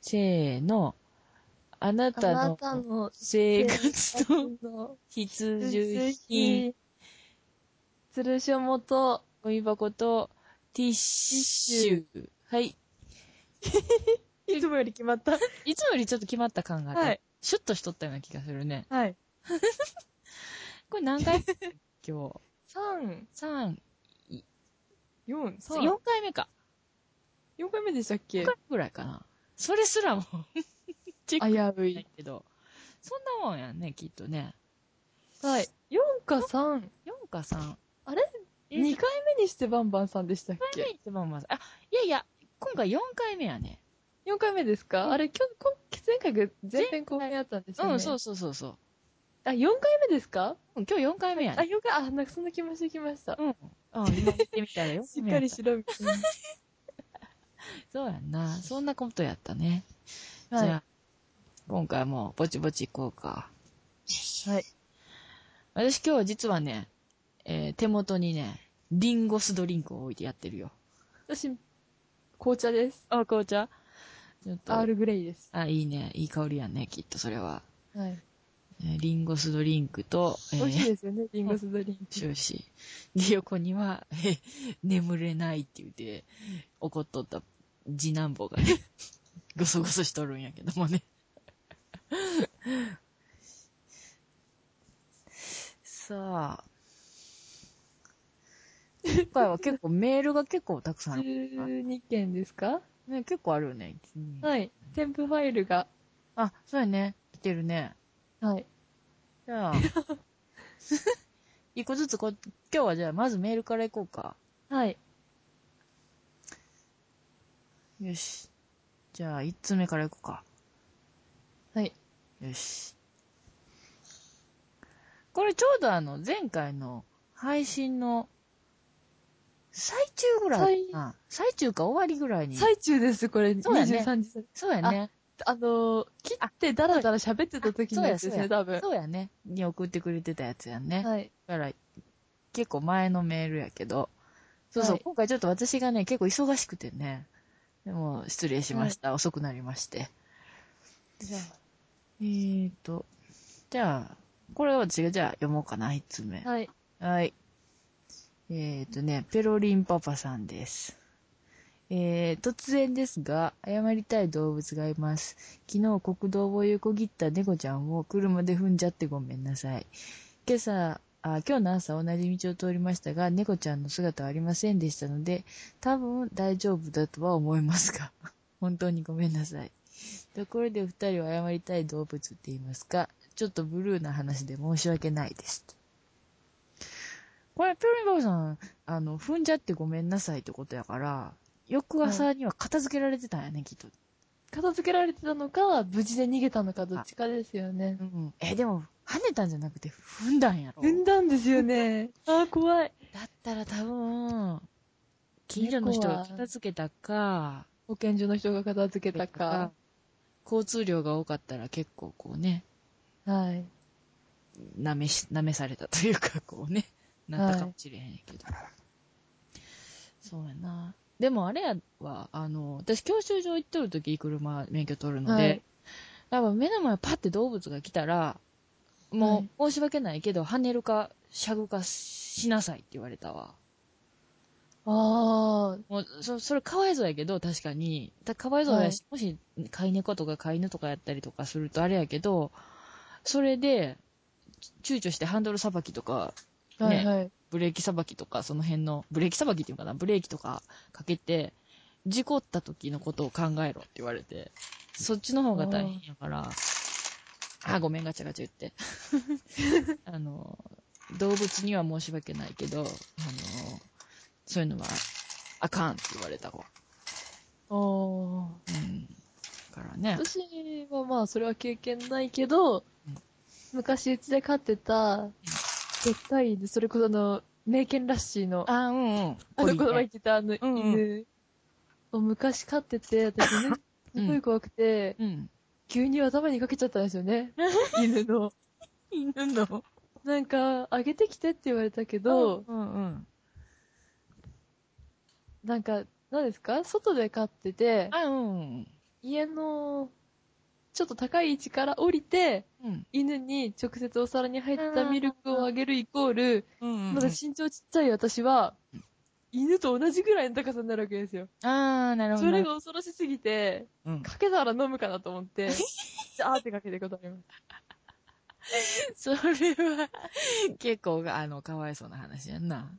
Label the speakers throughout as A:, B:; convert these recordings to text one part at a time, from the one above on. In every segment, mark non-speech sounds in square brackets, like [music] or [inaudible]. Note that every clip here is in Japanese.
A: せーの。あな
B: あ
A: た
B: な
A: の
B: たの
A: 生活と
B: と、
A: 必需品、、
B: つるしょもと、
A: ゴミ箱とティッシュ。はい。
B: いつもより決まった。
A: いつもよりちょっと決まった感があって、
B: はい
A: シュッとしとったような気がするね。
B: はい。
A: これ何 [laughs] 回今
B: 3、
A: 日。3、
B: 4、三
A: 4回目か。
B: 4回目でしたっけ
A: 4回目ぐらいかな。それすらも、 [laughs] チェック
B: 危う
A: ないい。けど。そんなもんやんね、きっとね。
B: はい。4か3。
A: 4か3。
B: あれ
A: え
B: ?2 回目にしてバンバンさんでしたっ
A: 目
B: け
A: 一番まず、あ、いやいや、今回4回目やね。
B: ?4 回目ですかあれ、今日、今前回が前編後編やったんですよね。
A: うん、そう。そうそうそう。
B: あ、4回目ですか
A: うん今日4回目や
B: あ、
A: ね。
B: 4回、あ、なんかそんな気もしてきました。
A: うん。うん、今見てみたらよ。
B: [laughs] しっかりしろ、みたいな。
A: そうやんな。そんなことやったね。じゃあ、今回もぼちぼち行こうか。
B: はい。
A: 私今日実はね、えー手元にね、リンゴスドリンクを置いてやってるよ。
B: 私、紅茶です。
A: あ、紅茶ちょっと。
B: アールグレイです。
A: あ、いいね。いい香りやね、きっとそれは。
B: はい。
A: えーリンゴスドリンクと、え
B: 美味しい
A: ー、
B: ですよね、リンゴスドリンク。
A: 終始。で、横には、 [laughs] えー眠れないって言うて、怒っとった次男坊がね、 [laughs] ごそごそしとるんやけどもね。さあ。今回は結構メールが結構たくさんある。
B: 12件ですか
A: ね、結構あるよね。うん
B: はい。添付ファイルが。
A: あ、そうやね。来てるね。
B: はい。
A: じ [laughs] ゃあ。一個ずつこ、今日はじゃあまずメールからいこうか。
B: はい。
A: よし。じゃあ、一つ目からいこうか。
B: はい。
A: よし。これちょうどあの、前回の配信の最中ぐらいかな最中か終わりぐらいに。
B: 最中です、これ。
A: そうやね
B: 23時。
A: そうやね。
B: あのー、切ってダラダラ喋ってた時のやつです
A: あ
B: ね、多分。
A: そうやね。に送ってくれてたやつやんね。
B: はい。
A: だから、結構前のメールやけど。そうそう、
B: はい
A: 今回ちょっと私がね、結構忙しくてね。でも、失礼しました。遅くなりまして。
B: じゃ
A: えーと、じゃあ、これを私がじゃあ読もうかな、一つ目。
B: あはい。
A: はい。えっ、ー、とね、ペロリンパパさんです。えー、突然ですが、謝りたい動物がいます。昨日国道を横切った猫ちゃんを車で踏んじゃってごめんなさい。今朝、あ今日の朝同じ道を通りましたが、猫ちゃんの姿はありませんでしたので、多分大丈夫だとは思いますが、 [laughs] 本当にごめんなさい。ところでお二人は謝りたい動物って言いますかちょっとブルーな話で申し訳ないです。これ、ペロリンパパさん、あの、踏んじゃってごめんなさいってことやから、翌朝には片付けられてたんやね、きっと。
B: 片付けられてたのか、無事で逃げたのか、どっちかですよね
A: う。ん。え、でも、跳ねたんじゃなくて踏んだんやろ。
B: 踏んだんですよね。 [laughs] あー、怖い。
A: だったら多分、近所の人が片付けたか、
B: 保健所の人が片付けたか。
A: 交通量が多かったら結構こうね、
B: はい。
A: 舐めし、舐めされたというか、こうね、なったかもしれへんけど。そうやな。でもあれやは、あの、私教習所行っとるとき車免許取るので、
B: はい
A: 多分目の前パッて動物が来たら、もう申し訳ないけど、跳ねるか、しゃぐかしなさいって言われたわ。
B: あー、
A: もう、そ、それかわいそうやけど、確かに。だかわいそうやし、もし、飼い猫とか飼い犬とかやったりとかするとあれやけど、それで、ち躊躇してハンドルさばきとか、
B: はいはい。
A: ブレーキさばきとか、その辺の、ブレーキさばきっていうのかな、ブレーキとかかけて、事故った時のことを考えろって言われて、そっちの方が大変やから、あ、ごめん、ガチャガチャ言 [laughs] って。あの、動物には申し訳ないけど、あの、そういうのは、あかんって言われたわ。
B: あー。
A: うん。だからね。
B: 私はまあそれは経験ないけど
A: うん、
B: 昔うちで飼ってた、でっかい犬、それこそあの、名犬ラッシーの、
A: あ、うんうん。
B: あの子
A: こ
B: 供
A: れ
B: 言ってたあの
A: うんうん
B: 犬を昔飼ってて、私ね、すごい怖くて、
A: うん。
B: 急に頭にかけちゃったんですよね、犬の。
A: 犬の。
B: なんか、あげてきてって言われたけ
A: どう、
B: ど
A: うんうん。
B: なんか、何ですか外で飼ってて、
A: あ、うんうん。
B: 家の、ちょっと高い位置から降りて、
A: うん。
B: 犬に直接お皿に入ったミルクをあげるイコール、
A: うん
B: まだ身長ちっちゃい私は、犬と同じぐらいの高さになるわけですよ。
A: あー、なるほ
B: そ
A: ど。
B: れが恐ろしすぎて、
A: うん、
B: かけたら飲むかなと思って、
A: [laughs]
B: じゃーってかけてることあります。
A: [laughs] それは、結構、あの、かわいそうな話やんな。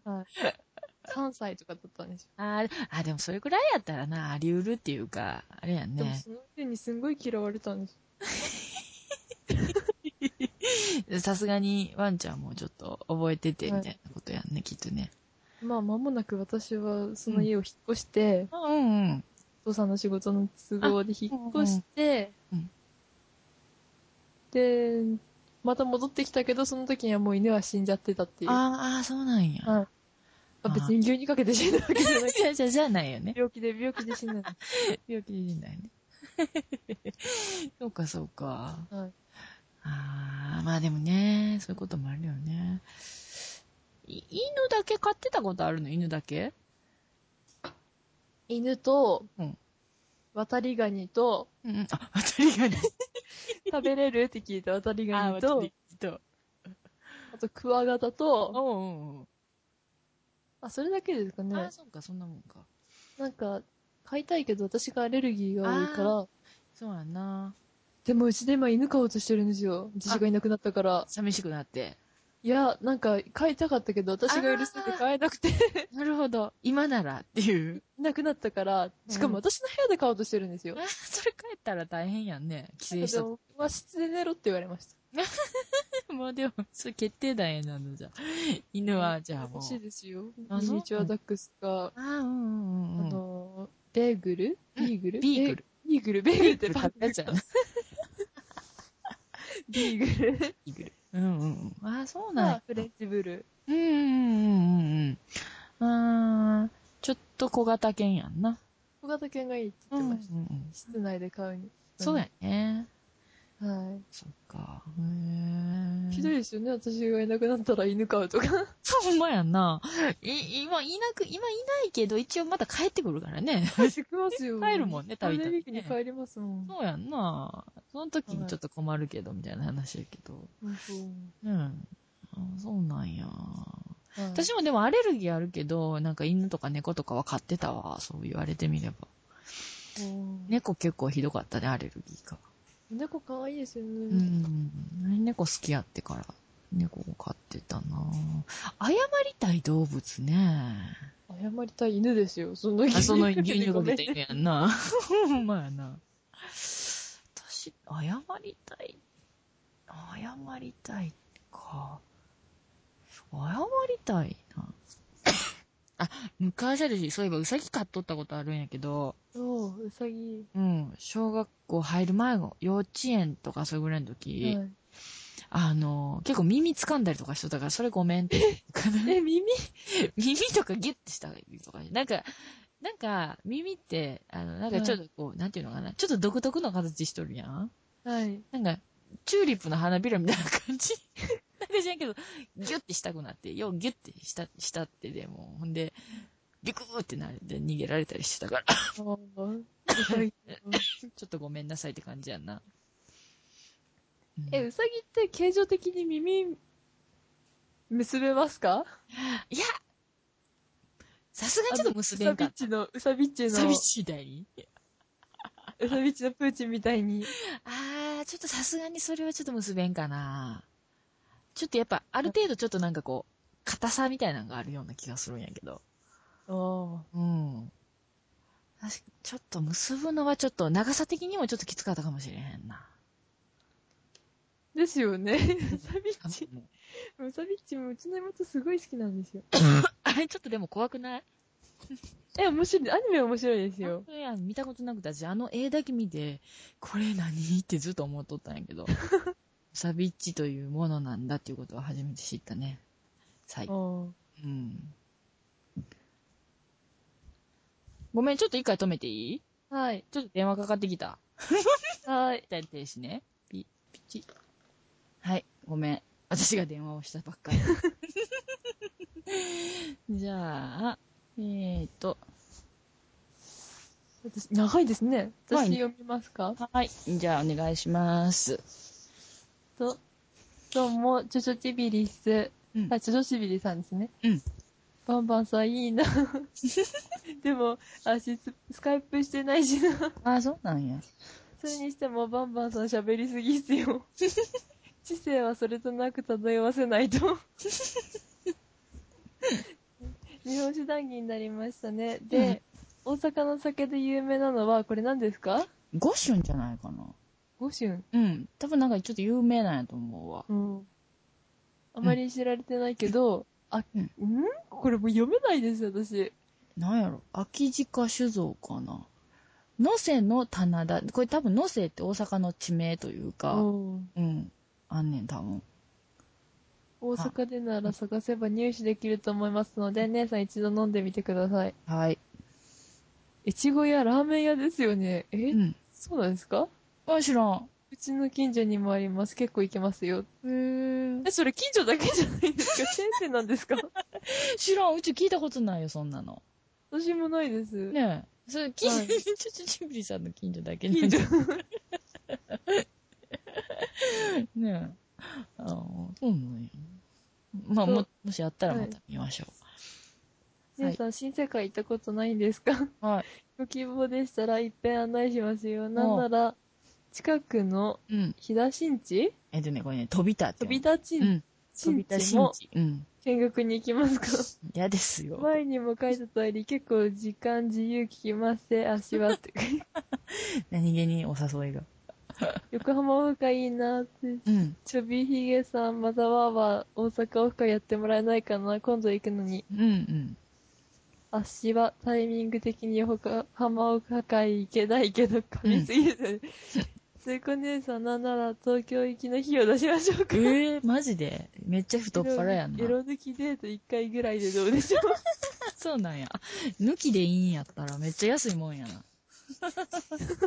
B: 3歳とかだったんでし
A: あーあ、でもそれくらいやったらな、あり得るっていうか、あれやん
B: ょ。でも
A: ね。
B: その時にすんごい嫌われたんです。
A: さすがにワンちゃんもちょっと覚えてて、み
B: はい
A: たいなことやんね、きっとね。
B: まあ間もなく私はその家を引っ越して、
A: うんうん。
B: お父さんの仕事の都合で引っ越して、
A: うん
B: で、また戻ってきたけど、その時にはもう犬は死んじゃってたっていう。
A: あーあー、そうなんや。
B: はいまあ別に牛にかけて死んだわけじゃな
A: [laughs]
B: い。
A: じゃじゃじゃないよね。
B: 病気で病気で死んだの。
A: 病気じゃないね。 [laughs] そうか、そうか。
B: はい
A: ああ、まあでもね、そういうこともあるよね。い犬だけ飼ってたことあるの犬だけ
B: 犬と、
A: うん
B: 渡りガニと、
A: うん。あ、 [laughs] 渡りガニ。
B: 食べれるって聞いた
A: [laughs]
B: 渡りガニと、あ
A: と。
B: とクワガタと、
A: おうんうん
B: あ、それだけですか
A: うん。あ
B: ね
A: あ、。そうか、そんなもんか。
B: なんか、飼いたいけど私がアレルギーが多いから、
A: そうやな。
B: でもうちで今犬飼おうとしてるんですよ。私がいなくなったから。
A: [laughs] 寂しくなって。
B: いや、なんか飼いたかったけど私が許せて飼えなくて、 [laughs]
A: なるほど。今ならっていう。
B: いなくなったから、しかも私の部屋で飼おうとしてるんですよ
A: あ。ー [laughs] それ帰ったら大変やんね。帰省し
B: で
A: た
B: も和室で寝ろって言われました。
A: もうでも、 [laughs] それ決定弾やなのじゃ。犬は、じゃあもう。
B: 欲しいですよ。
A: あ
B: ミニチュアダックスか、
A: ああ、うんうんうん。
B: あの、ベーグルビーグル
A: ビーグル。
B: ビーグル、ベーグルってパン
A: やつやな。
B: ビーグル。
A: ビーグル。うんうんうん。ああ、そうなん
B: ま
A: や
B: あ、フレンチブル。
A: うんうんうんうんうん。あーちょっと小型犬やんな。
B: 小型犬がいいって言ってました。
A: うんうん
B: 室内で飼うに。
A: そうやね。
B: は
A: そっか。
B: い。
A: へ
B: ひどい
A: い。
B: ですよね。私がいなくなったら犬飼うと [laughs] か。
A: ほんまやんな。い、今いなく、今いないけど、一応また帰ってくるからね。
B: 帰ってきますよ。
A: 帰るもんね
B: ゴールデンウィ
A: 旅
B: ー
A: 行
B: ク
A: ね
B: に帰りますもん。
A: そうやんな。その時にちょっと困るけど、みたいな話やけど。うん。あーそうなんや。
B: 私
A: 私もでもアレルギーあるけど、なんか犬とか猫とかは飼ってたわ。そう言われてみれば。
B: ね、
A: 猫結構ひどかったね、アレルギーが。
B: 猫可愛いですよ
A: う
B: ね。
A: ん。猫好きやってから、猫を飼ってたなぁ謝りたい動物ね。
B: 謝りたい犬ですよ。その時
A: あ、その牛
B: に
A: 乳かけ
B: ご
A: て
B: めん
A: る
B: ね
A: やんな。ほんまやな。私、謝りたい。謝りたいか。謝りたいな。あ、昔あるし、そういえばうさぎ飼っとったことあるんやけど、
B: [laughs] そう、うさぎ。
A: うん、小学校入る前の幼稚園とかそれぐらいの時、
B: はい
A: あの、結構耳掴んだりとかしとったから、それごめんって。
B: え、 [laughs] 耳
A: 耳とかギュッてしたりとか、なんか、なんか、耳って、あの、なんかちょっとこう、なんていうのかな、ちょっと独特の形しとるやん
B: [laughs] はい。
A: なんか、チューリップの花びらみたいな感じ [laughs] なんか知らんけど、ギュッてしたくなって、ようギュッてした、したってでもう、ほんで、ビクーってなれて逃げられたりしてたから、 [laughs]
B: あーうさぎ
A: ちょっとごめんなさいって感じやんな。うん
B: え、うさぎって形状的に耳、結べますか
A: いや、さすがにちょっと結べんかっ
B: うさびっちの、うさびっち
A: た。
B: の、
A: 寂しいだい
B: ウサビッチのプーチンみたいに。
A: あー、ちょっとさすがにそれはちょっと結べんかな。ちょっとやっぱ、ある程度ちょっとなんかこう、硬さみたいなのがあるような気がするんやけど。
B: あ
A: うん。確かちょっと結ぶのはちょっと、長さ的にもちょっときつかったかもしれへんな。
B: です
A: [laughs]
B: よね。うさび
A: あ
B: っち。うさびっちもうちの妹すごい好きなんですよ。
A: [laughs] あれちょっとでも怖くない
B: え、面白い。アニメ面白いですよ
A: 本。当や見たことなくて、私あの絵だけ見て、これ何ってずっと思っとったんやけ
B: [laughs]
A: ど、サビッチというものなんだっていうことを初めて知ったね。最
B: あ
A: 近。
B: ー
A: うん。ごめん、ちょっと一回止めていい
B: はい。
A: ちょっと電話かかってきた。
B: はい。
A: だい停止ね。ピ、ピチ。はい、ごめん。私が電話をしたばっ [laughs] かり。じゃあ、えーと。
B: 私長いですね。
A: はい
B: 私読みますか、
A: はい。じゃあ、お願いします。
B: と、どうも、チョチョチビリス。
A: うん
B: あ、チョチョチビリさんですね。
A: うん。
B: バンバンさんい
A: [laughs]
B: いな。でも、足ススカイプしてないしな。
A: あ、そうなんや。
B: それにしても、バンバンさん喋りすぎっ
A: [laughs]
B: すよ。知性はそれとなく漂わせないと。日本酒談義になりましたね。で、大阪の酒で有名なのは、これ何ですか
A: 五春じゃないかな。
B: 五春。
A: うん。多分なんかちょっと有名なんやと思うわ。
B: うん。あまり知られてないけど、あ、
A: うん
B: んこれもう読めないです、私。
A: なんやろ秋鹿酒造かな。野瀬の棚田。これ多分野瀬って大阪の地名というか、
B: うん
A: うん。あんねん、多分。
B: 大阪でなら探せば入手できると思いますので、姉さん一度飲んでみてください。
A: はい。
B: いちご屋、ラーメン屋ですよね。え、
A: うん。
B: そうなんですか
A: あ、知らん。
B: うちの近所にもあります。結構行けますよ。
A: へー
B: え、それ近所だけじゃないんですか先生なんですか
A: [laughs] 知らん。うち聞いたことないよ、そんなの。
B: [laughs] 私もないです。
A: ねえ。それ、近
B: は
A: [laughs]
B: い
A: ちょちょちびりさんの近所だけね。
B: 近所。
A: [laughs] ねえ。あそうなんや。まあ、
B: そう
A: も、もしあったら
B: はい
A: また見ましょ
B: 姉さん、新世界行ったことないんですか
A: う。はい。
B: ご希望でしたら、いっぺん案内しますよ。なんなら、近くの
A: うん。
B: 飛騨新地
A: えっとね、これね、飛びたって
B: 飛
A: 読む。
B: び立ち
A: うん。
B: 新
A: 飛び
B: 地
A: 新
B: も
A: 地。うん。
B: 見学に行きますか
A: 嫌ですよ。
B: 前にも書いた通り、結構時間自由聞きまして、足は [laughs] って。
A: 何気にお誘いが。
B: 横浜オフ会いいなって。
A: うん。
B: ちょびひげさん、またわーわー、大阪オフ会やってもらえないかな今度行くのに。
A: うんうん。
B: 足はタイミング的に横浜オフ会行けないけど、噛みすぎる。ついこ姉さん、なんなら東京行きの日を出しましょうか。
A: ええマジでめっちゃ太っ腹やんな
B: エ。ロ抜きデート1回ぐらいでどうでしょう
A: そうなんや。抜きでいいんやったらめっちゃ安いもんやな。 [laughs]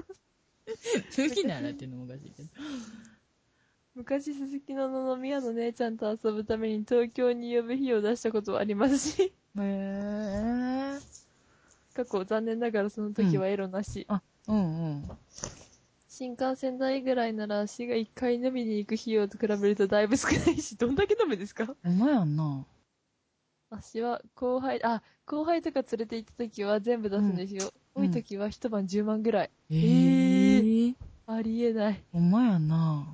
A: 抜きならっていうのもおかしいけど。
B: 昔、すすきのの宮の姉ちゃんと遊ぶために東京に呼ぶ日を出したことはありますし、
A: へえ。
B: 過去残念ながらその時はエロなし。
A: あ、うんうん。
B: 新幹線代ぐらいなら足が1回飲みに行く費用と比べるとだいぶ少ないし、どんだけ飲むですか
A: ほんまやんな。
B: 足は後輩、あ、後輩とか連れて行った時は全部出すんですよ。
A: うん
B: 多い時は一晩10万ぐらい。
A: え
B: え
A: え。
B: ありえない。
A: ほんまやな。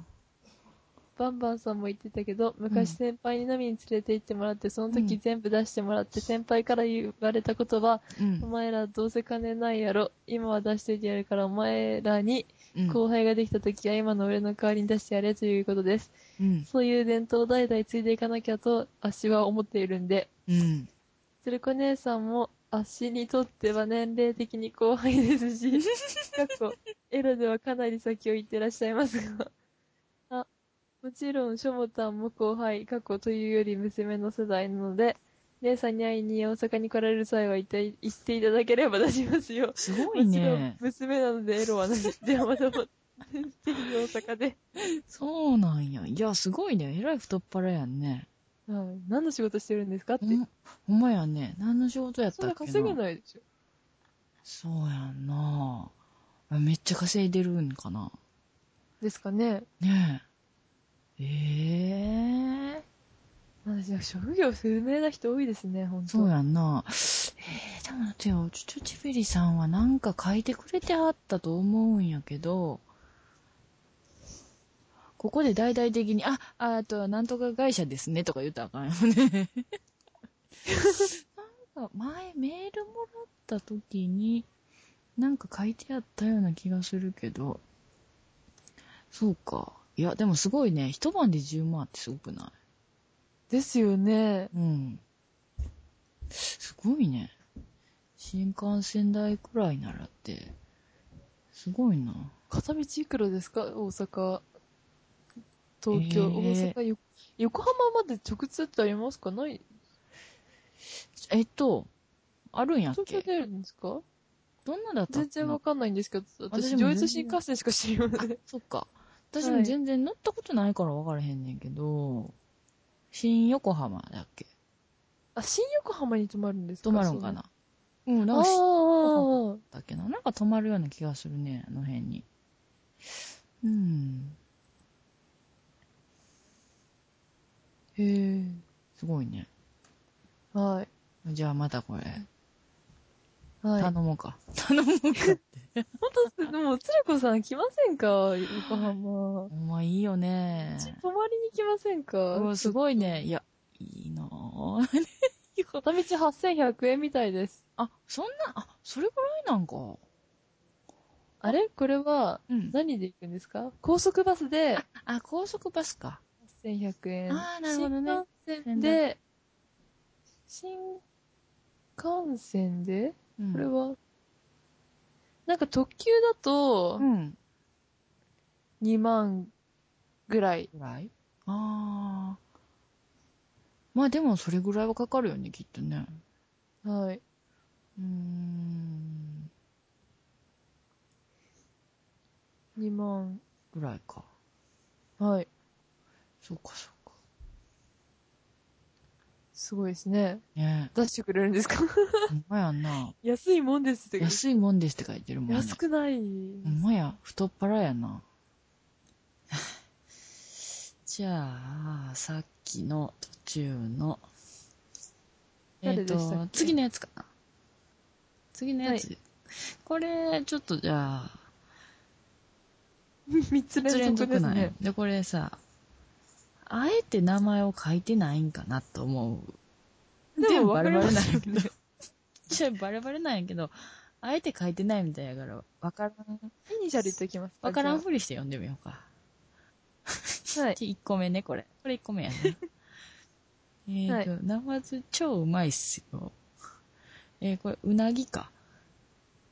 B: バンバンさんも言ってたけど、昔
A: うん
B: 先輩に飲みに連れて行ってもらって、その
A: う
B: 時
A: ん
B: 全部出してもらって、先輩から言われたことは、
A: う
B: お
A: ん。
B: 前らどうせ金ないやろ。今は出しといてやるから、お前らに
A: うん
B: 後輩ができた時は今の俺の代わりに出してやれということです。
A: うん。
B: そういう伝統を代々継いでいかなきゃと、足は思っているんで。
A: うん。
B: 鶴子姉さんも、足にとっては年齢的に後輩ですし、 [laughs] かっこ、エロではかなり先を行ってらっしゃいますが。 [laughs] あ、もちろん、しょもたんも後輩、かっこというより娘の世代なので、姉さんに会いに大阪に来られる際は行って行っていただければ出しますよ。
A: すごい
B: もちろん
A: ね、。
B: 娘なのでエロはなし。ではまたまた、ぜひ大阪で。
A: そうなんや。いや、すごいね。えらい太っ腹やんね。
B: [laughs] はい何の仕事してるんですかって
A: ほ。んほんまやね。何の仕事やっ
B: そん
A: たっ
B: な
A: けな
B: 稼げないでしょ。
A: そうやんなあめっちゃ稼いでるんかな
B: ですかね。
A: ねえ。ええ
B: 私、職業不明な人多いですね、本当
A: そうやんなえー、でも待ってよ、ちょちょちびりさんはなんか書いてくれてはったと思うんやけど、ここで大々的に、あ、ああとはなんとか会社ですねとか言うたらあかんよ
B: [laughs]
A: ね。なんか前メールもらった時に、なんか書いてあったような気がするけど、そうか。いや、でもすごいね。一晩で10万ってすごくな
B: ですよね。
A: いうん。すごいね。新幹線代くらいならって、すごいな。
B: 片道いくらですか大阪、東京、
A: えー
B: 大阪よ、横浜まで直通ってありますかない
A: えっと、あるんやっ
B: 東京
A: け
B: 出るんですか
A: どんなだったっ
B: 全
A: け
B: 然
A: な
B: わかんないんですけど、
A: 私
B: 私、
A: も全
B: 上
A: 然
B: 越新幹線しか知りません。
A: そっか。私も全然乗ったことないから分からへんねんけど、新横浜だっけ
B: あ、新横浜に泊まるんですか
A: 泊まるんかなうん、
B: そ
A: な
B: うんあ
A: かし
B: あど。
A: だっけな。なんか止まるような気がするね、あの辺に。うん。へえ、すごいね。
B: は
A: じゃあまたこれ、
B: い。はい。
A: 頼もうか。頼もうか。
B: 本当でも、つるこさん来ませんか横浜。
A: お前いいよね。
B: ち泊まりに来ませんか
A: うわすごいね。いや、いいなぁ。 [laughs]
B: 片道8100円みたいです。
A: あ、そんな、あ、それぐらいなんか。
B: あれこれは、
A: うん。
B: 何で行くんですか高速バスで
A: あ、高速バスか。
B: 8100円。
A: あーなるほどね
B: 新幹線で、新幹線で
A: うん
B: これは、なんか特急だと
A: う、ん。
B: 2万ぐらい。
A: ぐらいああ。まあでもそれぐらいはかかるよね、きっとね。
B: はい。
A: うーん。
B: 2万。
A: ぐらいか。
B: はい。
A: そうか、そうか。
B: すごいですね。
A: ね
B: 出してくれるんですか
A: え。
B: [laughs]
A: ほんまやん [laughs] な。
B: 安いもんですって。
A: 安いもんですって書いてるもんね。
B: 安くない。
A: ほ
B: [laughs]
A: んまや、太っ腹やな。 [laughs] じゃあ、さっきの途中の。えっ、
B: 誰でしたっけ
A: と、次のやつかな。次のやつ。これ、ちょっとじゃあ、
B: 3つ連
A: 連続
B: 続です
A: なんや
B: ね。
A: で、これさ、あえて名前を書いてないんかなと思う。
B: でも分かり
A: バ
B: ま
A: レバレなん
B: す
A: や
B: よ
A: け
B: ね
A: ど。 [laughs] ちょ、バレバレなんやけど、あえて書いてないみたいやから、わからん、
B: イニシャル言っときます。
A: わからん
B: じ
A: ふりして読んでみようか。
B: ゃあはい。
A: 1個目ね、これ。これ1個目や
B: [laughs]
A: ね。えっと、ナマズ超うまいっすよ。えー、これ、うなぎか。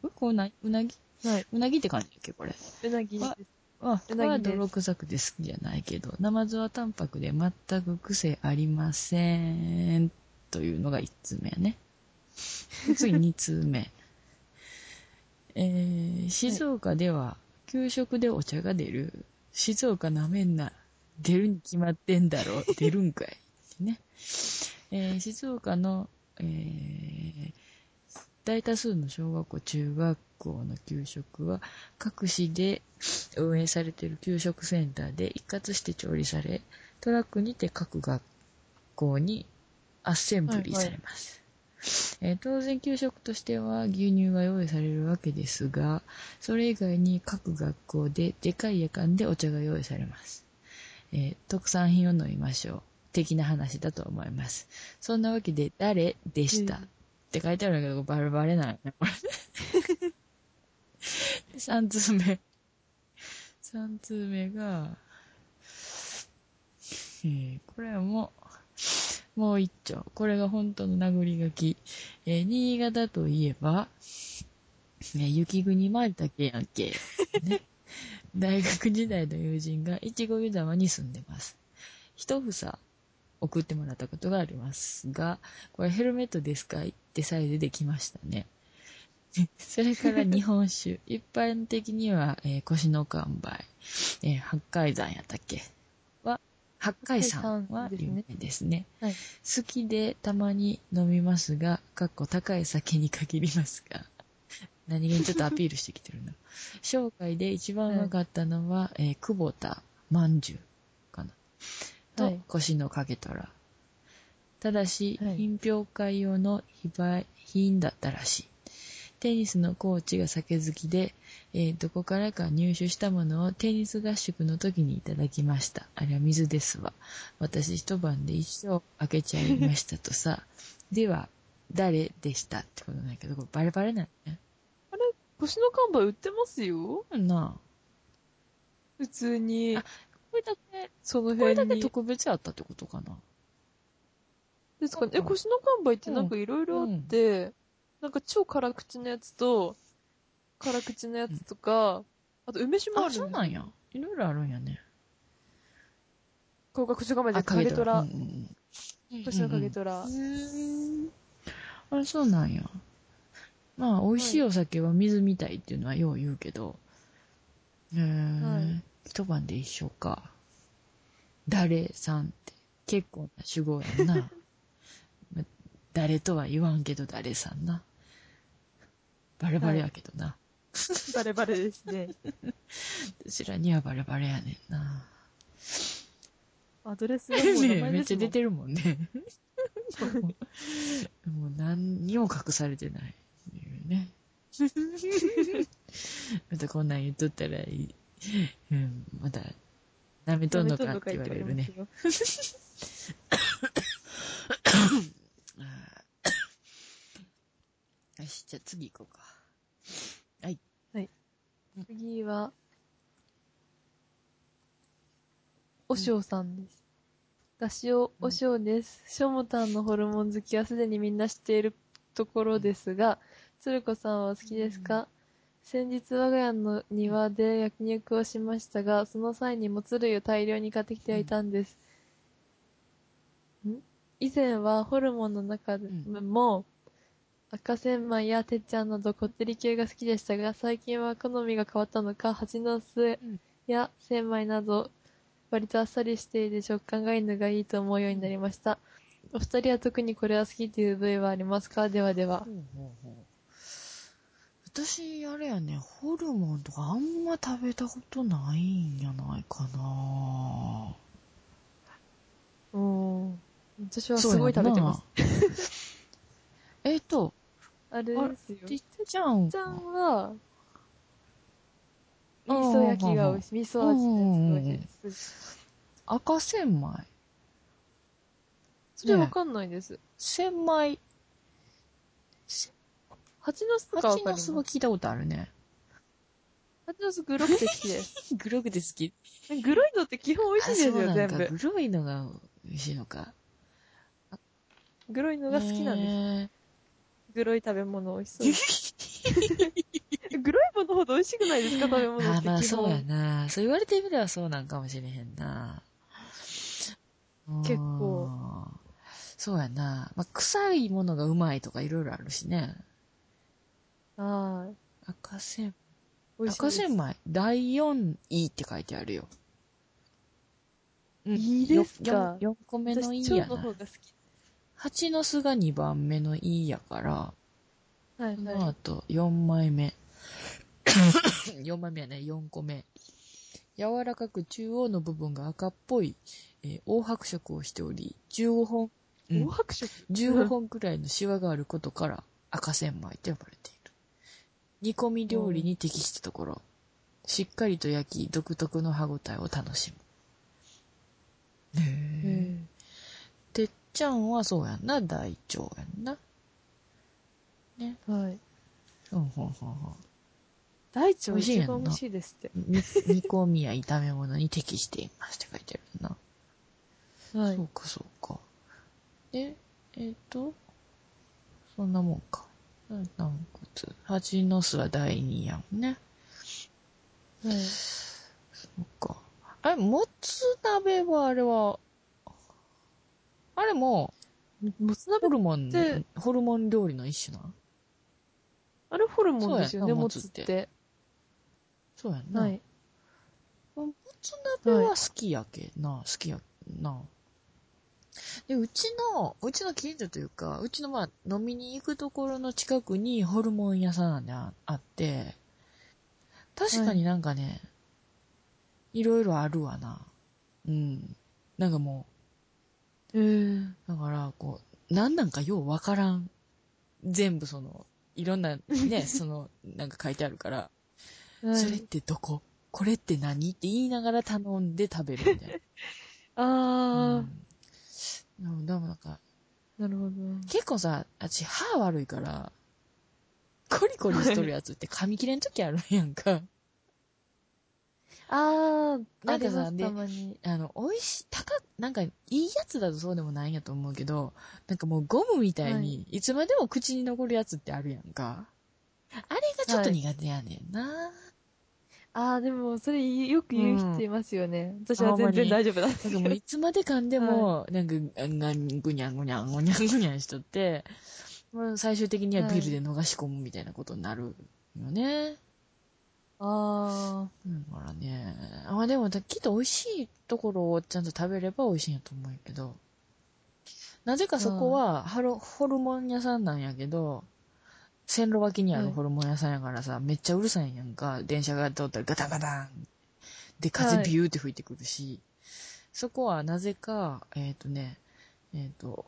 A: うこうな、うなぎ [laughs]
B: はい。
A: うなぎって感じだっけ、これ。
B: うなぎです。
A: あ、こ
B: うなぎです
A: れは泥臭くて好きじゃないけど、ナマズは淡白で全く癖ありません。というのが1通目やね。次2通目。えー、静岡では、給食でお茶が出る。静岡なめんな。出るに決まってんだろ。出るんかい。ってね。えー静岡の、えー大多数の小学校、中学校の給食は、各市で運営されている給食センターで一括して調理され、トラックにて各学校にアッセンブリーされます。えー当然給食としては牛乳が用意されるわけですが、それ以外に各学校ででかい夜間でお茶が用意されます。えー特産品を飲みましょう。的な話だと思います。そんなわけで、誰でした、
B: うん
A: って書いてあるんだけど、バレバレないね、これ。3通目。3通目が、えーこれも、もう一丁。これが本当の殴り書き。えー新潟といえば、ね、雪国まいたけやんけ。ね、大学時代の友人がいちご湯沢に住んでます。一房送ってもらったことがありますが、これヘルメットですかいってサイズできましたね。 [laughs] それから日本酒。一般的には、えー、腰の乾杯。えー八海山やったっけは、八海山は有名ですね。
B: はい。
A: 好きでたまに飲みますが、かっこ高い酒に限りますが、 [laughs] 何気にちょっとアピールしてきてる
B: [laughs]
A: な。紹介で一番分かったのは、えー久保田まんじゅうかな。と、
B: はい
A: 腰のかけたら。ただし、
B: はい
A: 品評会用の非売品だったらしい。テニスのコーチが酒好きで、えーどこからか入手したものをテニス合宿の時にいただきました。あれは水ですわ。私一晩で一生開けちゃいましたと [laughs] さ。では、誰でしたってことなんやけど、これバレバレなんやね。
B: 腰の看板売ってますよ
A: うんな
B: 普通に
A: あ。これだけ、
B: そ
A: こ
B: の
A: れ
B: 辺
A: だけ
B: に。
A: 特別やったってことかな。
B: ですかね。え、腰の看板ってなんかいろいろあって、なんか超辛口のやつと、辛口のやつとか、あと梅酒もあ
A: あ、
B: る
A: そうんなんや。いろいろあるんやね。
B: 広角所構え
A: あ、
B: で影
A: トラ
B: 虎、腰の影虎。
A: あれ、そうなんや。まあ、美味しいお酒は水みたいっていうのはよう言うけど、えー
B: はい
A: 一晩で一緒か。誰さんって、結構な主語やんな。 [laughs] ま誰とは言わんけど誰さんな。バレバレやけどな。
B: バレバレですね。
A: [laughs] うちらにはバレバレやねんな。
B: アドレスがもう名前です
A: ね
B: もん
A: めっちゃ出てるもんね。もう何にも隠されてない。
B: [laughs]
A: ね。またこんなん言っとったらいい。うん、また、舐めとんのかって言われるね。
B: 舐めとんのか
A: よし、じゃあ次行こうか。
B: 言われてますよ次は、おしょうさんです。だしお、おしょうです。しょもたんのホルモン好きはすでにみんな知っているところですが、つるこさんはお好きですか、先日我が家の庭で焼肉をしましたが、その際にもつ類を大量に買ってきてはいたんです。ん以前はホルモンの中でも、赤千枚やてっちゃんなどこってり系が好きでしたが、最近は好みが変わったのか、蜂の巣
A: うん
B: や千枚など、割とあっさりしていて食感がいいのがいいと思うようになりました。お二人は特にこれは好きという部位はありますかではでは
A: ほ。うほうほう私、あれやね、ホルモンとかあんま食べたことないんやないかな
B: うん。私はすごい食べてます。 [laughs]
A: す。えっと、
B: あれ
A: あ
B: ですよ。て
A: て
B: っ
A: っちゃん
B: ちゃ
A: か。
B: んは、味噌焼きが美味しい。味噌味のやつが美味しいです。
A: 赤千枚。
B: それわかんないです。
A: 千枚。せ
B: 蜂の巣とかわか
A: 蜂
B: りま
A: の
B: す
A: 巣は聞いたことあるね。
B: 蜂の巣グロくて好きです。 [laughs]
A: グロくて好き。
B: グロいのって基本美味しいんですよ、全部。
A: グロいのが美味しいのか。
B: グロいのが好きなんです。
A: で
B: グロい食べ物美味しそうです。 [laughs] グロいものほど美味しくないですか、食べ物って基
A: [laughs] ああま
B: 本。
A: あそうやな。そう言われてみればそうなんかもしれへんな。
B: 結構
A: うん。そうやな。まあ、臭いものがうまいとかいろいろあるしね。
B: ああ、
A: 赤千
B: 美味しい
A: 赤
B: です。
A: 千枚、第4位って書いてあるよ。うん
B: いいですか
A: よよん 4, 個目の
B: 私
A: い
B: 蝶
A: や
B: の方
A: な。
B: が好き。
A: 蜂の巣が2番目のいやから、
B: はい
A: そ
B: は
A: の
B: い。
A: 後4枚目。4枚目やね、4個目。柔らかく中央の部分が赤っぽい、えー黄白色をしており、15本、うん
B: 紅白色
A: 15本くらいのシワがあることから赤千枚と呼ばれている。煮込み料理に適したところ、しっかりと焼き、独特の歯ごたえを楽しむ。へ
B: うん
A: え。てっちゃんはそうやんな、大腸やんな。
B: はい。
A: うん、ほんほんほん。
B: 大腸一番美味しいですって。
A: 煮煮込みや炒め物に適していますって書いてあるな。
B: はい
A: そ。うか、そうか。で、えっ、と、そんなもんか。うん軟骨。蜂の巣は第2やもんね。
B: はい
A: そうか。あれ、もつ鍋はあれは、あれも、
B: もつ鍋
A: ホ、ルモン
B: で、
A: ホルモン料理の一種なん
B: あれホルモンですよ
A: そう
B: ね、
A: やな
B: もつって。
A: そうやんな。
B: はい。
A: もつ鍋は好きやけな、好きやな。で、うちの、うちの近所というか、うちのまあ、飲みに行くところの近くにホルモン屋さんなんでああって、確かになんかね、い、ろいろあるわな。うん。なんかも
B: うん。
A: う、だから、こう、なんなんかようわからん。全部その、いろんな
B: [laughs]
A: ね、その、なんか書いてあるから、
B: は
A: それっ
B: い。
A: てどここれって何って言いながら頼んで食べるみたいな。
B: あ
A: うん、でもなんか、
B: あ、なるほど。
A: 結構さ、あっち歯悪いから、コリコリしとるやつって噛み切れん時あるやんか。 [laughs]
B: ああ、
A: な
B: あ
A: んか
B: り
A: さ
B: ます、
A: で
B: たまに。
A: あの、美味しい、高、なんか、いいやつだとそうでもないんやと思うけど、なんかもうゴムみたい
B: は
A: に、いつまでも口に残るやつってあるやんか。あれがちょっと苦手やねんな。
B: ああ、でも、それよく言う人いますよね。私は
A: あほんま
B: 全
A: に
B: 然大丈夫だ。
A: なんか
B: [laughs]
A: もういつまで噛んでも、なんか、がんぐにゃんぐにゃんぐにゃんぐにゃんしとって、もう最終的にはビルで逃し込むみたいなことになるよね。
B: ああ、
A: うん、ほらね。あ、でも、だきっと美味しいところをちゃんと食べれば美味しいんやと思うんやけど。なぜかそこは、ハロ、ホルモン屋さんなんやけど、線路脇にある
B: はい
A: ホルモン屋さんやからさ、めっちゃうるさいんやんか。電車が通ったらガタガタン。で、風
B: はい
A: ビューって吹いてくるし、そこはなぜか、えっ、とね、えっ、と、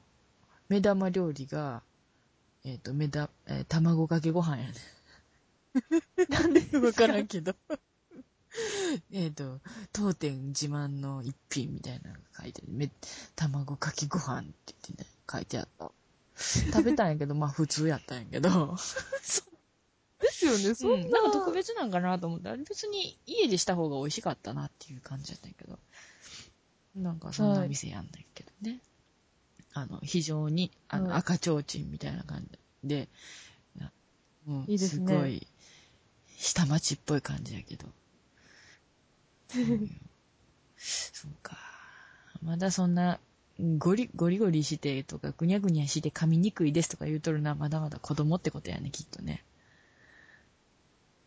A: 目玉料理が、えっ、と、目だ、えー卵かけご飯やねん。
B: [laughs] なんで
A: わからんけど。 [laughs] えっと、当店自慢の一品みたいなのが書いてある。め、卵かけご飯って言ってね、書いてあった。食べたんやけど、まあ普通やったんやけど。
B: ですよね、そんな。
A: うんなんか特別なんかなと思って、あれ別に家でした方が美味しかったなっていう感じやったんやけど。なんかそんな店やんないけどね。あの、非常に、あ
B: はい
A: の、赤ちょうちんみたいな感じで、うん
B: いいですね
A: すごい、下町っぽい感じやけど。うんそうか。まだそんな、ゴリ、ゴリゴリしてとか、ぐにゃぐにゃして噛みにくいですとか言うとるのはまだまだ子供ってことやね、きっとね。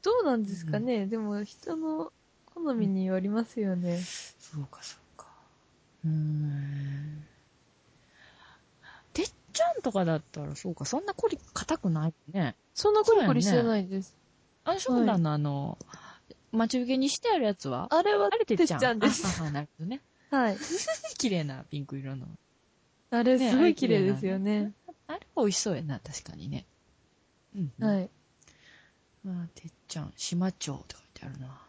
B: どうなんですかね、でも人の好みによりますよね。
A: そうか、そうか。うーん。てっちゃんとかだったら、そうか、そんなコリ硬くないね。
B: そんなコリコリしてないです。
A: あの、ショウラのあの、待ち受けにしてあるやつは
B: あれは
A: あれてっちゃん。
B: てっちゃんです
A: あああなるほどね。
B: はい。
A: 綺麗なピンク色の。
B: あれ
A: ね
B: すごい綺麗ですよね。
A: あれ美味しそうやな、確かにね。うん、うん。
B: はい。
A: あてっちゃん、島町って書いてあるな。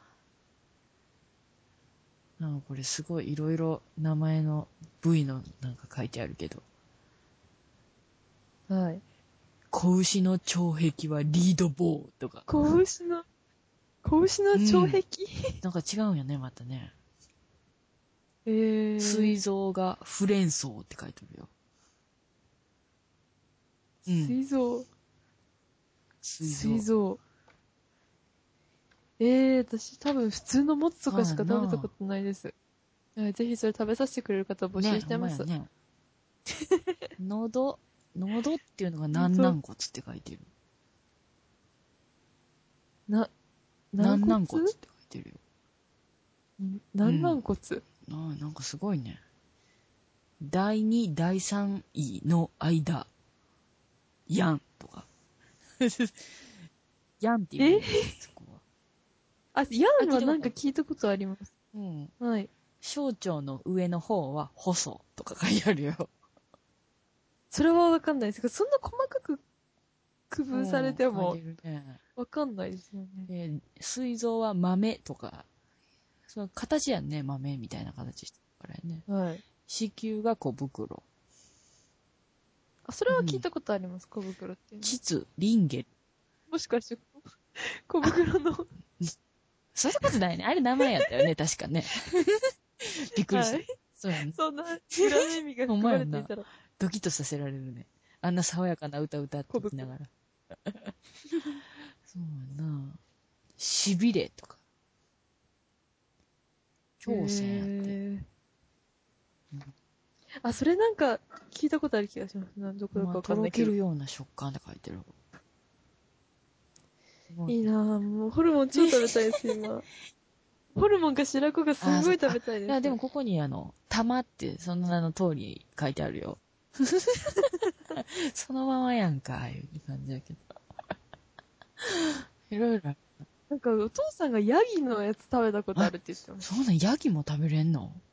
A: なんかこれすごいいろいろ名前の部位のなんか書いてあるけど。
B: はい。
A: 子牛の腸壁はリードボーとか。
B: 子牛の、子牛の腸壁、
A: なんか違うんよね、またね。
B: えー、
A: 膵臓がフレンソーって書いてあるよ。うん。
B: 水臓。
A: 膵
B: 水
A: 臓。
B: 臓。えー、私多分普通のもつとかしか食べたことないです。はいぜひそれ食べさせてくれる方募集してます。
A: ねほんまやね [laughs] 喉、喉っていうのが軟軟骨って書いてる。
B: な、
A: 軟
B: 軟
A: 軟
B: 骨
A: 骨って書いてるよ。
B: 軟軟骨。
A: なあなんかすごいね。第2、第3位の間、やんと [laughs] か。やんっていう、ね。そこは。
B: あ、ヤンはなんか聞いたことあります。
A: うん。
B: はい。
A: 小腸の上の方は細とか書いてあるよ。
B: それはわかんないですけど、そんな細かく工夫されて
A: うん
B: も
A: 書いてるね
B: わかんないですよね。
A: で、膵臓は豆とか、その形やんね、豆みたいな形してるからやね。
B: はい。
A: 子宮が小袋。
B: あ、それは聞いたことあります、小袋っていうの。
A: 膣、リンゲル。
B: もしかして、小袋の、
A: そんなことないね。あれ名前やったよね、確 [laughs] かね。びっくりした。
B: はい
A: そうやね。
B: そんな裏の意味が含まれていたら、
A: ドキッとさせられるね。あんな爽やかな歌歌って聞きながら。そうやな。しびれとか。朝鮮やって。
B: へーあ、それなんか聞いたことある気がします。なんどこだ
A: ま
B: か
A: あ、
B: わ
A: と
B: かん
A: ろ
B: ない
A: け
B: けど。
A: るような食感って書いてる。
B: いいなぁ、もうホルモン超食べたいです、 [laughs] 今。ホルモンか白子がすごい食べたいです。
A: いや、でもここにあの、玉ってその名の通り書いてある
B: [laughs]
A: よ。そのままやんか、いう感じやけど。いろいろ。
B: なんかお父さんがヤギのやつ食べたことあるって言ってました。
A: そうなん、ヤギも食べれんの
B: [laughs]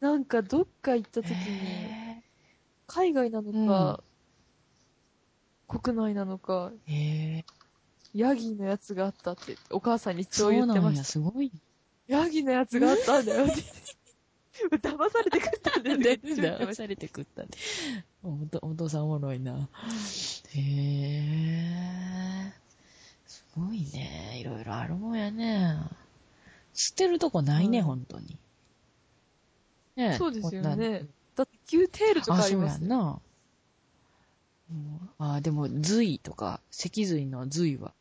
B: なんかどっか行った時に、
A: へ
B: 海外なのか、国内なのか、
A: ぇへぇ
B: ヤギのやつがあったって、お母さんにそ
A: そう
B: 言
A: う
B: って
A: な
B: ま
A: ん
B: し
A: や、
B: た。
A: すごい。
B: ヤギのやつがあったんだよ [laughs] って。騙されて食ったんだよって言ってま
A: 騙
B: した。
A: されて食ったねおとお父さんおもろいな。へぇー。すごいね。いろいろあるもんやね。捨てるとこないね、
B: うん
A: ほんとに。ねえ
B: そうですよ
A: こんな
B: ね。だって、牛テールと
A: あ、
B: かあり
A: そう
B: ま
A: や
B: す
A: ん
B: ね。
A: な。うんあ、でも、髄とか、脊髄の髄は、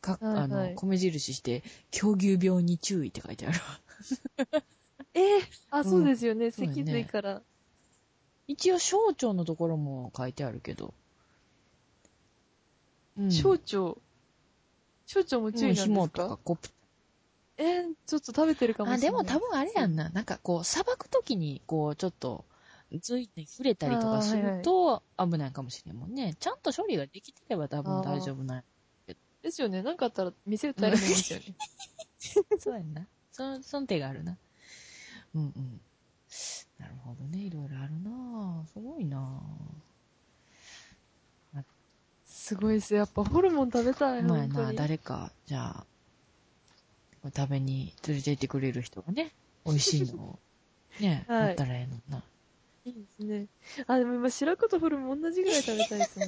A: か、
B: はいはい
A: あの、米印して、狂牛病に注意って書いてある。
B: えーあ、そうですよね。
A: そうやね
B: 脊髄から。
A: 一応、小腸のところも書いてあるけど。うん
B: 小腸。小腸も注意なんで
A: もう紐
B: す
A: と
B: か
A: かコップ
B: えーちょっと食べてるかも
A: あ、
B: しれ
A: で
B: ない。
A: も多分あれやんな。なんかこう、砂漠時に、こう、ちょっと、ついて触れたりとかすると危ないかもしれんもんね。ちゃんと処理ができてれば多分大丈夫ない。
B: ですよね。なんかあったら見せたらいいんですよね。
A: そうやんな。そ、その手があるな。うんうん。なるほどね。いろいろあるなぁ。すごいな
B: [laughs] すごいですよ。やっぱホルモン食べた
A: ぁ。
B: い。
A: まあ
B: 本当
A: な、
B: に
A: 誰か、じゃあ、食べに連れて行ってくれる人が
B: [laughs]
A: ね、美味しいのを、ね、
B: はい
A: あったらええのにな。
B: いいですね。あ、でも今、白子とホルモン同じぐらい食べたいです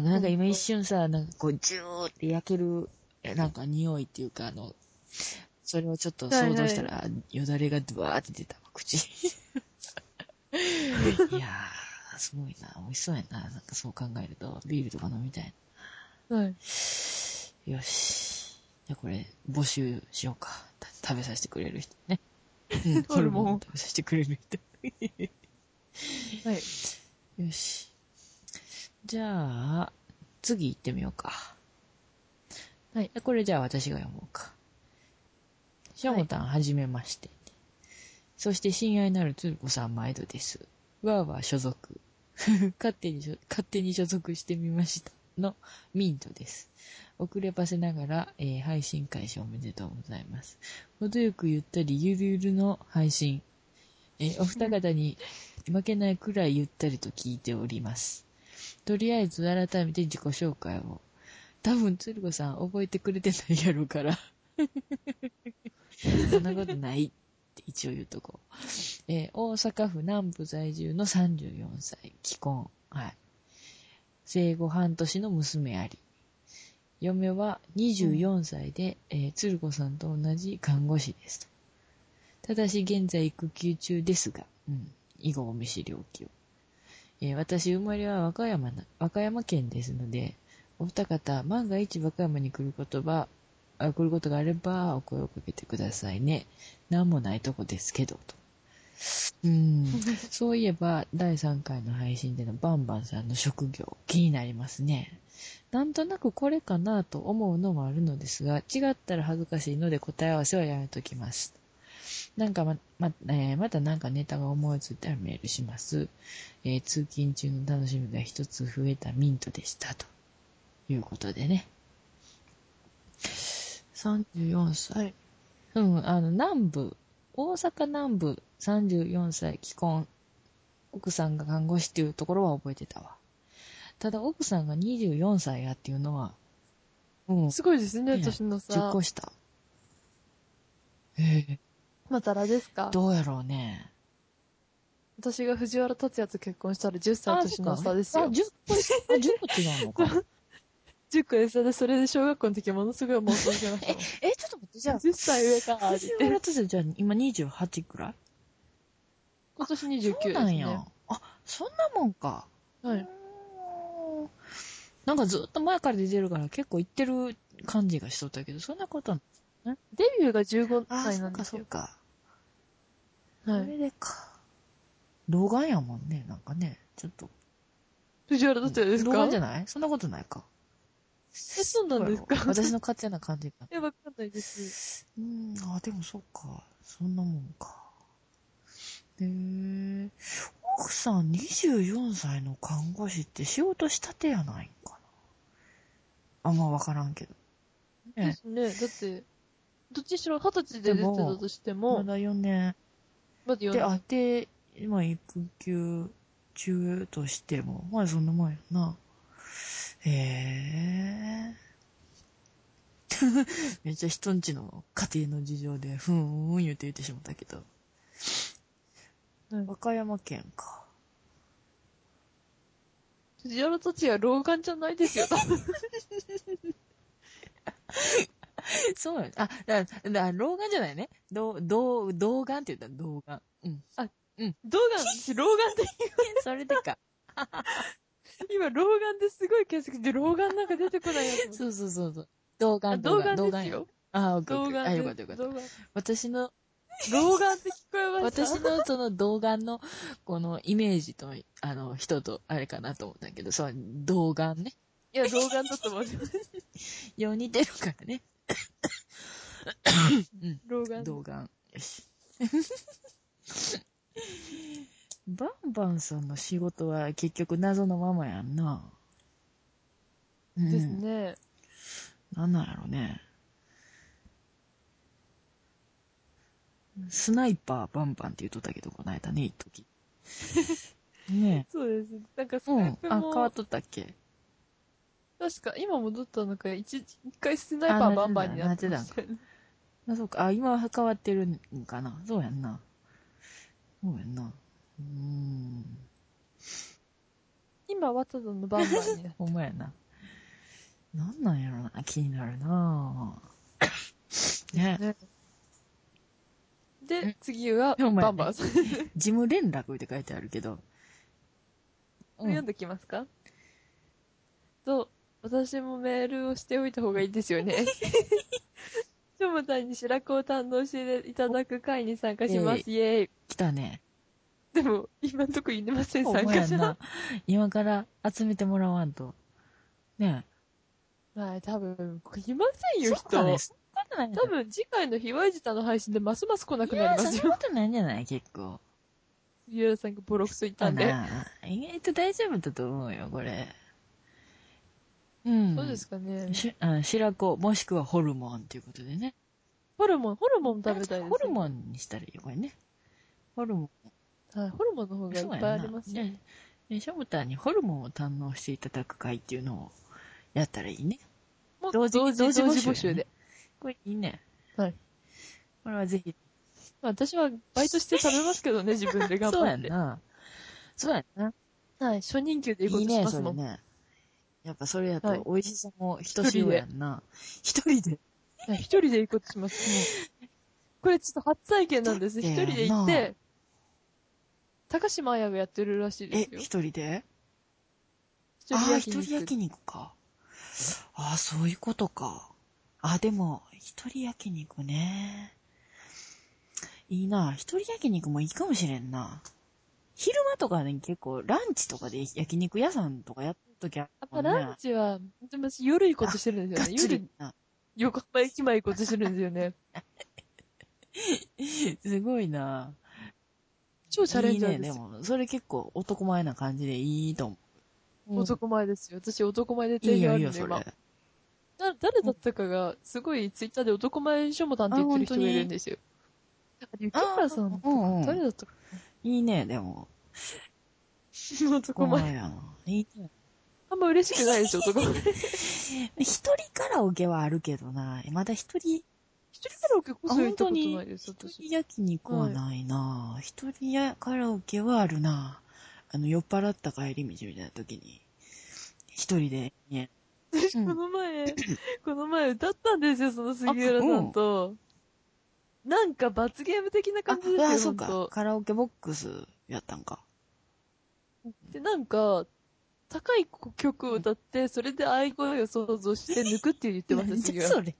A: [laughs] な
B: ん。
A: んかなんか今一瞬さ、なんかこう、ジューって焼ける、えなんか匂いっていうか、あの、それをちょっと想像したら、よだれがドワーって出た、
B: [laughs]
A: 口。いやー、すごいな。美味しそうやな。なんかそう考えると、ビールとか飲みたい
B: はい。
A: な。よし。じゃあこれ、募集しようか。た食べさせてくれる人ね。うんホ
B: ホ
A: ル
B: ルモン
A: モンを食べさせてくれる人。
B: はい。
A: よし。じゃあ、次行ってみようか。
B: はい。
A: これじゃあ私が読もうか。シャモタン、はじめまして。そして親愛なる鶴子さん、毎度です。わーわー所属。 [laughs] 勝手に所、勝手に所属してみました。の、ミントです。遅ればせながら、えー配信開始おめでとうございます。程よくゆったりゆるゆるの配信。えーお二方に負けないくらいゆったりと聞いております。とりあえず改めて自己紹介を。多分、鶴子さん覚えてくれてないやろうから。そんなことないって一応言うとこう。えー大阪府南部在住の34歳、既婚。はい。生後半年の娘あり。嫁は24歳で、えー鶴子さんと同じ看護師ですと。ただし現在育休中ですが、うん、以後お見知りおきを。えー私、生まれは和歌山な、和歌山県ですので、お二方、万が一和歌山に来ることば、あ来ることがあれば、お声をかけてくださいね。なんもないとこですけど、と。うーん。そういえば、第3回の配信でのバンバンさんの職業、気になりますね。なんとなくこれかなと思うのもあるのですが、違ったら恥ずかしいので答え合わせはやめときます。なんかま、ま、えーまたなんかネタが思いついたらメールします。えー通勤中の楽しみが一つ増えたミントでした、ということでね。34歳。うん、あの、南部、大阪南部、34歳、既婚。奥さんが看護師っていうところは覚えてたわ。ただ、奥さんが24歳やっていうのは、うん、10
B: すごいですね、
A: ね
B: 私のさ
A: 個。下。ええ
B: またらですか
A: どうやろうね。
B: 私が藤原達也と結婚したら10歳年の
A: そ
B: 差
A: うか
B: ですよ
A: あ、。10個、あ、10個違うの [laughs] か。
B: 10個です。で、それで小学校の時ものすごい
A: [laughs]
B: 妄想してましたもん。
A: え、ちょっと待って、じゃあ、
B: 10歳上かーって
A: 藤
B: 言っ
A: 原
B: て。
A: とじゃあ今28くらい
B: 今年29です、
A: そう
B: ね。
A: なんや。あ、そんなもんか。
B: は
A: う
B: い。
A: ーんなんかずっと前から出てるから結構行ってる感じがしとったけど、そんなことない。
B: デビューが15
A: あ、
B: 歳
A: そ
B: な
A: うんか
B: で
A: そ
B: す
A: う
B: よ。
A: か。
B: は
A: そ
B: い。
A: れでか。老眼やもんね、なんかね。ちょっと。
B: 藤原達也です
A: 老
B: か
A: 眼じゃないそんなことないか。
B: え、そうなんですか
A: 私の勝手な感じが。
B: え、わかんないです。
A: うーん、あ、でもそうか。そんなもんか。へえ。奥さん24歳の看護師って仕事したてやないんかな。あんまわからんけど。
B: で
A: ね
B: すね。だって、どっちにしろ二十歳で出てたとして
A: ま
B: も、
A: だ4年。
B: まだ4
A: で、あ
B: 年。
A: て、今育休中としても、まあそんなもんやな。へえ。 [laughs] めっちゃ人んちの家庭の事情で、ふーん言うて言ってしまったけど。
B: はい
A: 和歌山県か。
B: 藤原達也老眼じゃないですよ。
A: [laughs] そうや。あ、だ、だ、老眼じゃないね。ど、ど、童眼って言ったら童眼。 [laughs] うん。
B: 動眼、私老眼って、
A: [laughs] それでか。
B: 今老眼ですごい検索で老眼なんか出てこないや
A: [laughs]
B: つ。
A: そうそうそうそう。童
B: あ
A: 眼、
B: 動眼
A: 童
B: です
A: 眼や。
B: よ。
A: あ、オッケーオ
B: 動
A: ッケー。
B: 眼
A: あ、
B: で
A: よかったよかっ
B: す。
A: た。
B: 動眼
A: 私の、
B: 老眼って聞こえました。
A: 私のその童顔の、このイメージと、あの、人と、あれかなと思ったけど、そう、童顔ね。
B: いや、老眼だと思います。
A: よう似てるからね。
B: 老眼。
A: 童顔。よし。バンバンさんの仕事は結局謎のままやんな。うん
B: です。ね。
A: なんなんやろね。スナイパーバンバンって言っとったけど、こないだね、一時。 [laughs] ね
B: そうです。なんかス
A: え。う
B: ナイ
A: ん。
B: プ
A: あ、変わ
B: も
A: っ、とったっけ
B: 確か今戻ったのか、一一回スナイパーバンバンになってましたよね。
A: あ、そうか。あ、今は変わってるんかな。そうやんな。そうやんな。うーん。
B: 今はただのバンバンにな
A: ほんまやな。なんなんやろな。気になるなぁ。ねえ。
B: ね。
A: うん [laughs]
B: で、次は、
A: ほんまやね
B: バンバンさん。
A: 事務連絡って書いてあるけど。うん
B: [laughs] 読んできますかと、私もメールをしておいた方がいいです
A: [laughs]
B: よね。しょもたんに白子を堪能していただく会に参加します。イエーイ。
A: 来たね。
B: でも、今んとこ言ってません、
A: ほん
B: 参
A: まや
B: 加
A: ん
B: 者。
A: な。今から集めてもらわんと。ね
B: はい、多分、いません
A: え。
B: よ、
A: そんなねそ
B: 人。
A: んなことないんじゃ
B: 多
A: ない
B: 分、次回のひわいじたの配信でますます来なく
A: い
B: な
A: や、
B: ります
A: そん
B: よ。
A: なことないんじゃない結構。
B: 杉浦さんがボロクソ言ったんで。
A: なあ意外と大丈夫だと思うよ、これ。うん。
B: そうですかね。
A: しあ白子、もしくはホルモンっていうことでね。
B: ホルモン、ホルモン食べたいです。
A: ホルモンにしたらいいよ、これね。ホルモン。
B: はい、ホルモンの方がいっぱいあります
A: そうや
B: ね。
A: んな。で、シャムタンにホルモンを堪能していただく会っていうのをやったらいいね。
B: もう
A: 同時同時
B: 同
A: 募集
B: 募集で。
A: これいいね。
B: はい。
A: これはぜひ。
B: まあ私はバイトして食べますけ
A: [laughs]
B: どね、自分で頑張って。
A: そうやんな。そうやんな。
B: はい、初任給でいいこ
A: い
B: と
A: い
B: し
A: ね、
B: ま
A: そ
B: すも
A: れ
B: ん。
A: ね。やっぱそれや
B: はい
A: と美味しさもひとしおやんな。一人で。
B: はい一人でいいことします。もうこれちょっと初体験なんです。
A: だ
B: 一
A: って
B: 人で行っ
A: なあ
B: て、高島彩がやってるらしいで
A: え
B: す、よ。
A: 一人で
B: 一
A: ああ、
B: 焼
A: 一
B: 肉
A: 人焼肉か。ああ、そういうことか。あ、でも、一人焼肉ね。いいな。一人焼肉もいいかもしれんな。昼間とかね、結構、ランチとかで焼肉屋さんとかやっときゃ、ね。
B: やっぱランチは、でも私夜行ことしてるんで
A: が
B: す
A: っ
B: よね。
A: つ
B: 夜
A: り、な。
B: 横浜駅前行こうとしてるんですよね。
A: すごいな。
B: 超チャレンジャ
A: い
B: ー
A: いね、
B: で
A: です
B: よ。
A: も、それ結構男前な感じでいいと思う。
B: 男前ですよ。私男前で
A: い
B: 定
A: い
B: 義あ
A: よ、いい
B: る
A: よ、
B: んで、
A: それ。
B: 今。だ誰だったかが、すごいツイッターで男前しょもたんって言ってる人がいるんですよ。あ雪村さんとか
A: あうんうん
B: 誰だったか
A: いいね、でも。
B: 男前。
A: やな。いいね。
B: あんま嬉しくないですよ、男前。一
A: 一人カラオケはあるけどな。まだ一人、
B: 人カラオケこそ行ったこと
A: あ
B: ない
A: 本
B: です、
A: 一
B: 私。
A: 人焼肉はないな。一人やカラオケはあるな。あの、酔っ払った帰り道みたいな時に、一人で、ね。
B: 私この前、この前歌ったんですよ、その杉浦さんと。なんか罰ゲーム的な感じですよ、
A: あ、そ
B: ほ
A: うんか
B: と。。
A: カラオケボックスやったんか。
B: で、なんか、高い曲を歌って、それで愛声を想像して抜くって言ってました、杉
A: じ
B: 浦
A: ゃ
B: さ
A: そ。
B: ん
A: れ。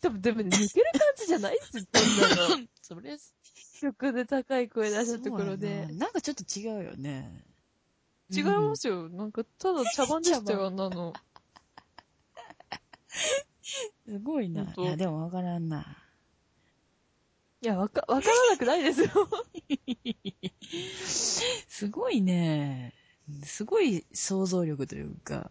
B: 多分、でも抜ける感じじゃないっすよ、こん [laughs] なの。
A: それ、
B: 曲で高い声出したところ
A: そうや
B: で
A: な。なんかちょっと違うよね。
B: 違い
A: うん
B: ますよ。なんか、ただ茶番でしたよ、あんなの。
A: すごいな。
B: 本
A: い
B: 当
A: や、でもわからんな。
B: いや、わか、わからなくないですよ。
A: すごいね。すごい想像力というか、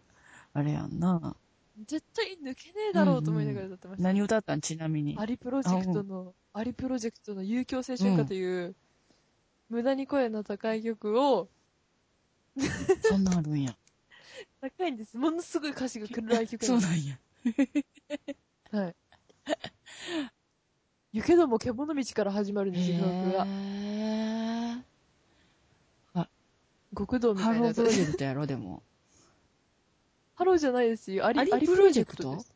A: あれやんな。
B: [laughs] 絶対抜けねえだろうと思いながら歌ってました。
A: 何歌ったんちなみに。
B: アリプロジェクトの、アリプロジェクトの有強青春歌という、無駄に声の高い曲を、
A: そんなんあるんや。
B: 高いんです。ものすごい歌詞が暗い
A: [laughs]
B: 曲
A: そう
B: で
A: なんや。
B: す。はい。行けども獣道から始まるんですよ、曲が。
A: へ
B: 極道
A: ー
B: み
A: ハ
B: たいな
A: ロ
B: や
A: ー
B: つ
A: プロジェクトやろ、で [laughs] も。
B: ハローじゃないですよ。アリ
A: アリ
B: アリ
A: プ
B: プ
A: ロ
B: ロ
A: ジ
B: ジ
A: ェ
B: ェ
A: ク
B: ク
A: ト
B: トです。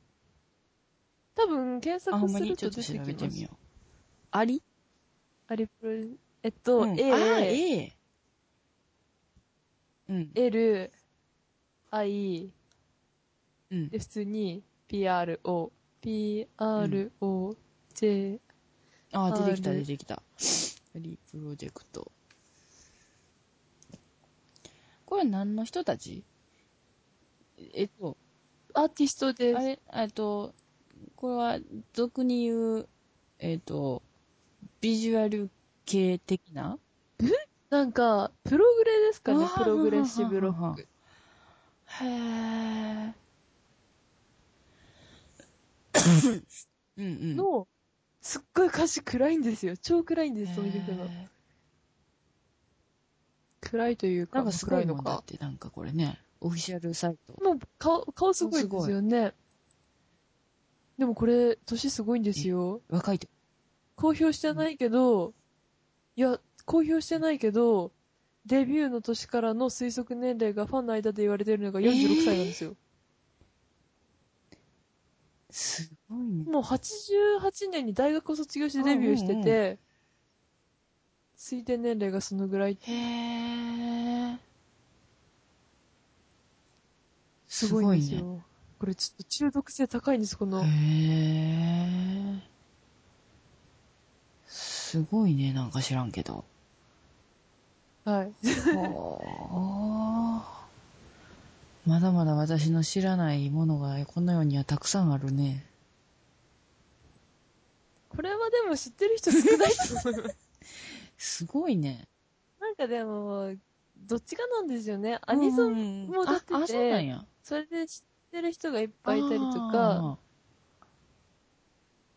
B: 多分、検
A: あ、ほ
B: 索
A: んますに
B: る
A: ちょっ
B: と
A: と
B: 出
A: 調
B: て
A: べ
B: き
A: て
B: ま
A: み
B: す
A: よ。う。アリ
B: アリプロジェえっと、
A: うんあー
B: A、
A: A。うん。
B: L、I、
A: うん
B: で、。普通に PRO、PRO、J、
A: あ、出てきた、
B: あ
A: 出
B: れ
A: てきた。アリプロジェクト。これは何の人たちえっと、
B: アーティストで
A: あ
B: す。
A: れ、えっと、これは、俗に言う、えっと、ビジュアル系的な
B: なんか、プログレですかね
A: あ、ー
B: プログレッシブロ
A: ははは
B: ック。
A: へえ。うん [coughs] うん。
B: の、すっごい歌詞暗いんですよ。超暗いんです、その曲の
A: へ。え
B: 暗いというか、
A: なんかすごい
B: 暗
A: もんだって、なんかこれね、オフィシャルサイト。
B: もう顔、顔すごいですよね。でもこれ、年すごいんですよ。
A: 若いと。
B: 公表してないけど、いや、公表してないけど、デビューの年からの推測年齢がファンの間で言われてるのが46歳なんですよ。
A: すごいね。
B: もう88年に大学を卒業してデビューして
A: うんうん
B: て、推定年齢がそのぐらい。
A: へえ。
B: す
A: す
B: ごい
A: ご
B: ん
A: い
B: ですよ。
A: ね。
B: これちょっと中毒性高いんです、この。
A: へえ。すごいね、なんか知らんけど。
B: はい。 [laughs]
A: はあまだまだ私の知らないものがこの世にはたくさんあるね。
B: これはでも知ってる人少ないと思います。
A: すごいね。
B: なんかでも、どっちかなんですよね。アニソ
A: ン
B: ン、も出てて
A: あ、あそうなんや。
B: それで知ってる人がいっぱいいたりとか、っ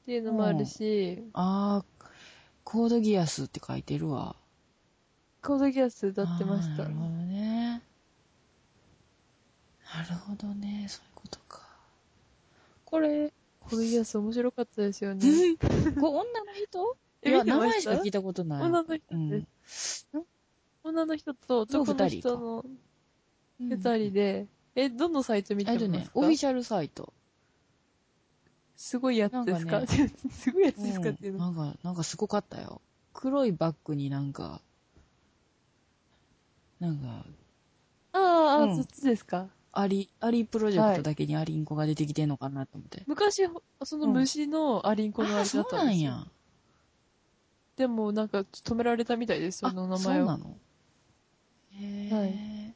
B: ていうのもあるし、
A: あー。あーコードギアスって書いてるわ。
B: コードギアス歌ってまし
A: あ
B: た
A: ーなる。ほどね。なるほどね。そういうことか。これ、
B: コードギアス面白かったですよね。
A: こう女の人い
B: え
A: や、
B: 見て
A: 名
B: ま
A: 前
B: し
A: したか聞いたことない。
B: 女の人
A: う
B: で
A: ん
B: す。女の人と男の人の二人で、え、どのサイト見て
A: え
B: ま
A: っと
B: すか
A: ね、オフィシャルサイト。
B: すごいやつです
A: な
B: か
A: ん
B: [laughs] すごいやつですかっていう
A: うん
B: の。
A: なんか、なんかすごかったよ。黒いバッグになんか、なんか、
B: ああ、あ
A: う
B: あ、
A: ん
B: そっちですか。
A: アリ、アリプロジェクトだけにアリンコが出てきてんのかなと思って。
B: 昔、その虫のアリンコの
A: あ
B: ア
A: あ、
B: リだ
A: そ
B: っ
A: う
B: た
A: なんん
B: です
A: や
B: よ。。でもなんか止められたみたいです、そ
A: あ、
B: の名前
A: そう
B: を。
A: なのへえ、
B: はい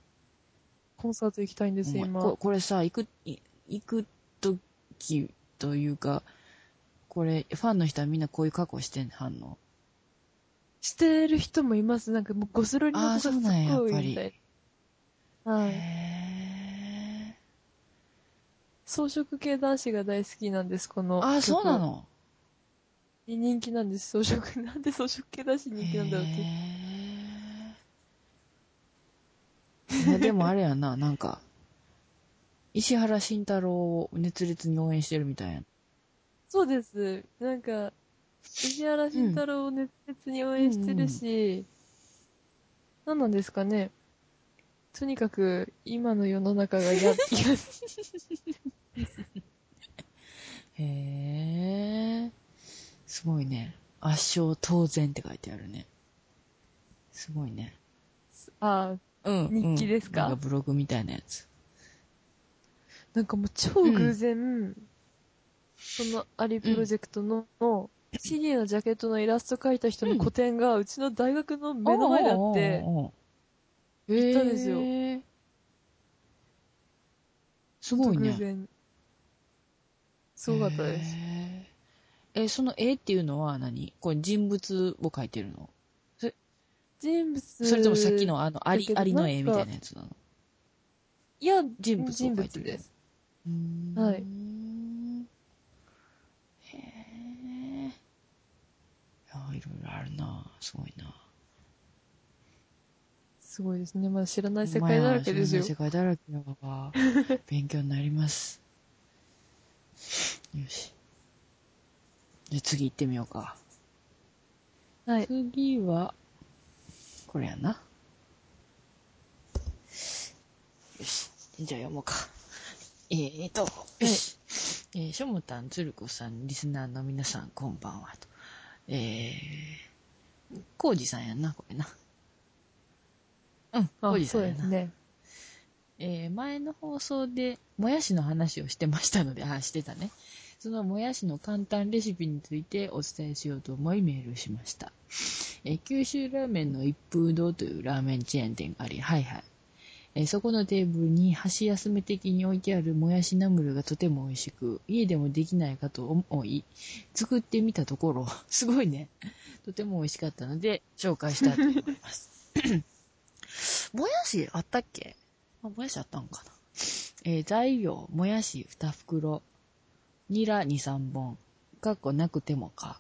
B: コンサート行きたいんです、
A: お前
B: 今。
A: ここれさ、行く、い行くときというか、これ、ファンの人はみんなこういう格好してんはんの。
B: してる人もいます。なんかもうゴスロリの子がすっごい
A: あーそうなんややっぱり
B: みたいな。はい。
A: へえ。
B: 装飾系男子が大好きなんです、この。
A: あ、そうな。の
B: 人気なんです、装飾。 [laughs] なんで装飾系男子に人気なんだろうって。
A: へーまあでもあれやな、なんか、石原慎太郎を熱烈に応援してるみたいやん。
B: そうです。なんか、石原慎太郎を熱烈に応援してるし、何なんですかね。とにかく、今の世の中が嫌って気がす
A: へえ。すごいね。圧勝当然って書いてあるね。すごいね。 [laughs]
B: る。あー
A: うん
B: 日記ですか
A: なんかブログみたいなやつ。
B: なんかもう超偶然、そのアリプロジェクトの,、の CD のジャケットのイラスト描いた人の個展が、うちの大学の目の前であって、
A: おうおうおうおう、
B: 行ったんですよ
A: へーす
B: ほ
A: ご
B: ん
A: い
B: と
A: ね。
B: 偶然。すごかったです。
A: へー。え、その絵っていうのは何これ人物を描いてるの
B: 人物。
A: それともさっき。のあの、アリ
B: だけ、ど
A: アリの絵
B: なん
A: みた
B: か
A: いなやつなの
B: いや、
A: 人物を
B: 人
A: 描い
B: 物
A: てる
B: です。
A: うーん
B: はい。
A: へえ。あ、いろいろあるなすごいな
B: すごいですね。まだ知らない世界だらけですよ
A: ほ。んまや知らない世界だ
B: [laughs]
A: らけだわ。勉強になります。よし。じゃあ次行ってみようか。
B: はい。
A: 次は、これやな。よし。じゃあ読もうか。えーと、よし。えー、しょもたん、つるこさん、リスナーの皆さん、こんばんはと。えー、こうじさんやんな、これな。うん、こう
B: あ、
A: じさ
B: そ
A: ん
B: う
A: や
B: です
A: な。
B: ね。
A: えー前の放送で、もやしの話をしてましたので、あー、してたね。そのもやしの簡単レシピについてお伝えしようと思いメールしました。えー九州ラーメンの一風堂というラーメンチェーン店があり、はいはい。えーそこのテーブルに箸休め的に置いてあるもやしナムルがとても美味しく、家でもできないかと思い、作ってみたところ、すごいね。とても美味しかったので、紹介したいと思います。 [laughs] もやしあったっけあもやしあったんかな。えー材料、もやし2袋、ニラ2、3本、かっこなくてもか。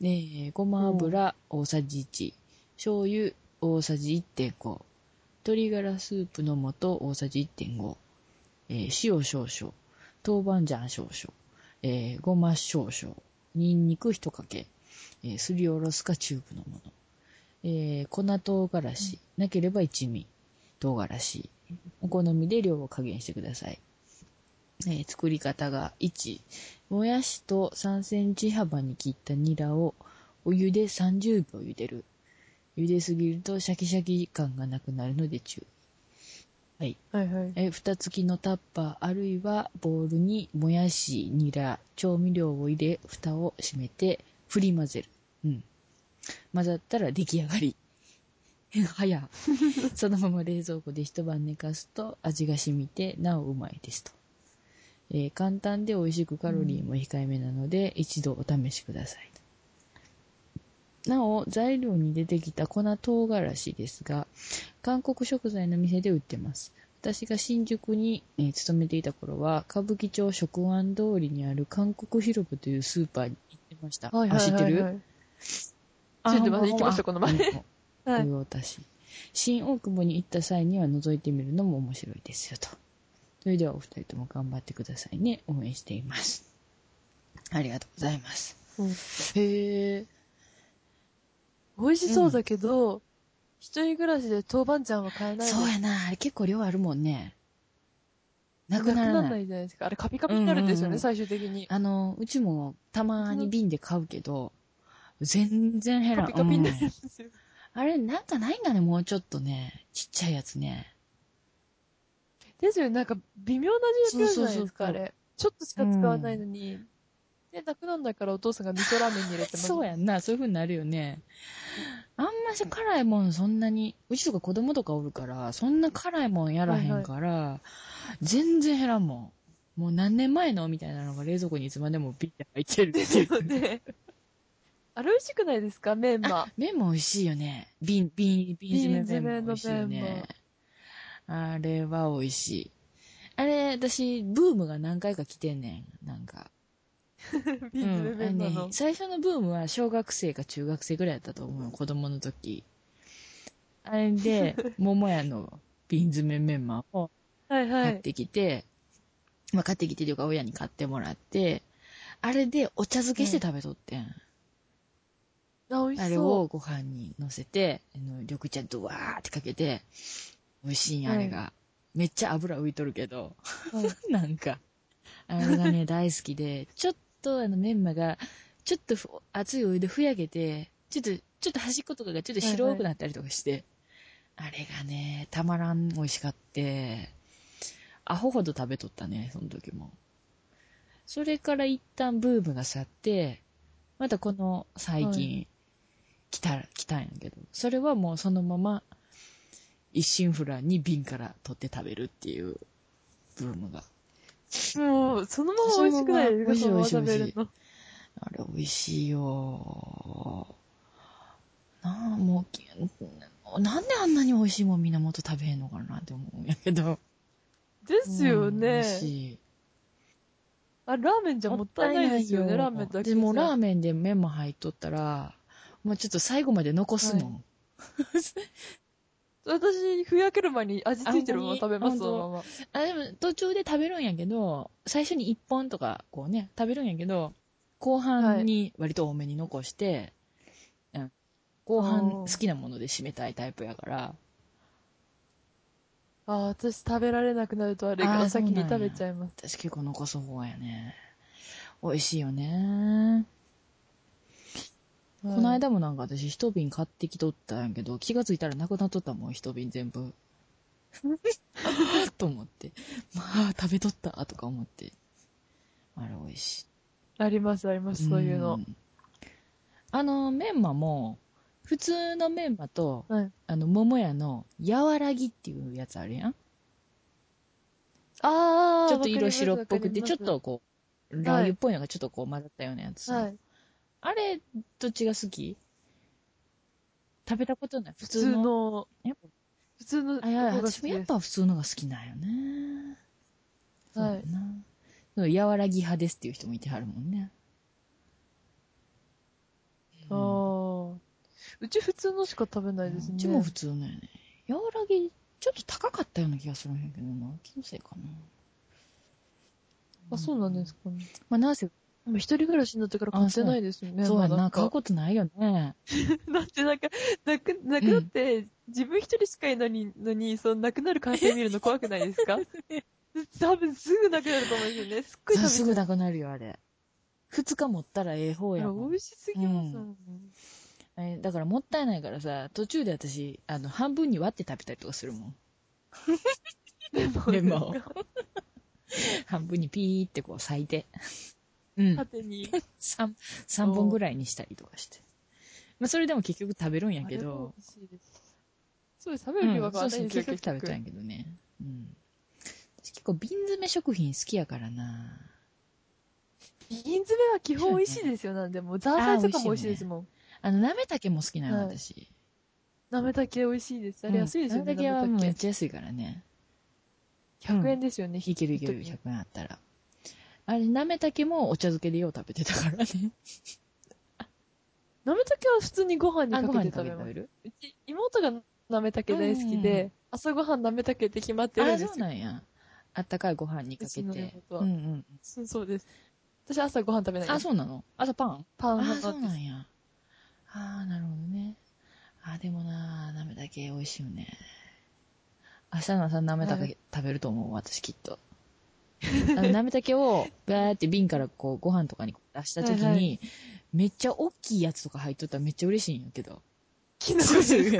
A: えーごま油大さじ1、醤油大さじ1.5、鶏ガラスープの素大さじ1.5、えー塩少々、豆板醤少々、えーごま少々、にんにく1かけ、えーすりおろすかチューブのもの、えー粉唐辛子、なければ一味、唐辛子、お好みで量を加減してください。えー作り方が1、もやしと3センチ幅に切ったニラをお湯で30秒茹でる。茹ですぎるとシャキシャキ感がなくなるので注意。はい。
B: はいはい。
A: えー蓋付きのタッパーあるいはボウルにもやしニラ調味料を入れ蓋を閉めて振り混ぜる、うん、混ざったら出来上がり [laughs] 早っ [laughs] そのまま冷蔵庫で一晩寝かすと味が染みてなおうまいですと、えー簡単で美味しくカロリーも控えめなので、一度お試しくださいなお材料に出てきた粉唐辛子ですが韓国食材の店で売ってます私が新宿に、えー勤めていた頃は歌舞伎町食安通りにある韓国広場というスーパーに行ってました、
B: はいはいはい、
A: あ知ってる
B: はい知ってます行きましたこの前はい
A: 御用達新大久保に行った際には覗いてみるのも面白いですよとそれではお二人とも頑張ってくださいね応援していますありがとうございます
B: うん
A: へえ
B: 美味しそうだけど、一人暮らしで豆板醤は買えないです
A: そうやなあれ結構量あるもんねな
B: な
A: く
B: く
A: なら
B: な
A: ない
B: らないじゃないですか。あれカピカピになるんですよね、
A: うんうんうん
B: 最終的に。
A: あのうちもたまに瓶で買うけど全然減ら
B: カ
A: ん
B: ピカピにな
A: う
B: るん
A: ん
B: ですよ。
A: あれなんかないんだねもうちょっとねちっちゃいやつね
B: ですよね、なんか微妙な状況じゃないですか、
A: そうそうそうそう
B: あれ。ちょっとしか使わないのに。で、なくならないからお父さんが味噌ラーメンに入れてます。
A: そうやんな、そういう風になるよね。あんまし辛いもんそんなに、うちとか子供とかおるから、そんな辛いもんやらへんから、全然減らんもん。もう何年前のみたいなのが冷蔵庫にいつまでもピッて入ってる。
B: ですよ
A: [laughs]
B: ね。あれ美味しくないですか、メンマ。
A: 麺も美味しいよね。瓶、瓶、瓶詰め
B: 瓶詰
A: 麺も
B: めの
A: 美味しいよ
B: 麺
A: ね
B: も。
A: あれは美味しい。あれ、私、ブームが何回か来てんねん。なんか。
B: ビーズでメンマ
A: うんあれ
B: の
A: ね。最初のブームは小学生か中学生ぐらいだったと思うの子供の時あれ [laughs] で桃屋の瓶詰めメンマを
B: はいは
A: 買っ
B: い。
A: てきて、まあ、買ってきてというか親に買ってもらってあれでお茶漬けして食べとってん、
B: あ、美味
A: あ
B: し
A: れ
B: そ
A: を
B: う。
A: ご飯にのせてあの緑茶ドワーってかけて美味しいんやあれが、めっちゃ油浮いとるけど
B: はい
A: [laughs] なんか、あれがね、大好きで、ちょっとあのメンマが、ちょっとふ熱いお湯でふやけて、ちょっと、ちょっと端っことかがちょっと白くなったりとかして、あれがね、たまらん美味しかって、アホほど食べとったね、その時も。それから一旦ブームが去って、またこの最
B: は
A: 近、来た、来たんやけど、それはもうそのまま、一心不乱に瓶から取って食べるっていう、ブームが。
B: もう、そのまま美味しくないですか、
A: そ
B: そ
A: の
B: の
A: ま
B: ま
A: ま
B: ま食べるの。
A: あれ美味しいよ。なあ、もうき、なんであんなに美味しいもんみんなもっと食べへんのかなって思うんやけど。
B: で
A: です
B: よ
A: 美
B: ね。
A: 味しい。
B: あ、ラーメンじゃもったいないですよね、ラーメンだけじ
A: で
B: ゃ。
A: もラーメンで麺も入っとったら、もうちょっと最後まで残すもん。
B: は私、ふやける前に味付いてるまま食べま
A: あ
B: す、
A: 本当
B: そのまま。
A: あでも途中で食べるんやけど、最初に1本とかこうね、食べるんやけど、後半に割と多めに残して、うん後半
B: お
A: 好
B: ー
A: きなもので締めたいタイプやから、
B: あー私食べられなくなるとあれ
A: あー
B: が先に
A: そうなんや
B: 食べちゃいます。
A: 私結構残す方やね。美味しいよね。
B: はい
A: この間もなんか私一瓶買ってきとったんやけど、気がついたらなくなっとったもん、一瓶全部。 [laughs] と思って。まあ、食べとった、とか思って。あれ美味しい。
B: ありますあります、そういうの。
A: んあの、メンマも、普通のメンマと、
B: はい。
A: あの、桃屋の、やわらぎっていうやつあるやん。
B: あー
A: ちょっと色白っぽくて、ちょっ。
B: わか
A: とこう、ラー油っぽいのがちょっとこう混ざったようなやつ。
B: りますわかりますはい。
A: あれ、どっちが好き食べたことない。普
B: 普
A: 通
B: 通
A: の。
B: の
A: やっ、
B: 普通の
A: あ、いや、
B: 方が好
A: 私
B: き
A: もや
B: で
A: っ
B: す。
A: ぱ普通のが好きなんよね。そう
B: は
A: や
B: い。
A: な。そうやわらぎ派ですっていう人もいてはるもんね。
B: あー。うち普通のしか食べないですね。
A: うちも普通のよね。やわらぎ、ちょっと高かったような気がするんやけどな。気のせいかな。
B: あ、そうなんですかね。
A: まあ、なぜ、
B: でも一人暮らしになってから買ってないですよね。
A: そうや
B: まだ
A: な。買うことないよね。
B: [laughs] だってなんか、なく、なくなって、自分一人しかいないのに、のにそのなくなるカーテン見るの怖くないですか多分すぐなくなると思うんですよね。すっごい
A: さ
B: 食べ
A: す
B: ちゃ
A: ぐ
B: う
A: なくなるよ、あれ。二日持ったらええ方やもん
B: 美味しすぎますもん。
A: えーだからもったいないからさ、途中で私、あの、半分に割って食べたりとかするもん。メンマを。半分にピーってこう裂いて。うん。
B: 縦に。
A: 3, 三本ぐらいにしたりとかして。まあ、それでも結局食べるんやけ
B: あれ
A: ど。
B: も美味しいです。そうです。食べ
A: う
B: る
A: ん
B: 量が変
A: そうんそ、
B: わないうんですよ
A: 結局食べたんやけどね。うん。私結構瓶詰め食品好きやからな。
B: 結局瓶詰めは基本美味しいですよ。なんで、もうザーサイとかも美味しいですもん。
A: あの、なめたけも好きなの、
B: はい
A: 私。
B: なめたけ美味しいです。あれ安いですよね。
A: なめたけはもうめっ
B: 100
A: ちゃ安いからね。
B: 円ですよね。
A: いけるいける、
B: 一
A: 100円あったら。あれ、なめたけもお茶漬けでよう食べてたからね。
B: [laughs] なめたけは普通にご飯に
A: あ、
B: か
A: ご
B: け
A: 飯
B: て
A: にかけ
B: 食べ
A: て
B: ます
A: 食べ。る
B: うち、妹がなめたけ大好き
A: うんうん
B: で、
A: うん
B: 朝ごはんなめたけって決まってるん
A: あ、
B: ですよ。
A: そうなんや。あったかいご飯にかけ
B: うちの
A: て
B: 妹。
A: うんう
B: は
A: ん。
B: そうそうです。私朝ごはん食べないです。
A: あ、そうなの朝パン
B: パン
A: あ、
B: 派
A: そうん
B: で
A: な
B: す。
A: んや。あー、なるほどね。あー、でもなー、なめたけ美味しいよね。明日の朝、なめた
B: は
A: け
B: い
A: 食べると思う、私きっ [laughs] と。あの、なめたけを、ガーって瓶からこう、ご飯とかに出した時に、
B: はいはい
A: めっちゃ大きいやつとか入っとったらめっちゃ嬉しいんやけど。
B: キノコ
A: そう
B: で
A: そ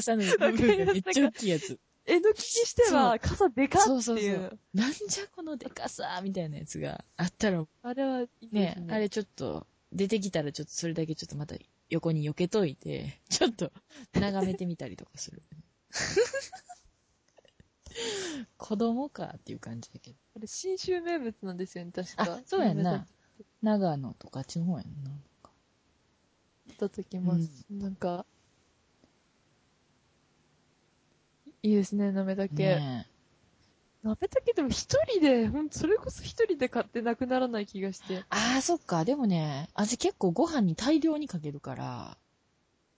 B: す
A: [laughs] う、あの、傘
B: か
A: の部分がめっちゃ大きいやつ。
B: えのきにしては、傘でかっていう。
A: そうそうそうなんじゃこのでかさーみたいなやつがあったら、
B: あれはいいで
A: ね
B: すね。、
A: あれちょっと、出てきたらちょっとそれだけちょっとまた横に避けといて、 [laughs] ちょっと眺めてみたりとか
B: [laughs]
A: する。子供かっていう感じだけど。
B: あれ新州名物なんですよね、確か
A: あ。、そうやん
B: なめた
A: な。長野とかあっちの方やんな。
B: けいただきます。なんか、いいですね、なめたけ。
A: ねえ
B: なめたけでも一人で、ほんとそれこそ一人で買ってなくならない気がして。
A: ああ、そっか。でもね、私結構ご飯に大量にかけるから、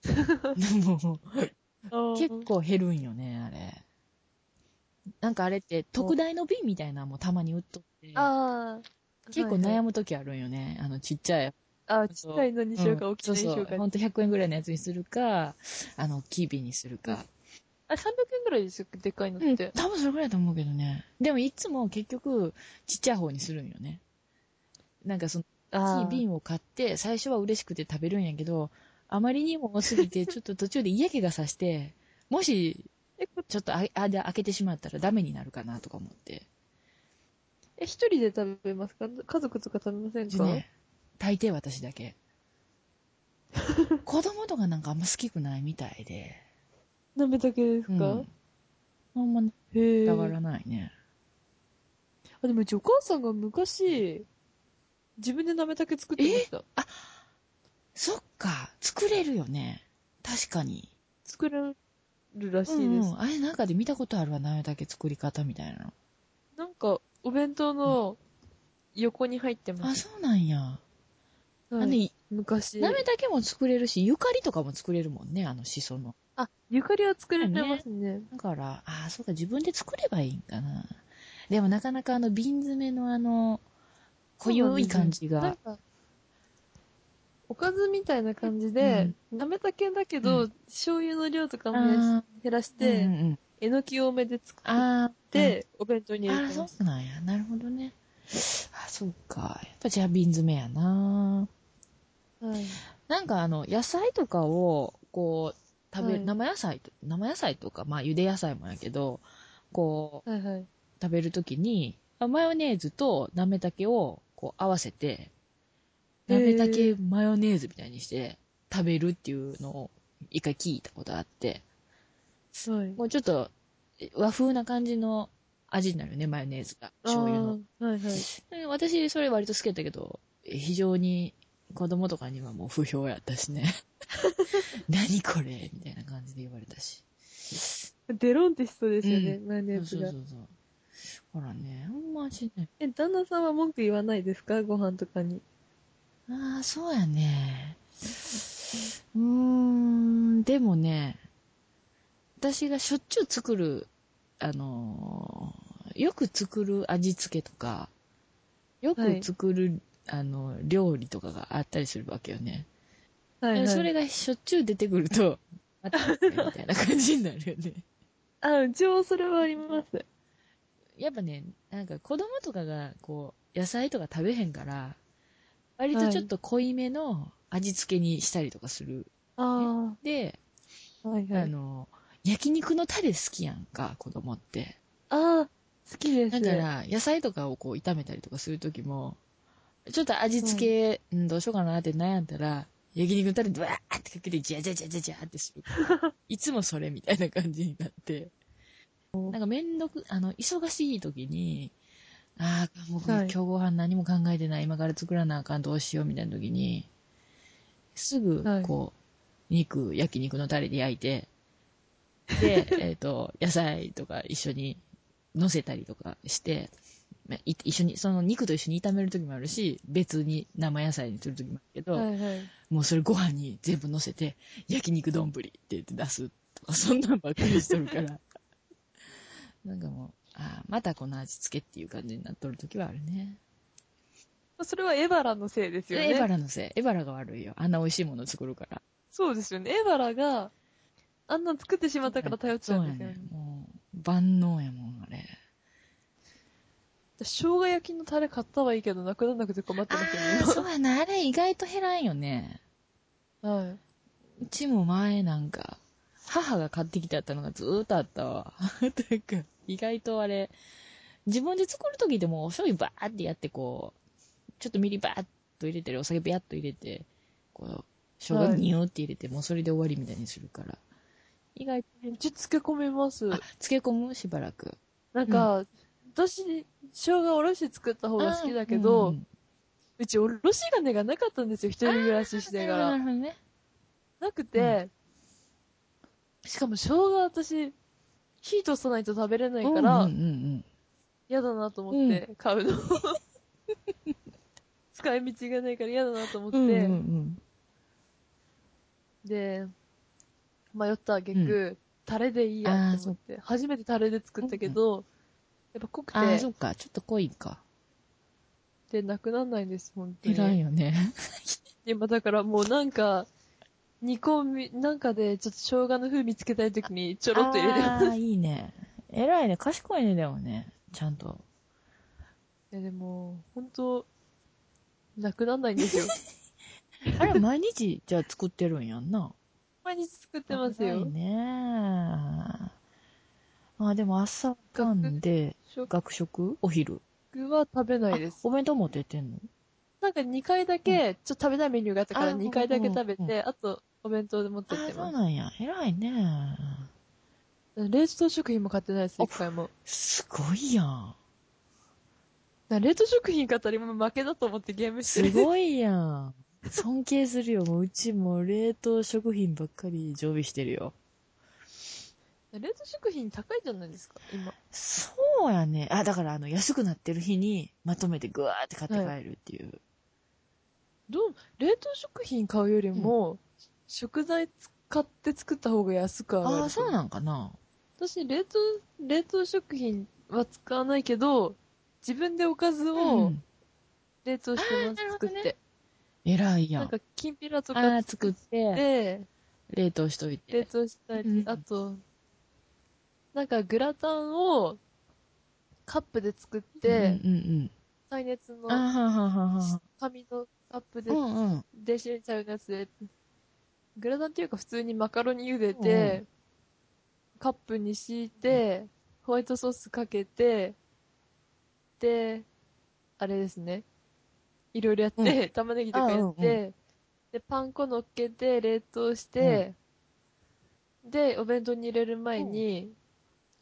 B: [laughs]
A: もう
B: 結
A: [laughs] 結構減るんよね、あれ。なんかあれって、特大の瓶みたいなのもたまに売っとって、
B: ああ。
A: 結構悩
B: む。
A: む時あるんよね。あの、ちっちゃい
B: あちっちゃいのにしようか、大きいのにしようか。
A: ほんと100円ぐらいのやつにするか、あの、キービにするか。
B: あ、300円ぐらいですよ、でかいの
A: うん、
B: っ
A: 多
B: て。
A: 分それぐらいだと思うけどね。でもいつも結局、ちっちゃい方にするんよね。なんかその、大きい
B: ー
A: 瓶を買って、最初は嬉しくて食べるんやけど、あまりにも多すぎ
B: [laughs]
A: て、ちょっと途中で嫌気がさして、もし、
B: え、こ
A: ちょっとあ、あ、で開けてしまったらダメになるかなとか思って。
B: え、一人で食べますか家族とか食べません
A: で
B: か、
A: ね、大抵私だ
B: [laughs]
A: け。子供とかなんかあんま好きくないみたいで。
B: なめたけですか、
A: うん。あんま
B: へえ。
A: だからないね。
B: あ、でもうちお母さんが昔、自分でなめたけ作ってました。
A: そっか、作れるよね。確かに。
B: 作れるらしいです。
A: うんうんあれなんかで見たことあるわ、なめだけ作り方みたいな
B: なんか、お弁当の横に入って
A: の。
B: ま
A: あ、
B: す。
A: そうなんや。
B: は
A: あ
B: い
A: の、い
B: 昔。
A: なめだけも作れるし、ゆかりとかも作れるもんね、あのしその。
B: あ、ゆかりは作れますね。
A: だから、ああ、そうか、自分で作ればいいんかな。でもなかなかあの瓶詰めのあの、濃ゆい感じ
B: な
A: が
B: ん。か、おかずみたいな感じで、なめたけだけど、
A: う
B: 醤油の量とかも
A: あ
B: 減らし
A: うんう
B: て、
A: ん
B: えのき多めで作っ
A: ああ、
B: て、お弁当に
A: あ
B: 入れ
A: あ、
B: て
A: そ
B: ます。
A: うなんや。なるほどね。あ、そうか。やっぱじゃあ瓶詰めやな。
B: はい。
A: なんかあの、野菜とかを、こう、食べる、
B: はい
A: 生野菜と、生野菜とか、まあ、茹で野菜もやけど、こう、
B: はいはい。
A: 食べるときに、あマヨネーズとなめたけを、こう、合わせて、
B: へー
A: なめたけマヨネーズみたいにして、食べるっていうのを、一回聞いたことあって、
B: はい。
A: もうちょっとえ和風な感じの味になるね、マヨネーズが。醤油の。
B: あー。はいはい。
A: うん私、それ割と好きだったけど、え非常に子供とかにはもう不評やったしね。
B: [laughs]
A: 何これみたいな感じで言われたし。
B: デロンってしそうですよね、マヨネー
A: そ
B: ズ
A: うそ
B: が
A: う。そう。ほらね、ほんま味ね。
B: え、旦那さんは文句言わないですかご飯とかに。
A: ああ、そうやね。うーん、でもね、私がしょっちゅう作る、あのーよく作る味付けとか、よ
B: はい
A: く作る、あの、料理とかがあったりするわけよね。
B: はい、はい。
A: それがしょっちゅう出てくると、また、みたいな感じになるよね。
B: あ、うちもそれはあります。
A: やっぱね、なんか子供とかが、こう、野菜とか食べへんから、割とちょっと濃いめの味付けにしたりとかする。
B: あ
A: で、
B: あ、はいは
A: あ
B: い。
A: の、焼肉のタレ好きやんか、子供って。
B: ああ、好きです。
A: だから、野菜とかをこう炒めたりとかするときも、ちょっと味付け、うん、どうしようかなって悩んだら、焼肉のタレドワーってかけて、ジャジャジャジャジャってす
B: [laughs]
A: る。いつもそれみたいな感じになって。なんかめんどく、あの、忙しいときに、ああ、もう、
B: はい
A: 今日ご飯何も考えてない、今から作らなあかん、どうしようみたいなときに、すぐ
B: はい、
A: こう、肉、焼肉のタレで焼い
B: [laughs]
A: て、で、えっと、野菜とか一緒に乗せたりとかして、まあい一緒に、その肉と一緒に炒めるときもあるし、別に生野菜にするときもあるけど、
B: はいはい。
A: もうそれご飯に全部乗せて、焼肉丼って言って出すとか、そんなんばっかりしとる
B: [laughs]
A: から。なんかもう、ああ、またこの味付けっていう感じになっとるときはあるね。
B: それはエバラのせいですよね。
A: エバラのせい。エバラが悪いよ。あんな美味しいもの作るから。
B: そうですよね。エバラが、あんなの作ってしまったから頼っちゃうんですよね。
A: そうやねんもう、万能やもん、あれ。
B: 生姜焼きのタレ買ったはいいけど、なくならなくて困ってますよね
A: あー、そうやな。あれ意外と減らんよね。
B: 今。はい。
A: うちも前なんか、母が買ってきてあったのがずーっとあったわ。 [laughs] なんか、意外とあれ、自分で作るときでもお醤油バーってやってこう、ちょっとみりバーっと入れて、お酒ビャっと入れて、こう、生姜にューって入れて、もうそれで終わりみたいにするから。意外と、
B: めっちゃ漬け込めます
A: あ。、漬け込むしばらく。
B: なんか、私、生姜おろし作った方が好きだけど、
A: う
B: うんちおろし金がなかったんですよ、一人暮らししてか
A: な
B: ら
A: る。ほどね。
B: なくて、しかも生姜私、火通さないと食べれないか
A: う
B: ら
A: ん、うんうん
B: 嫌だなと思って買うの。 [laughs] 使い道がないから嫌だなと思って、
A: うん。うんうんうん
B: で、迷った挙句、タレでいいやって思って、初めてタレで作ったけど、やっぱ濃く
A: ああ、そ
B: て、
A: うか。ちょっと濃いか。
B: で、なくならないんです、本当
A: いらん
B: に。
A: よね。
B: 今だからもうなんか、煮込み、なんかでちょっと生姜の風味つけたいときに [laughs] ちょろっと入れて
A: ああ、いいね。偉いね。賢いね、でもね。ちゃんと。
B: いやでも、本当なくなんないんです [laughs] よ。
A: あれ、毎日、じゃあ作ってるんやんな。
B: 毎日作ってます
A: 偉い
B: よ。
A: ね。ああ、でも朝晩で、
B: 食
A: 学食お昼
B: は食べないです
A: あ。お弁当持ってってんの
B: なんか2回だけ、ちょっと食べたいメニューがあったか
A: あ
B: ら2回だけ食べ
A: うんうん
B: て、あとお弁当で持って
A: あ
B: っ
A: あ、
B: て
A: そう
B: ま
A: なんや。偉いね。
B: す。冷凍食品も買ってないです、
A: あ
B: 1回も。
A: すごいや
B: [laughs]
A: ん。
B: だから冷凍食品買ったら今負けだと思ってゲームして
A: す
B: る。
A: [laughs] ごいやん。尊敬するよ。もううちも冷凍食品ばっかり常備してるよ。
B: 冷凍食品高いじゃないですか、今。
A: そうやね。あ、だからあの、安くなってる日に、まとめてぐわーって買って帰るっていう。
B: どう、冷凍食品買うよりも、食材使って作った方が安く上がる。
A: ああ、そうなんかな。
B: 私、冷凍、冷凍食品は使わないけど、自分でおかずを
A: ん。
B: 冷凍して
A: あー
B: ます、
A: なるほ
B: 作
A: ど
B: っ
A: ね
B: て。
A: 偉いや
B: なん
A: ん。
B: か、きんぴらと
A: ああ
B: か
A: ー、作っ、
B: 作ってて、
A: 冷凍しとい
B: 冷
A: て。
B: 凍した
A: う
B: り
A: ん、
B: あと、なんかグラタンをカップで作って、
A: うんうん
B: 耐熱
A: うん。あ
B: の
A: ーはははは。
B: 紙のカップで
A: うんうん。
B: 電子レンジのやつで、グラタンっていうか普通にマカロニ茹でて、カップに敷いて、ホワイトソースかけて、で、あれですね。いろいろやって、
A: う
B: 玉ねぎとかやって、
A: あうんう
B: で、パン粉乗っけて、冷凍して、で、お弁当に入れる前に、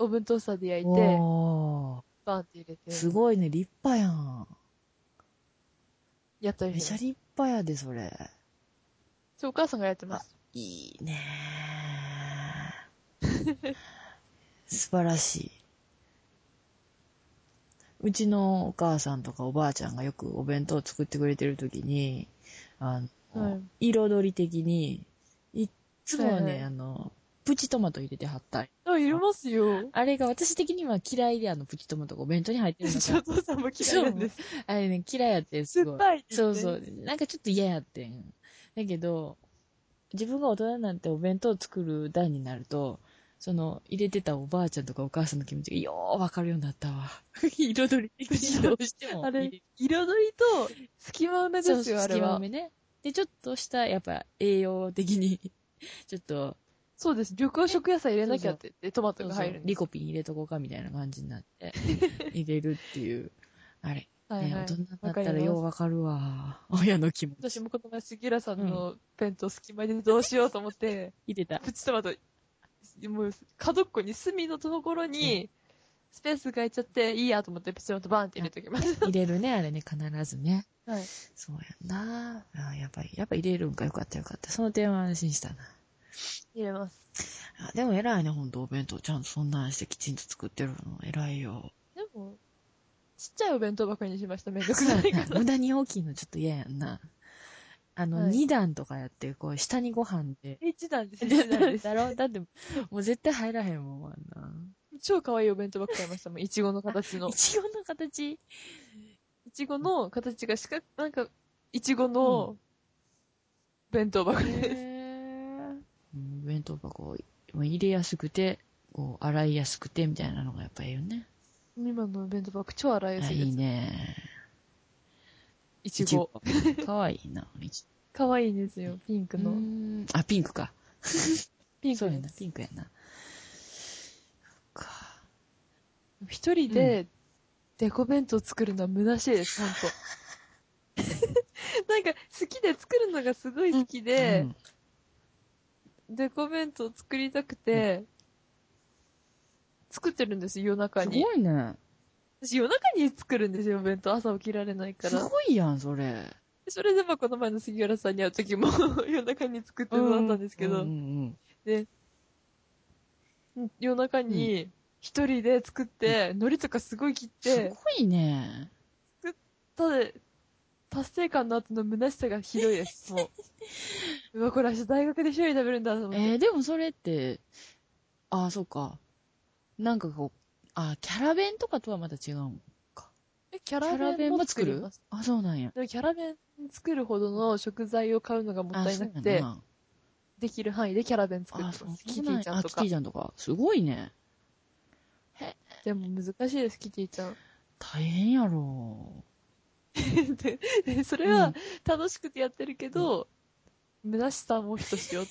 B: オーブントースターで焼いて、
A: お
B: バンって入れて
A: ー、、すごいね、立派やん。
B: やったり
A: めち
B: し
A: ゃ
B: ます。
A: 立派やで、それ。
B: そう、お母さんがやってます。
A: いいね [laughs] ー素晴らしい。うちのお母さんとかおばあちゃんがよくお弁当を作ってくれてる時に、あの、
B: はい
A: 彩り的に、いっつもね、
B: はいはい
A: あの、プチトマト入れてはったり。
B: あ、入れますよ。
A: あれが私的には嫌いで、あの、プチトマトがお弁当に入
B: [laughs]
A: ってるの
B: ちょ
A: が
B: っ、とお父さんも嫌いなんです。
A: あれね、嫌いやってん、す
B: 酸
A: ご
B: っ
A: い。
B: ぱいって
A: そ
B: 言っ
A: う
B: て
A: そう。。なんかちょっと嫌やってん。だけど、自分が大人になってお弁当を作る段になると、その、入れてたおばあちゃんとかお母さんの気持ちがようわかるようになった
B: [laughs]
A: わ。彩り的にどうしても
B: あれ
A: 入れ、
B: 彩りと隙間埋め
A: そう
B: ですよ、あれ
A: 隙間埋
B: は。
A: めね。で、ちょっとした、やっぱ、栄養的に、 [laughs] ちょっと、
B: そうです。緑黄色野菜入れなきゃって言って、トマト
A: そう
B: が
A: そ
B: 入
A: う
B: るんで
A: リ
B: す。
A: コピン入れとこうかみたいな感じにな
B: [laughs]
A: って、入れるっていう、あれ、
B: はい
A: ね
B: は
A: 大
B: い
A: 人にな
B: わ
A: っ
B: か
A: た
B: り
A: ら
B: ます
A: ようわかるわ。 [laughs] 親の気持ち。
B: 私もこの前、杉浦さんのペンと隙間でどうしようと思って、
A: 入れた。
B: プチトマト、もう、角っこに、隅のところに、スペースが空いちゃって、いいやと思って、プチトマトバーンって入れときます。
A: [laughs] 入れるね、あれね、必ずね。
B: はい。
A: そうやんな。あやっぱり、やっぱ入れるんかよかったよかった。その点は安心したな。
B: 入れます。
A: あでも偉いね、ほんと、お弁当ちゃんとそんなんしてきちんと作ってるの。偉いよ。
B: でも、ちっちゃいお弁当ばかりにしました、めんどく
A: そう
B: さ
A: や
B: いか
A: な。
B: ら。
A: 無駄に大きいのちょっと嫌やんな。あの、
B: はい
A: 二段とかやって、こう、下にご飯
B: [laughs]
A: で。
B: 一段です、一段です。
A: だろだって、もう絶対入らへんもんわな。
B: 超可愛いお弁当ばっかりありましたもん。いちごの形の
A: い。ちごの形。
B: いちごの形が四角、なんか、いちごの弁当箱です。
A: うん弁当箱、入れやすくて、こう、洗いやすくて、みたいなのがやっぱいいよね。
B: 今の弁当箱超洗いや
A: あ
B: すい
A: い
B: で
A: い
B: す。
A: ね。
B: いちご。
A: いちご。かわいいな。いち
B: 可愛いんですよ、ピンク
A: ご
B: の。
A: の。あ、ピンクか。
B: ピン
A: そ
B: ク
A: うや
B: で
A: な、
B: す。
A: ピンクやな。そっか。
B: 一人で、デコ弁当作るのは虚しいです、ほんと。 [laughs] なんか、好きで作るのがすごい好きで、
A: うん
B: デコ弁当作りたくて、作ってるんですよ、夜中
A: す
B: に。
A: ごいね。
B: 私夜中に作るんですよ、弁当。朝起きられないか
A: す
B: ら。
A: ごいやん、それ。
B: それでまあこの前の杉原さんに会う時も [laughs] 夜中に作ってもらったんですけど、
A: うんうん
B: 夜中に一人で作って、海苔とかすごい切っ
A: す
B: て、
A: ごいね。
B: ただ、達成感の後の虚しさがひどいです、も
A: [laughs]
B: う。うわ、これ明日大学で一人で食べるんだと思って。
A: えー、でもそれって、あー、そうか。なんかこう、あー、キャラ弁とかとはまた違うもん。
B: えキャ
A: キャラ
B: ラ
A: 弁
B: 弁も
A: も
B: 作
A: 作
B: り
A: る
B: ます。
A: あ、そうなんや。
B: でもキャラ弁作るほどの食材を買うのがもったいなくて、
A: あ、
B: できる範囲でキャラ弁
A: そう
B: 作っ
A: や
B: て
A: なあそ
B: ま
A: う
B: す。キティち
A: そう
B: ゃ
A: なん
B: ん
A: あ、
B: と
A: キ
B: か
A: ティ。ちゃんとか。すごいね。
B: でも難しいです、キティちゃん。
A: 大変やろ。
B: でで [laughs] それ
A: うん
B: は楽しくてやってるけど、虚しさもひとしお。
A: い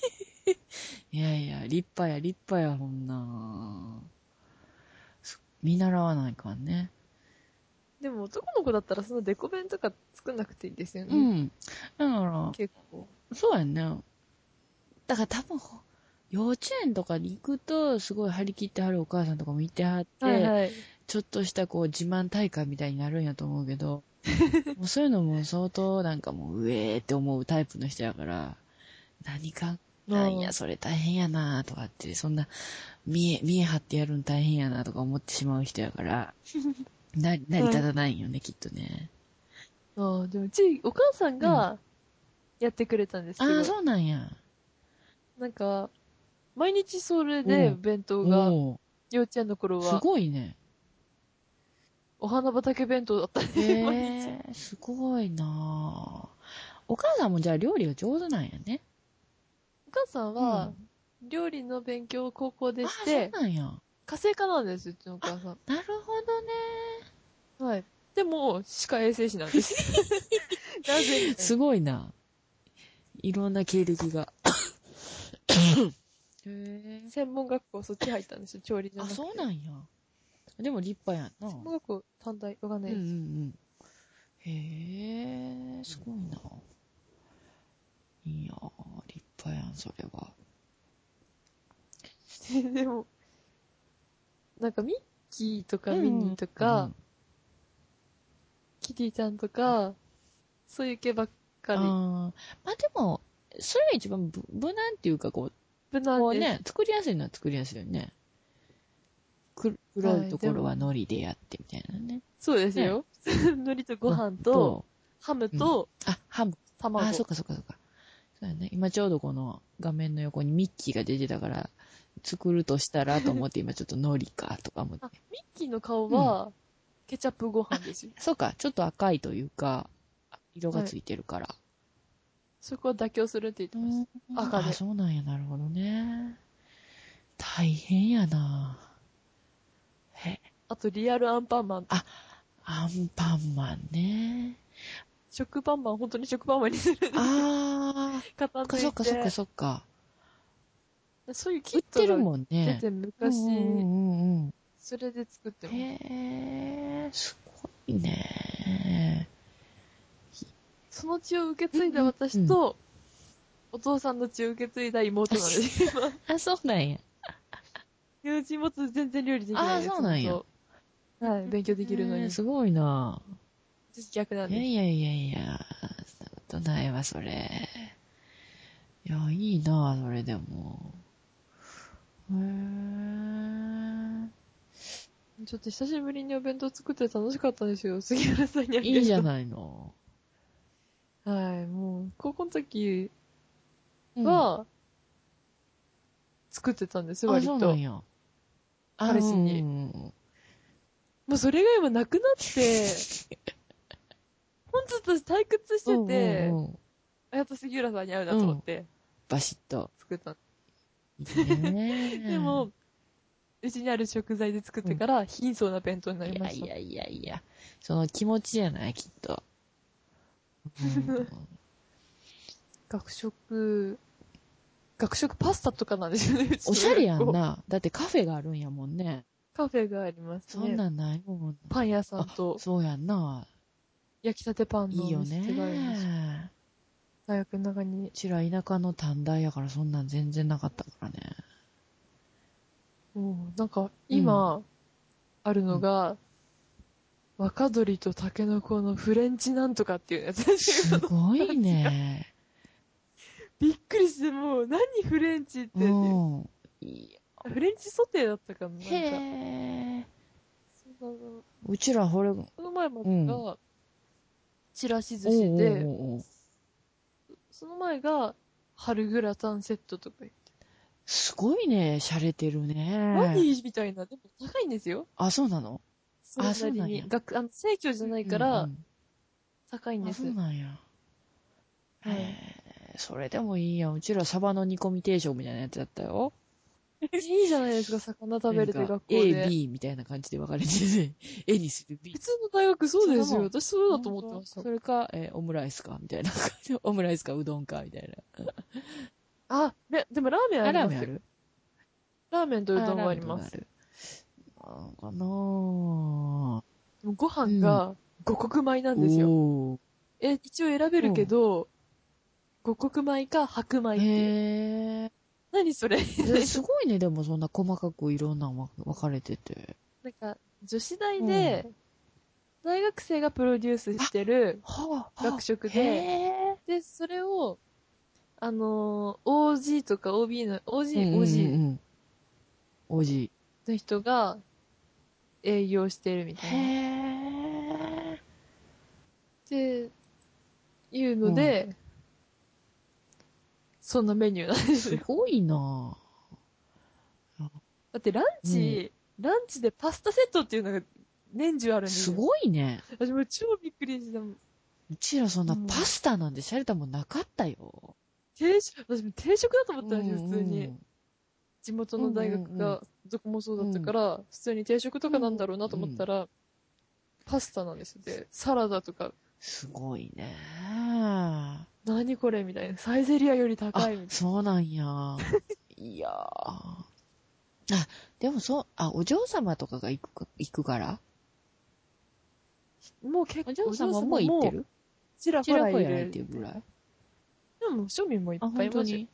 A: やいや、立派や、立派や、ほんなんそ見習わないかんね。
B: [laughs] でも男の子だったらそのデコ弁とか作んなくていいですよね。
A: うん。だか
B: 結構。
A: ら、そうやんね。だから多分、ほ幼稚園とかに行くと、すごい張り切ってはるお母さんとかもいてはって、
B: はい。
A: ちょっとしたこう自慢大会みたいになるんやと思うけ
B: [laughs]
A: ど、もうそういうのも相当なんかもう、うえーって思うタイプの人やから、何か、なんや、それ大変やなとかって、そんな、見え、見え張ってやるの大変やなとか思ってしまう人や [laughs] から、な、成り立たないんよね、きっとね。
B: あーでもうち、お母さんがやってくれたんです
A: あ
B: けど、
A: あ、そうなんや。
B: なんか、毎日それ
A: う
B: で
A: ん
B: 弁当が、
A: おお
B: 幼稚園の頃
A: ーす
B: は、
A: ごい [laughs] ね。
B: お花畑弁当だったんです
A: へ
B: よ、毎日。
A: え、すごいなあお母さんもじゃあ料理が上手なんやね。
B: お母さんは、料理の勉強を高校で
A: ああ、
B: し
A: そう
B: て、
A: なんや。
B: 家政科なんです、うちのお母さ
A: なるほどね。
B: ん。はい。でも、歯科衛生士なんです。 [laughs] なぜみたいな
A: すごいな。いろんな経歴が。へえ。
B: 専門学校そっち入ったんですよ、調理じゃ
A: あ、
B: なくて。
A: そうなんや。でも立派やんな。
B: 専門学校短大、わかんない
A: うん
B: で
A: う
B: す。
A: んうん。へえ、すごいな。いやー、立派やん、それは。
B: して、 [laughs] でも、なんかミッキーとかミニーとか、キティちゃんとか、そういう系ばっ
A: う
B: か
A: ん、
B: り。
A: あーまあでも、それが一番ぶ無難っていうか、こう、
B: 無難
A: こう
B: です。
A: ね、作りやすいのは作りやすいよね。く黒いところは海苔でやってみたいなね。
B: そうですよ。 [laughs] 海苔とご飯と、、ハムと
A: あ、ハム。
B: 卵。
A: あ、そっかそっかそっか。そうやね。今ちょうどこの画面の横にミッキーが出てたから、作るとしたらと思って今ちょっと海苔かとか思って
B: あ。ミッキーの顔は、ケチャップご飯ですよ。
A: そうか、ちょっと赤いというか、あ色がついてるから。
B: そこは妥協するって言ってまし
A: うん
B: 赤で
A: あ、そうなんや、なるほどね。大変やなえ、
B: た。あと、リアルアンパンマン。
A: アンパンマン
B: [laughs]
A: ね。
B: 食パンマン、本当に食パンマンにする。
A: あ
B: 方
A: あ、そっかそっかそっか。
B: そういうキ
A: 売っ
B: ット
A: てる
B: が
A: もん
B: 出
A: ね。
B: て昔、
A: うんうんうん
B: それで作って
A: うん。
B: ます。
A: へえ、すごいね。
B: その血を受け継いだ私と、お父さんの血を受け継いだ妹なんです。今、
A: あ、そうなんや。
B: [laughs] 友人も全然料理できないです。
A: あーそうなんや
B: 本当はい、勉強できるの
A: え
B: に
A: ー。すごいな。
B: 私逆なん
A: いや
B: です。
A: いやいやいや、そんなことないわ、それ。いや、いいな、それでも。へえ。
B: ちょっと久しぶりにお弁当作って楽しかったんですよ。杉原さんにあげる
A: い
B: と
A: いじゃないの。
B: はい、もう、高校の時
A: あ、
B: は、作ってたんです、割
A: そう
B: と。
A: なんや。あ
B: 彼氏に
A: うん
B: もうそれが今なくな
A: [laughs]
B: って、ほんと私退屈してて、
A: うんうんうん
B: あやっと杉浦さんに会うなと思って
A: バシッ
B: [laughs]
A: と。
B: 作ったの。
A: いいね
B: でも、、うちにある食材で作ってから貧相な弁当になり
A: い
B: ま
A: や
B: し
A: い
B: た。
A: やいやいや、その気持ちじゃない、きっ
B: [laughs]
A: と。うん
B: 学食、学食パスタとかなんですよね、うちの
A: おしゃれやん
B: 学校。
A: な。だってカフェがあるんやもんね。
B: カフェがあります
A: そん
B: ね。
A: なんないもん。
B: パン屋さんと
A: そうやんな。
B: 焼きたてパンの
A: いいよ
B: お
A: ね
B: 店があります。。大学の中に
A: うちら田舎の短大やからそんなん全然なかったからね。
B: もうなんか今、あるのが、若鶏とタケノコのフレンチなんとかっていう
A: [laughs]
B: やつ [laughs] です
A: す
B: よ。
A: ごいね。
B: びっくりして、もう何フレンチってっ
A: [laughs]
B: て
A: う
B: いう。
A: ん。いや
B: フレンチソテーだったかななんか
A: へえ。
B: そうそう
A: うちらこれ、おう
B: この前ま
A: うん
B: でが、ちらし寿
A: お
B: 司
A: う
B: で、
A: おう
B: その前が、春グラタンセットとか言って。
A: すごいね。洒落てるね。
B: 何みたいな。でも高いんですよ。
A: あ、そうなの
B: それな
A: そう
B: り
A: なんや
B: に。学あの、生協じゃないか
A: う
B: ら
A: ん、
B: 高い
A: うんんあ、
B: です
A: そう。なんや。
B: うん
A: へえ。それでもいいやん。うちらサバの煮込み定食みたいなやつだったよ。
B: いいじゃないですか、魚食べれて
A: なん
B: 学
A: か
B: 校で
A: A、。B みたいな感じで分かれてて、A [laughs] にする B
B: 普通の大学そうですよ。
A: そう
B: 私そうだと思ってました
A: そ。れか、えーオムライスか、みたいな [laughs] 感じ。オムライスか、うどんか、みたい
B: あ、ね、でもラーメン
A: な。
B: あ
A: あ
B: り
A: ラー
B: ます
A: メン
B: よ。
A: あ
B: ラー
A: る
B: メンとうどんがあります。
A: ラーメンと
B: もうご飯が五穀米な
A: うどんがあるのかなん
B: ですよ。
A: お
B: え、一応選べるけど、五穀米か白米
A: ー
B: っていう。
A: へえ。
B: 何それ [laughs]
A: で
B: な
A: すごいね、でもそんな細かくいろんなの分かれてて。
B: んか、女子大で、大学生がプロデュースしてる、
A: は
B: あ学食で
A: へ
B: で、それを、あのー、OG とか OB の、
A: ー
B: OG、
A: うんうん
B: OG
A: うんおじ。
B: の人が営業してるみたいな。
A: へ
B: っていうので、そんなメニューなんで
A: え。
B: す [laughs]
A: す
B: よ。
A: ごいな
B: だってランチ、ランチでパスタセットっていうのが年中あるんです
A: す
B: よ。
A: ごいね。
B: 私も超びっくりした。
A: うちらそんなパスタなんてシャレたもんなかったよ。
B: 定食、私も定食だと思ったんですよ、普通
A: うんう
B: に
A: ん。
B: 地元の大学
A: うんうんう
B: が、どこもそうだったから、普通に定食とかなんだろうなと思ったら、パスタなんですよ。で、サラダとか、
A: すごいね。
B: 何これみたいな。サイゼリアより
A: あ
B: 高いみ、たい
A: そうなんや。
B: [laughs]
A: いやーあ、でもそう、あ、お嬢様とかが行くか、行くから
B: な。もう結構
A: お、嬢様も行ってる
B: ちらほ
A: ちら
B: ら
A: ほ
B: い
A: ら行っ
B: る。
A: て
B: で
A: るぐらい。
B: も、庶民もいっ
A: あ、
B: ぱい
A: 本当
B: いますよ
A: に。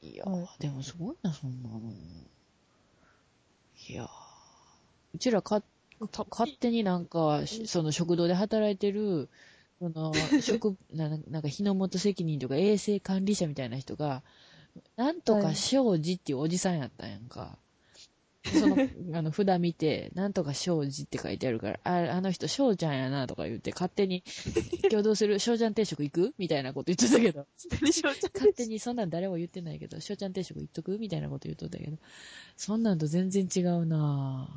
A: いや
B: はい
A: でもすごいな、そんなの。いやーうちらか、
B: た
A: 勝手になんか、しその食堂で働いてる、そ
B: [laughs]
A: の、食、ななんか、日の元責任とか衛生管理者みたいな人が、なんと
B: は
A: か
B: い
A: 庄司っていうおじさんやったんやんか。そ
B: [laughs]
A: の、あの、札見て、なんとか庄司って書いてあるから、あ、あの人庄ちゃんやなとか言って、勝手
B: [laughs]
A: に、共同する庄ちゃん定食行くみたいなこと言ってたけど。勝手にそんなん誰も言ってないけど、しょうちゃん定食言っとくみたいなこと言っとったけど、そんなんと全然違うな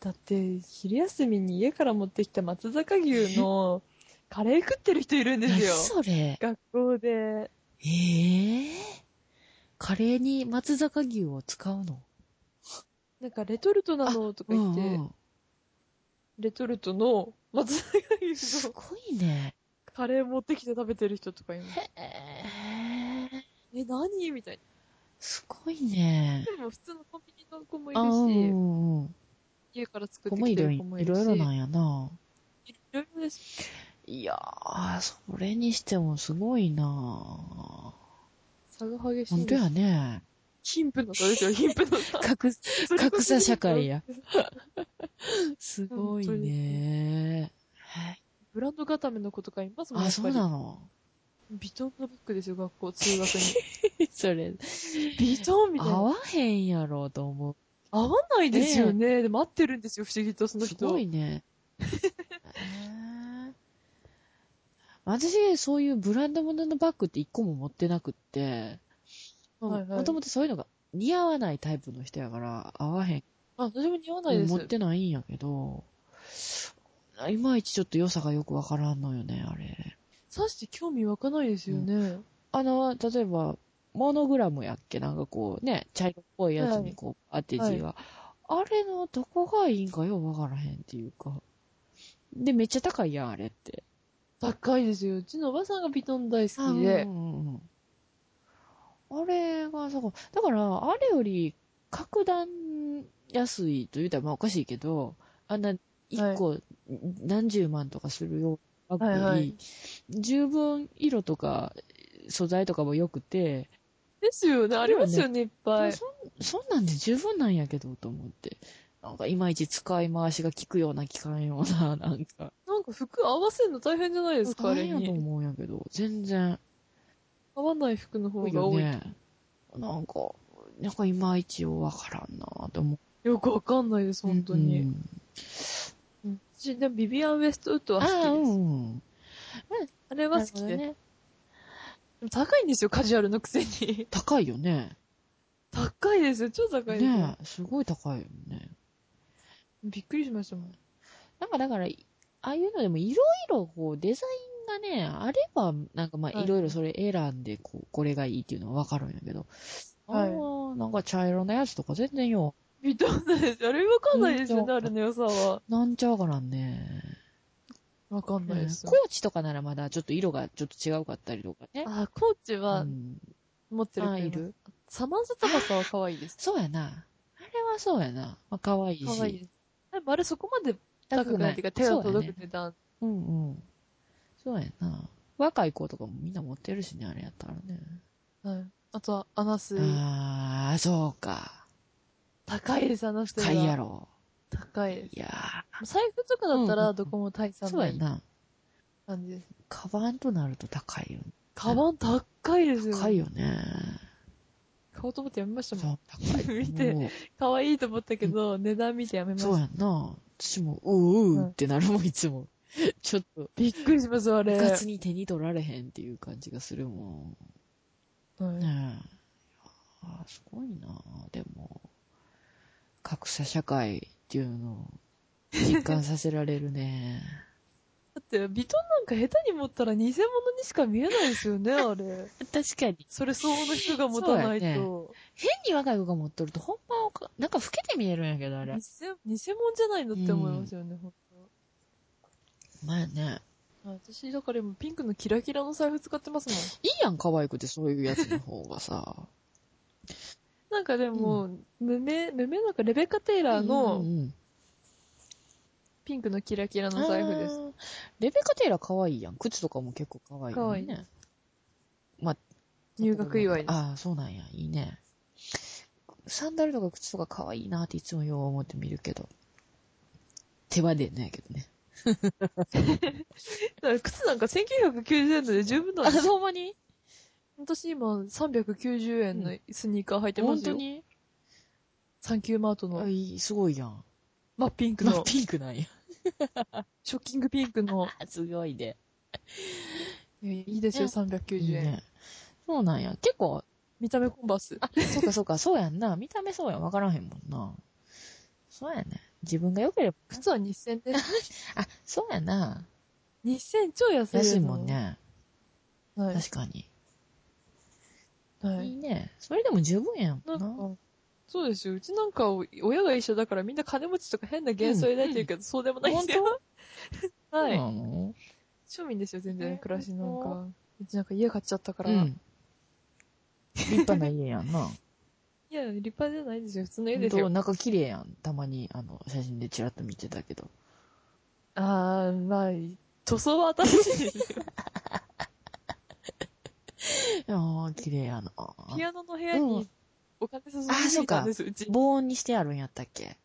B: だって、昼休みに家から持ってきた松坂牛の [laughs] カレー食ってる人いるん
A: ぁ。
B: ですよ。
A: それ。
B: 学校で。
A: えぇ、カレーに松坂牛を使うの
B: なんか、レトルトなのとか言って、
A: うんうん
B: レトルトの松坂牛
A: す
B: の
A: ごいね。
B: カレー持ってきて食べてる人とかいる。
A: へぇ
B: え、何みたい
A: すごいね。
B: な。でも普通のコンビニの子もい
A: あうんう
B: るし、
A: んうん。
B: 家から作って
A: 小麦
B: きて
A: 色
B: る
A: い
B: 子も
A: ろ
B: い
A: い
B: る
A: ろ
B: し。
A: なんやない
B: ろいろです。
A: いやー、それにしてもすごいな
B: 差が激しい
A: ほん
B: ん
A: と
B: です。
A: や
B: [laughs]
A: ね。
B: 貧富の差
A: [laughs]
B: ですよ、貧富の差。
A: 格格差社会
B: [laughs]
A: や。すごい
B: 本当
A: ね。
B: ブランド固めの子とかいますもん
A: あ、そう
B: やっ
A: な
B: ぱ
A: の
B: りビトンのバッグですよ、学校、通学に。
A: それ、
B: ビトンみたい
A: 合
B: な。
A: わへんやろと思
B: 合わないですよね。でも合ってるんですよ、不思議とその
A: う。す
B: 人。
A: ごいね。へー私、そういうブランド物のバッグって一個も持ってなくって、
B: はいはい
A: もともとそういうのが似合わないタイプの人やから、合わへん。
B: あ、私も似合わないです。
A: 持ってないんやけど、いまいちちょっと良さがよくわからんのよね、あれ。
B: さして興味湧かないですよね。
A: あの、例えば、モノグラムやっけなんかこうね、茶色っぽいやつにこう、当て字が、あれのどこがいいんかようわからへんっていうか。で、めっちゃ高いやん、あれって。
B: 高いですよ。うちのおばさんがビトン大好き
A: う
B: で。
A: んうんうんあれがさ、だから、あれより、格段安いと言ったらまあおかしいけど、あんな一個何十万とかするようなバッグより、
B: はいはい
A: 十分色とか素材とかも良くて、
B: ですよね。ありますよね、いっぱい。
A: そんそんなんで十分なんやけどと思って。なんかいまいち使い回しが効くような効かんような、 [laughs] なんか。
B: なんか服合わせるの大変じゃないですか、あ
A: 大
B: れ
A: 変やと
B: に。
A: 思うんやけど、全然。
B: 合わない服の方
A: 多い
B: が
A: よ
B: 多い。
A: ね。なんか、なんかいまいちようわからんなと思って。
B: よくわかんないです、本当に。
A: うん
B: うん私、でもビビアン・ウェストウッドは好きです。
A: あ
B: あ,、
A: あ、うん。
B: れは好きで。
A: なるほどね
B: でも高いんですよ、カジュアルのくせ [laughs] に。
A: 高いよね。
B: 高いですよ、超高いですよ。
A: ねえすごい高いよね。
B: びっくりしましたもん。
A: なんかだから、ああいうのでもいろいろこうデザインがね、あれば、なんかまあ
B: はい
A: いろいろそれ選んで、こう、これがいいっていうのはわかるんやけど、
B: はい
A: あーなんか茶色のやつとか全然よ、
B: ビトン大好き。あれわかんないですよ
A: 本当
B: ね、あれの良さは。
A: なんちゃうからんね。
B: わかん
A: コ
B: ないです。
A: ーチとかならまだちょっと色がちょっと違うかったりとかね。
B: あ、コーチは
A: うん
B: 持ってる子
A: あい
B: い
A: る
B: る。サマンサタバサは可愛いです。
A: そうやな。あれはそうやな。まあ、可愛いし。
B: 可愛いです。でもあれそこまで高くないっていうか手
A: そう
B: が
A: や
B: 届
A: ね
B: く値段。
A: うんうん。そうやな。若い子とかもみんな持ってるしね、あれやったらね。
B: はい。あとは、アナスイ。
A: ああ、そうか。
B: 高いです、アナスイは。
A: 高いやろ。
B: 高いです。
A: いや
B: 財布とかだ
A: う
B: った
A: んうんう
B: ら
A: ん
B: どこも
A: ー
B: 大差
A: そう
B: な
A: や
B: い
A: な。
B: 感じです。
A: カバンとなると高いよね。
B: カバン高いですよ。
A: 高いよね。
B: 買おうと思ってやめました
A: そう、
B: もん。
A: 高い。
B: 見て
A: もう
B: 可愛いと思ったけど、値段見てやめまし
A: そう
B: た。
A: やな。私も、うーうーってなるもん、いつも。 [laughs] ちょっと、
B: びっくりします、あ
A: 部
B: れ。
A: 活に手に取られへんっていう感じがするも
B: はい
A: ん。ねえ。あーすごいな。でも、格差社会っていうのを実感させられるね。
B: だって、ビトンなんか下手に持ったら偽物にしか見えないです
A: [laughs]
B: よね、あれ。
A: [laughs] 確かに。
B: それ相応の人が持たないと。
A: 変に若い子が持っとると、ほんまおか、なんか老けて見えるんやけど、あれ
B: 偽。偽物じゃないのって思いますよね、ほんと。
A: まあね。
B: 私、だから今ピンクのキラキラの財布使って
A: [laughs]
B: ますもん。
A: いいやん、可愛くて、そういうやつの方がさ。
B: なんかでも、無名、無名なんかレベッカ・テイラー
A: うん
B: の
A: うんうん
B: ピンクのキラキラの財布で
A: あ
B: す。
A: ーレベッカ・テイラー可愛いやん。靴とかも結構可愛いよね。
B: 可愛い
A: まあ、
B: 入学祝いです。
A: ああ、そうなんや。いいね。サンダルとか靴とか可愛いなっていつもよう思って見るけど。手は出んのやけどね。
B: だから靴なんか1990円で十分なん
A: あ、
B: ですよ。
A: ほんまに
B: 私今390円のスニーカー履いてま
A: 本
B: すよ。
A: 当に
B: サンキューマート
A: あ
B: の
A: いいすごいやん。
B: 真っピンク
A: まあ
B: の、
A: ピンクなんや。
B: ショッキングピンクの、
A: あすごいね。
B: いいですよ、
A: ね
B: 390円。
A: ねそうなんや。結構、
B: 見た目コンバース。
A: そうかそうか、そうやんな。見た目そうやん。わからへんもんな。そうやね。自分が良ければ。
B: 靴は2000で、
A: あ、そうやな。
B: 2000超安いやつ
A: 安いもん。ね。
B: はい。
A: 確かに。
B: はいい。
A: いね。それでも十分やん
B: なんか
A: な。、
B: そうですよ。うちなんか、親が一緒だからみんな金持ちとか変な幻想抱いてるけど、そうでもないんですよ。 [laughs]
A: そ
B: は。
A: うないの
B: 庶民ですよ、全
A: え
B: 然。暮らしなん
A: ほ
B: か。うちなんか家買っちゃったか
A: う
B: ら。
A: ん。立派な家やんな。
B: いや、立派じゃ [laughs] ないですよ。普通の家
A: ほん
B: です
A: と
B: よ。
A: 中綺麗やん。たまに、あの、写真でチラッと見てたけど。
B: あー、まあ、塗装は新しいです
A: [laughs]
B: よ。
A: ああ、綺麗やな。
B: ピアノの部屋にお金注
A: あ
B: ぎす
A: そう
B: ぎ
A: か
B: たんです、うち。
A: 防音にしてあるんやったっけ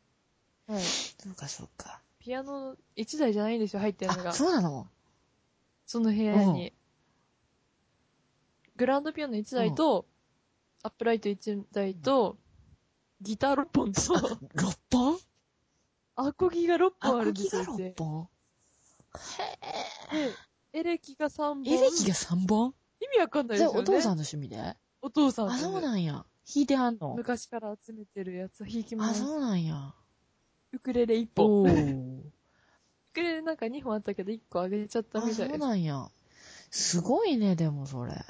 B: はい。
A: そうか、そうか。
B: ピアノ1台じゃないんですよ、入ってるの
A: あ、
B: が。
A: そうなの
B: その部屋に。グランドピアノ1台と、アップライト1台と、ギター6
A: [laughs]
B: 本と、
A: ?6 本
B: アコギが6本あるんですよ、
A: アコ
B: う
A: ギが
B: ち。で
A: 6、本
B: エレキが3本。
A: エレキが3本
B: 意味わかんない
A: じ
B: で
A: ゃ
B: す
A: あ、
B: よね。
A: お父さんの趣味で
B: お父さん。
A: あ、そうなんや。弾いてはんの
B: 昔から集めてるやつ、弾き
A: あ、
B: ます。
A: そうなんや。
B: ウクレレ1本。
A: お
B: ウ
A: ー。
B: クレレなんか2本あったけど1個あげちゃった
A: あ、
B: みた
A: そ
B: いうです。
A: なんや。すごいね、でもそれ。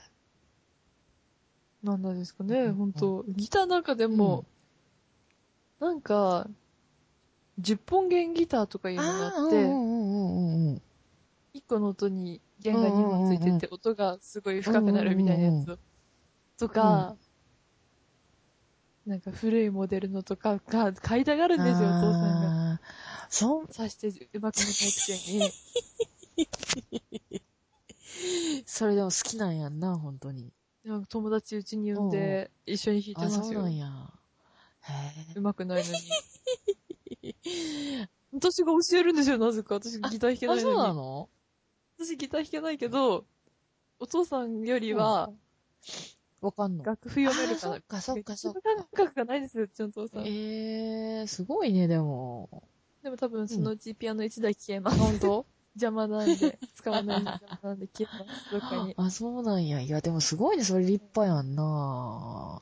B: なんなんですか
A: う
B: ね、
A: ん
B: ほんと。ギターなんかでも、なんか、10本弦ギターとかいう
A: う
B: の
A: ん、
B: が
A: ああ
B: あ
A: ー、う
B: っ
A: んう
B: て、
A: んうんうんうん。
B: 1個の音に弦が2本つい
A: うんうん
B: て
A: うん
B: て、音がすごい深くなるみたいなやつをとか、なんか古いモデルのとかが買いたがるんですよ、お父さんが。
A: が。そう、
B: さしてうまくもないくせに。
A: それでも好きなんやんな、本当に。
B: なんか友達うちに呼んで、一緒に弾いて
A: あ、
B: ま
A: そう
B: すよ
A: な。んや。へえ。
B: うまくないのに。私が教えるんですよ、なぜか。私ギター弾けな
A: あ、
B: い
A: そう
B: の
A: な
B: に。
A: の
B: 私ギター弾けないけど、お父さんよりは、
A: わかんの。
B: 楽譜読めるか
A: あそ
B: ら
A: っ。か、そっか、そっか。
B: 感覚がないですよ、うちのお父さん。
A: えー、すごいね、でも。
B: でも多分そのうちピアノ1台消えます。
A: 本当
B: [laughs] 邪魔なんで、使
A: [laughs]
B: わない邪魔なんで消えます、どっかに。
A: あ、そうなんや。いや、でもすごいね、それ立派やんな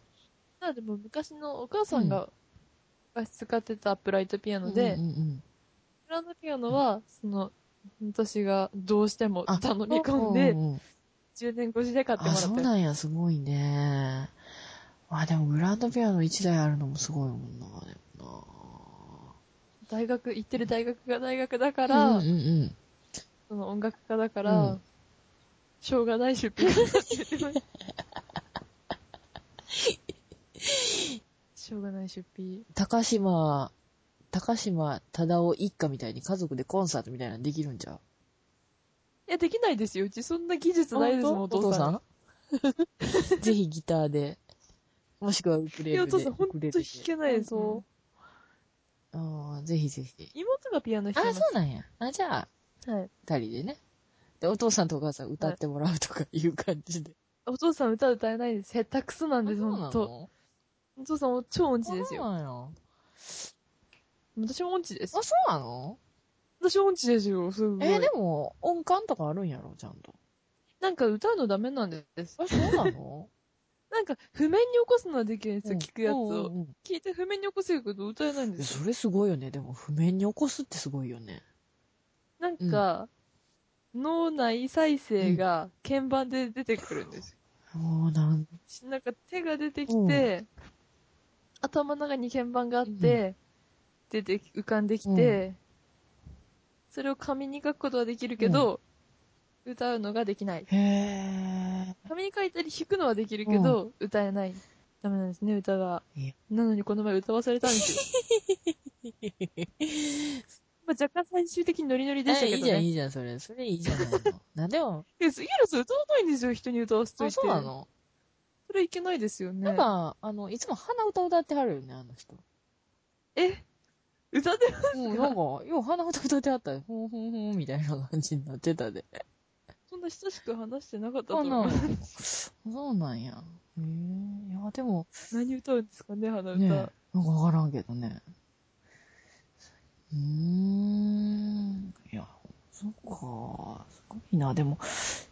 B: ただでも昔のお母さんが、昔使ってたアップライトピアノで、
A: うんうんうん
B: グランドピアノは、その、私がどうしても
A: あ
B: 頼み込ん
A: う
B: で、
A: んうん
B: 10年越しで買っても
A: あ、
B: らった
A: そう
B: やつ
A: なんや、すごいね。あ、でもグランドピアノ1台あるのもすごいもんな、でも
B: 大学、行ってる大学が大学だか
A: な
B: ら、
A: うんうんうん。
B: その音楽家だから、
A: うん
B: しょうがない出費がかけて
A: [laughs]
B: ますしょうがない出費。
A: 高島、高島忠夫一家みたいに家族でコンサートみたいなのできるんじゃう
B: いや、できないですよ。うちそんな技術ないですもん、お父さん。
A: お父さんぜひギターで。もしくはウクレレで。
B: いや、お父さん、ほんと
A: ウクレ
B: 弾
A: レで
B: けないですもん
A: 本。あーぜひぜひ。
B: 妹がピアノ
A: あ
B: 弾きま
A: ー、
B: す。
A: そうなんや。あ、じゃあ、
B: はい。
A: 二人でね。で、お父さんとお母さん歌ってもらうとかいう感じで。
B: お父さん歌歌えないです。下手くそなん
A: あ
B: です、
A: そう
B: ほ
A: なん
B: と。
A: の
B: お父さん、超音痴です
A: そう
B: よ。
A: なんや
B: 私も音痴です
A: あ、。そうなの
B: 私音痴ですよ、すごい。
A: えーでも、音感とかあるんやろ、ちゃんと。
B: なんか歌うのダメなんです。
A: あ、そうなの
B: なんか、譜面に起こすのはできるんです
A: [laughs] う
B: よ、
A: ん
B: 聞くやつ
A: うん
B: を。
A: うんうん
B: 聞いて譜面に起こせるけど歌えない
A: い
B: んで
A: や
B: すよ。
A: それすごいよね。でも、譜面に起こすってすごいよね。
B: なんか、脳内再生が鍵盤で出てくるんです
A: もう、なん、
B: よ。なんか手が出てき
A: う
B: て、頭の中に鍵盤があって、出てき、浮かんできて、それを紙に書くことはできるけど、歌うのができない。
A: へえ。
B: 紙に書いたり弾くのはできるけど、歌えない。ダメなんですね、歌が
A: いや。
B: なのにこの前歌わされたんですよ。
A: [laughs]
B: まあ、若干最終的にノリノリでした
A: え
B: け
A: いい
B: ど
A: じゃん、
B: ね。
A: いいじゃん、それ。
B: [laughs]
A: それいいじゃないの。なんでも、
B: いや、杉浦さん歌わないんですよ、人に歌わせと
A: あ、
B: いて。
A: そうなの
B: それいけないですよね。
A: なんか、あの、いつも鼻歌歌ってはるよね、あの
B: [laughs]
A: 人。
B: え歌ってます
A: うん、なんか、よう鼻歌歌ってはったよ。ふんふんふんみたいな感じになってたで。
B: そんな親しく話してなかったと
A: あ
B: 思
A: な
B: う。
A: そうなんや。えー、いや、でも、
B: 何歌うんですかね、鼻歌。
A: ねえ、なんかわからんけどね。うーん、いや、そっか、すごいな。でも、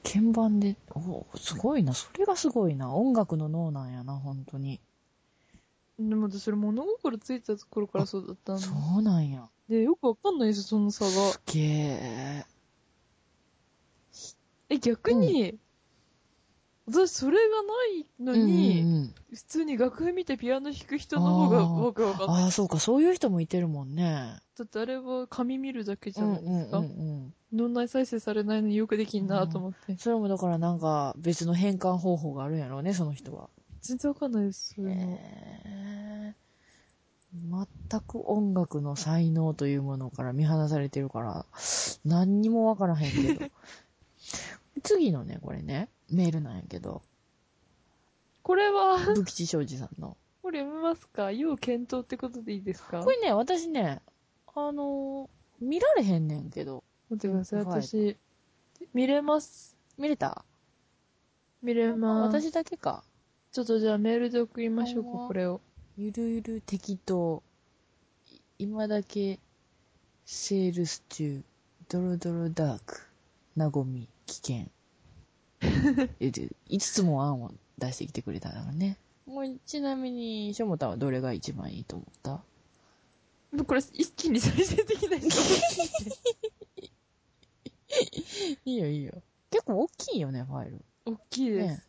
A: 鍵盤で、おすごいな。それがすごいな。音楽の脳なんやな、本当に。
B: でも私それ物心ついた頃からそうだったんで
A: そうなんや。
B: で、よくわかんないですその差が。
A: すげえ。
B: え、逆に、私それがないのに、
A: うんうんうん
B: 普通に楽譜見てピアノ弾く人の方が
A: あー
B: わけわかんない。
A: ああ、そうか、そういう人もいてるもんね。
B: だってあれは紙見るだけじ
A: う
B: ゃ
A: ん
B: な
A: う
B: い
A: ん
B: です
A: う
B: か。
A: んうん。
B: 脳内再生されないのによくできんなと思って。
A: それもだからなんか別の変換方法があるんやろうね、その人は。
B: 全然わかんないです、そういうの。
A: えー全く音楽の才能というものから見放されてるから、何にもわからへんけど。
B: [laughs]
A: 次のね、これね、メールなんやけど、
B: これは、
A: ブ吉昌司さんの。
B: これ読みますか要検討ってことでいいですか
A: これね、私ね、あのー見られへんねんけど、
B: 待ってください、
A: はい
B: 私。見れます。
A: 見れた
B: 見れます。
A: 私だけか。
B: ちょっとじゃあメールで送りましょうか
A: ほん、ま
B: これを。
A: ゆるゆる適当。い今だけ、セールス中。ドロドロダーク。なごみ、危険。 [laughs] えで5つも案を出してきてくれたからね。もうちなみに、しょもたんはどれが一番いいと思った
B: これ一気に再生できないと思って
A: いいよいいよ。結構大きいよね、ファイル。
B: [laughs] 大きいです。
A: ね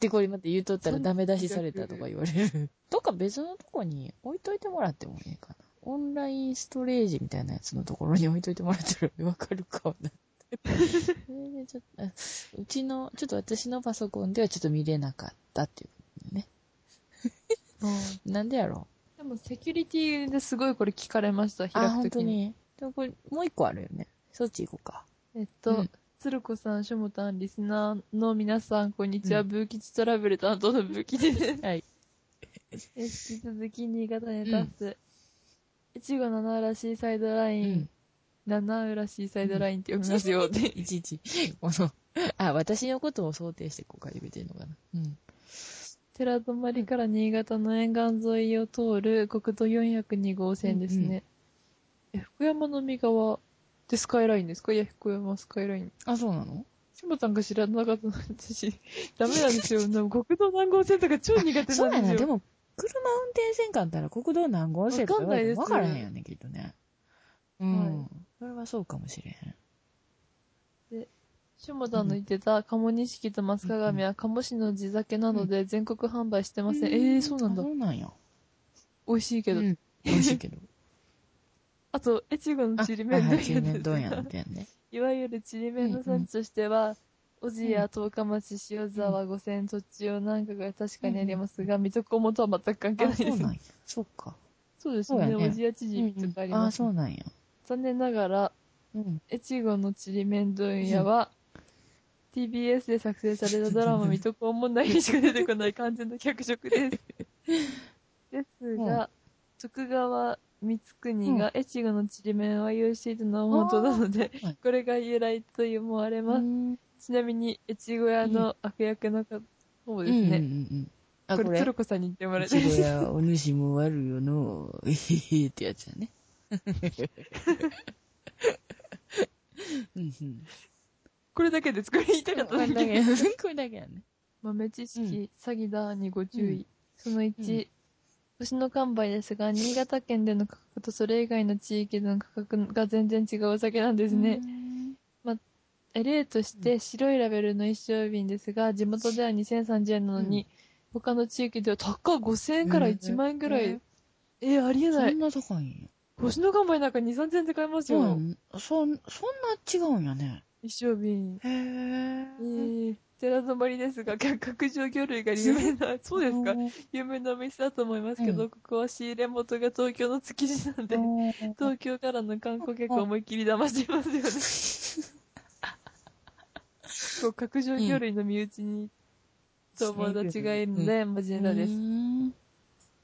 A: で、これ待って言うとったらダメ出しされたとか言われる。どっか別のとこに置いといてもらってもいいかな。オンラインストレージみたいなやつのところに置いといてもらってるわかるかな。 [laughs] それでちょっと、あうちの、ちょっと私のパソコンではちょっと見れなかったっていうね。
B: うん
A: なんでやろ
B: でもセキュリティですごいこれ聞かれました、
A: うあ、
B: 開く
A: 本
B: と
A: 当
B: きに。
A: に。でもこれ、もう一個あるよね。そっち行こうか。
B: えっと、
A: うん
B: 鶴子さん、しょもたん、リスナーの皆さん、こんにちは。
A: う
B: ブーキチトラベル担当のブーキです。
A: はい。
B: え引き続き、新潟ネタス。越後七浦シーサイドラ
A: う
B: イン
A: ん、。
B: 七浦シーサイドラインって読みますよ。で
A: [laughs] いちいち、この、あ、私のことを想定してこう書いてくれてるのかな。うん。
B: 寺泊から新潟の沿岸沿いを通る国道402号線ですね。え福山の三河ってスカイラインですかいや、福山スカイライン。
A: あ、そうなの
B: しもたんが知らなかったの私、ダメなんで
A: [laughs]
B: すよ。でも国道何号線とか超苦手なんです
A: そ
B: よ。
A: うやな、でも、車運転せんかったら国道何号線とか言われても
B: わ
A: 分
B: か
A: か
B: んな
A: ら
B: い
A: へん
B: です
A: よね、きっとね。うん。
B: は
A: それはそうかもしれへん。
B: しもたんの言ってた、鴨錦と松鏡は鴨市の地酒なので全国販売してません。ええー、そうなんだ
A: あそ。うなんや。
B: 美味しいけど。
A: うん美味しい
B: [laughs]
A: けど。
B: あと、越後の
A: あ、
B: ちりめん
A: はいは
B: だ
A: い
B: け
A: ち
B: で
A: り
B: す
A: めんどんやの店ね。
B: いわゆるちりめんの産地としては、小千谷、十日町、塩沢、五泉、栃尾なんかが確かにありますが、水戸黄門とは全く関係な
A: あ、
B: い
A: そう
B: です。
A: なんや。そうか。
B: そうです
A: そう
B: ね。
A: やね
B: 小千谷知事とかあり
A: あ、
B: ます、
A: そうなんや。
B: 残念ながら、
A: うん。
B: 越後のちりめん問屋は、TBS で作成されたドラマ、水戸黄門内にしか出てこない完全な脚色です。
A: [laughs]
B: ですが、徳川光圀が越後のちりめんを愛用していたのは本当なので
A: あーはい、
B: これが由来と思われます。ちなみに、越後屋の悪役の方もです
A: うんうんう
B: ね、
A: ん。あ、
B: こ
A: こ
B: れ、
A: れ
B: 鶴。子さんに言ってもら
A: う
B: いたい
A: ち
B: で
A: ご
B: す。
A: やお主も悪よの、えへへってやつやね。
B: [laughs]
A: うんうん。
B: [laughs] これだけで作り言いたかった
A: こ
B: だ
A: れだ
B: け。
A: け、これだけやね。
B: 豆知識、
A: う
B: 詐欺だにご注意。
A: うん
B: その1、
A: うん
B: 星の完売ですが、新潟県での価格とそれ以外の地域での価格が全然違うお酒なんですね。え例として、白いラベルの一升瓶ですが、地元では2030円なのに、他の地域では高っ5000円から1万円ぐらい。えーありえ
A: そ
B: ない
A: ん。な高いんや。
B: 星の完売なんか2、3000円で買えますよ。
A: うん、そん、そんな違うんやね。
B: 一升瓶。
A: へえ。
B: ええ寺泊まりですが、角上魚類が有名な、 [laughs] そうですか、有名なお店だと思いますけど、
A: う
B: ここは仕入れ元が東京の築地なんで、東京からの観光客を思いっきり騙してますよね。 [laughs] こう角上魚類の身内に、友達がいるので、マジネタです
A: う。ーん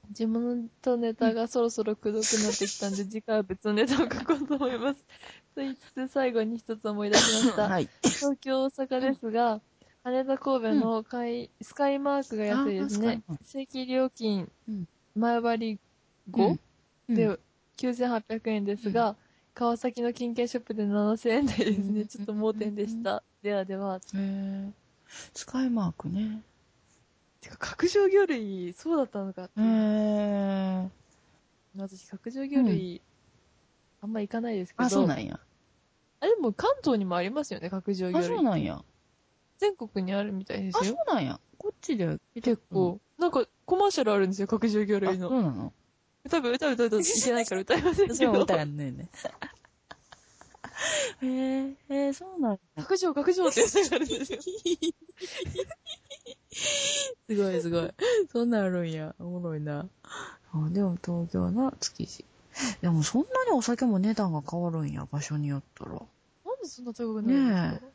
B: 自分とネタがそろそろくどくなってきたんで、次回は別のネタを書こうと思い [laughs] ます。と言いつつ、最後に一つ思い出しました。
A: はい。
B: 東京、大阪ですが、羽田、神戸の海、スカイマークが安いですね
A: あー。
B: 正規料金
A: うん、
B: 前割り 5?、
A: うん
B: で、9800円ですが、川崎の金券ショップで7000円台です
A: う
B: ね。
A: ん
B: ちょっと盲点でした。ではでは、
A: へースカイマークね。
B: てか、角上魚類、そうだったのかって
A: へ
B: いう
A: ー
B: 私、角上魚類、あんま行かないですけど、
A: あ、そうなんや。
B: あ、でも関東にもありますよね、角上魚
A: あ、そう
B: 類。
A: なんや。
B: 全国にあるみたいで
A: あ、
B: す
A: そう
B: よ。
A: なんや。こっちで
B: 結構、なんかコマーシャルあるんですよ、角上魚
A: うんあ、
B: 類
A: そ
B: の。
A: うな
B: [laughs]
A: の
B: 歌部、歌部、歌部、歌部、いけないから歌いませんけ
A: 私も
B: ど
A: 歌。やんねえ [laughs] ね。へーへーそうなんや。
B: 角上、角上って歌があるんですよ。
A: すごいすごい。そんなんあるんや。おもろいな。あでも東京の築地。でもそんなにお酒も値段が変わるんや、場所によったら。
B: なんでそんな高くなるんですか、
A: ね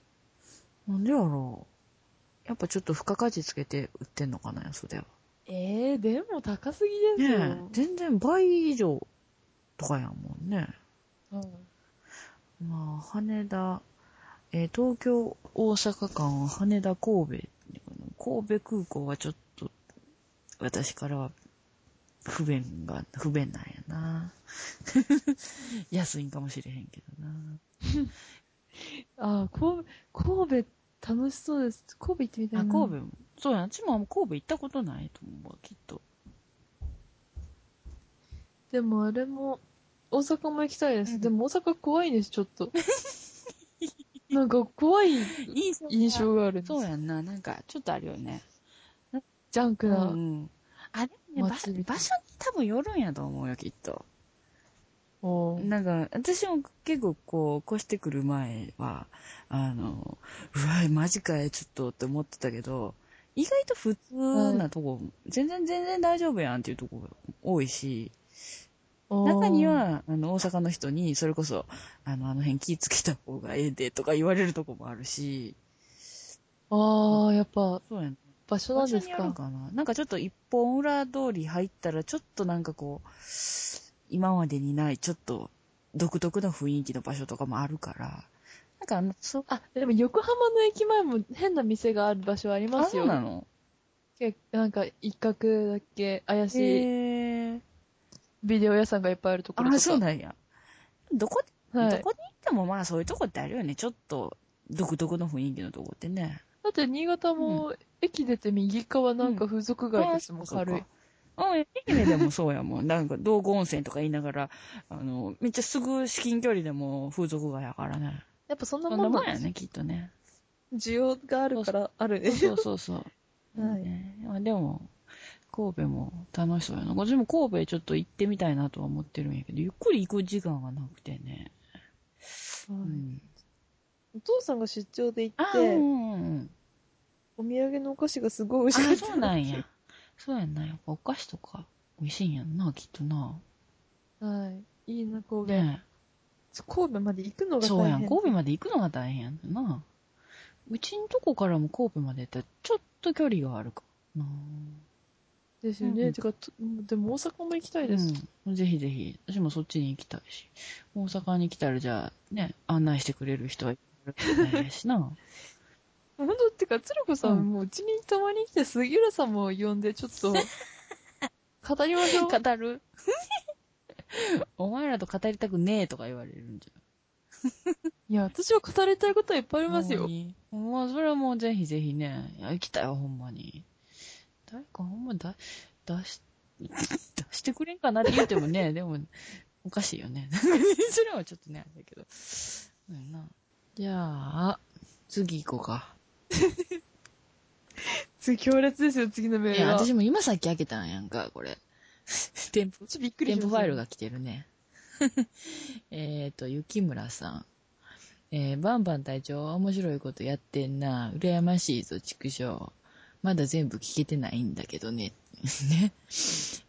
A: なんでやろう。やっぱちょっと付加価値つけて売ってんのかな、それは。
B: ええー、でも高すぎで
A: ね
B: すよ。
A: え、全然倍以上とかやもんね。
B: うん
A: まあ、羽田、えー東京、大阪間は羽田、神戸。神戸空港はちょっと、私からは、不便が、不便なんやな。 [laughs] 安いんかもしれへんけどな。
B: あー、神戸、神戸楽しそうです。神戸行ってみたい
A: あ、
B: な。
A: 神戸も、そうや、うちもあんま神戸行ったことないと思うわ、きっと。
B: でもあれも、大阪も行きたいです。
A: うん
B: でも大阪怖いです、ちょっと。なんか怖い印象があるんです。
A: そうやんな、なんか、ちょっとあるよね。
B: ジャンク
A: う
B: な。
A: ん。あれね、場場所
B: 祭り
A: に多分よるんやと思うよ、きっと。
B: おー
A: なんか、私も結構こう、越してくる前は、あの、うわ、マジかい、ちょっとって思ってたけど、意外と普通なとこ、全然全然大丈夫やんっていうとこが多いし、
B: おー
A: 中に、は、あの、大阪の人に、それこそ、あの、あの辺気ぃつけた方がええでとか言われるとこもあるし、
B: ああ、やっぱ
A: そうやん。
B: 場所な
A: 場
B: ん
A: 所
B: です
A: による
B: か。
A: かな。なんかちょっと一本裏通り入ったら、ちょっとなんかこう、今までにない、ちょっと独特な雰囲気の場所とかもあるから、なんかあの、そ、
B: あ、でも横浜の駅前も変な店がある場所ありま
A: あ、
B: す
A: そ
B: よ。
A: うなの
B: けなんか一角だけ怪
A: へ
B: しい
A: ー
B: ビデオ屋さんがいっぱいあるところとか。
A: あ、そうなんや。どこ、
B: はい。
A: どこに行ってもまあそういうとこってあるよね。ちょっと独特の雰囲気のとこってね。
B: だって新潟も駅出て右側なんか風俗街ですもん、
A: あそうか
B: 軽い。
A: うん、愛媛でもそうやもん。なんか道後温泉とか言いながら、あの、めっちゃすぐ至近距離でも風俗街やからね。
B: やっぱそんな
A: そんな
B: もん
A: も
B: なん
A: ん
B: で
A: や
B: す
A: ね、きっとね。
B: 需要があるからあるね。
A: そうそうそう [laughs] そう。
B: はい
A: ねまあでも、神戸も楽しそうやな。私も神戸ちょっと行ってみたいなとは思ってるんやけど、ゆっくり行く時間がなくてね。う
B: はい
A: ん。
B: お父さんが出張で行
A: あ
B: っ
A: ー、う
B: て、
A: んうんうん。
B: お土産のお菓子がすごい美味しか
A: あ、
B: った。
A: そうなんや。そうやんな。やっぱお菓子とか美味しいんやんな、きっとな。
B: はい。いいな、神戸。
A: ね
B: 神戸まで行くのが
A: そう
B: 大
A: やん。
B: 変。
A: 神戸まで行くのが大変やんな。うちんとこからも神戸までやったらちょっと距離があるかな。
B: ですよね。
A: うん
B: てか、とでも大阪も行きたいです。
A: うん。ぜひぜひ。私もそっちに行きたいし。大阪に来たら、じゃあ、ね、案内してくれる人はいるみたいやしな。
B: 本当ってか、つるこさん、
A: うん
B: もううちにたまに来て、杉浦さんも呼んで、ちょっ
A: [laughs]
B: と、 [laughs] 語りましょう。
A: 語る [laughs] お前らと語りたくねえとか言われるんじ
B: いや、私は語りたいことはいっぱいあ
A: ゃん。
B: りますよ。
A: ほんまに。まあ、それはもうぜひぜひね。いや行きたいわ、ほんまに。誰かほんまだ、出し、 [laughs] 出してくれんかなって言うてもね、でも、おかしいよね。 [laughs] それはちょっとね、あれだけど。そうやな。じゃあ、次行こうか。
B: 次、強烈ですよ、次のメー
A: い
B: ル
A: や、
B: は。
A: 私も今さっき開けたんやんか、これ。添付、
B: ちょっとびっくり
A: 添
B: し
A: 付
B: まし
A: フ
B: た
A: ァイルが来てるね。 [laughs] えっと、雪村さん。えーバンバン隊長、面白いことやってんな。羨ましいぞ、畜生。まだ全部聞けてないんだけどね。 [laughs] ね。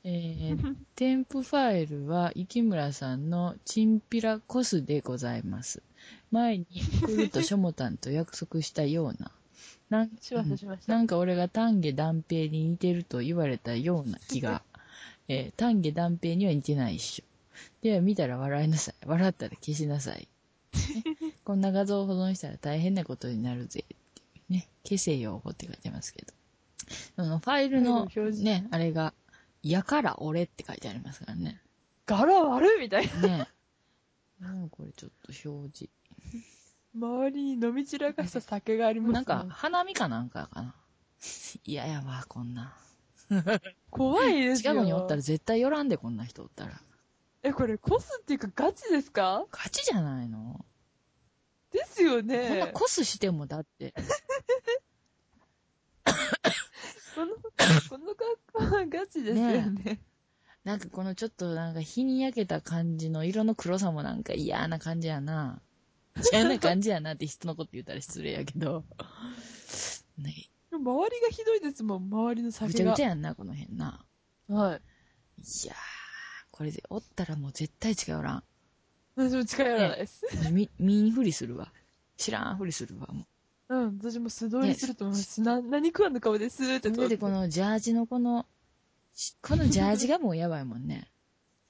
A: え
B: [laughs]
A: ー、添付ファイルは、雪村さんのチンピラ
B: [laughs]
A: コスでございます。前に、来るとしょもたんと約束したような。なん
B: シュワシュワしました。
A: なんか俺が丹下断平に似てると言われたような気が。 [laughs] えー丹下断平には似てないっしょ。では見たら笑いなさい。 [laughs] 笑ったら消しなさい。
B: [laughs]
A: ねこんな画像を保存したら大変なことになるぜ。っていうね。消せよ、って書いてますけど。あのファイルの
B: ファイルの表示
A: ね、あれが、やから俺って書いてありますからね。
B: 柄悪いみたいな。
A: ね。 [laughs] なんかこれちょっと表示。
B: 周りに飲み散らかした酒があります、ね。
A: なんか、花見かなんかかな。 [laughs] いややわ、こんな。
B: 怖いです
A: 近
B: よ。
A: くにおったら絶対寄らんで、こんな人おったら。
B: え、これ、コスっていうかガチですか
A: 勝ちじゃないの、
B: ですよ
A: こんな
B: ね。
A: コスしてもだって。
B: この、この格好はガチですよね。
A: なんかこのちょっとなんか日に焼けた感じの色の黒さもなんか嫌な感じや
B: [laughs]
A: な。嫌な感じやなって人のこと言ったら失礼やけど。なんか
B: 周りがひどいですもん、周りの
A: ぐ
B: 酒
A: ちゃ
B: が。
A: ぐちゃやんな、この辺な。
B: はい。
A: いやー、これでおったらもう絶対近寄らん。
B: 私も近寄らないです。 [laughs]
A: み、見んふりするわ。知らんふりするわ、も
B: うん、私も素通りすると思います。な、何食わぬ顔ですーって
A: う。
B: 通
A: それ
B: っ
A: で
B: て。
A: このジャージのこの、このジャージがもうやばいもんね。